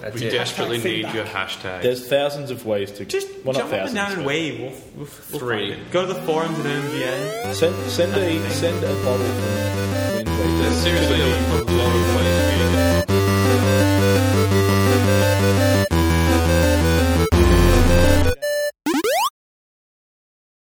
[SPEAKER 3] That's
[SPEAKER 1] We
[SPEAKER 3] it.
[SPEAKER 1] desperately need
[SPEAKER 5] Hashtag feedback.
[SPEAKER 1] your hashtag.
[SPEAKER 2] There's thousands of ways to
[SPEAKER 4] Just
[SPEAKER 2] well, not
[SPEAKER 4] jump up and
[SPEAKER 2] thousands,
[SPEAKER 4] down and
[SPEAKER 2] but-
[SPEAKER 4] wave. We'll, we'll, we'll
[SPEAKER 1] Three.
[SPEAKER 4] find it. Go to the forums at MMGN.
[SPEAKER 2] Send send a send a bottle. from Wednesday.
[SPEAKER 1] There's seriously a lot of ways.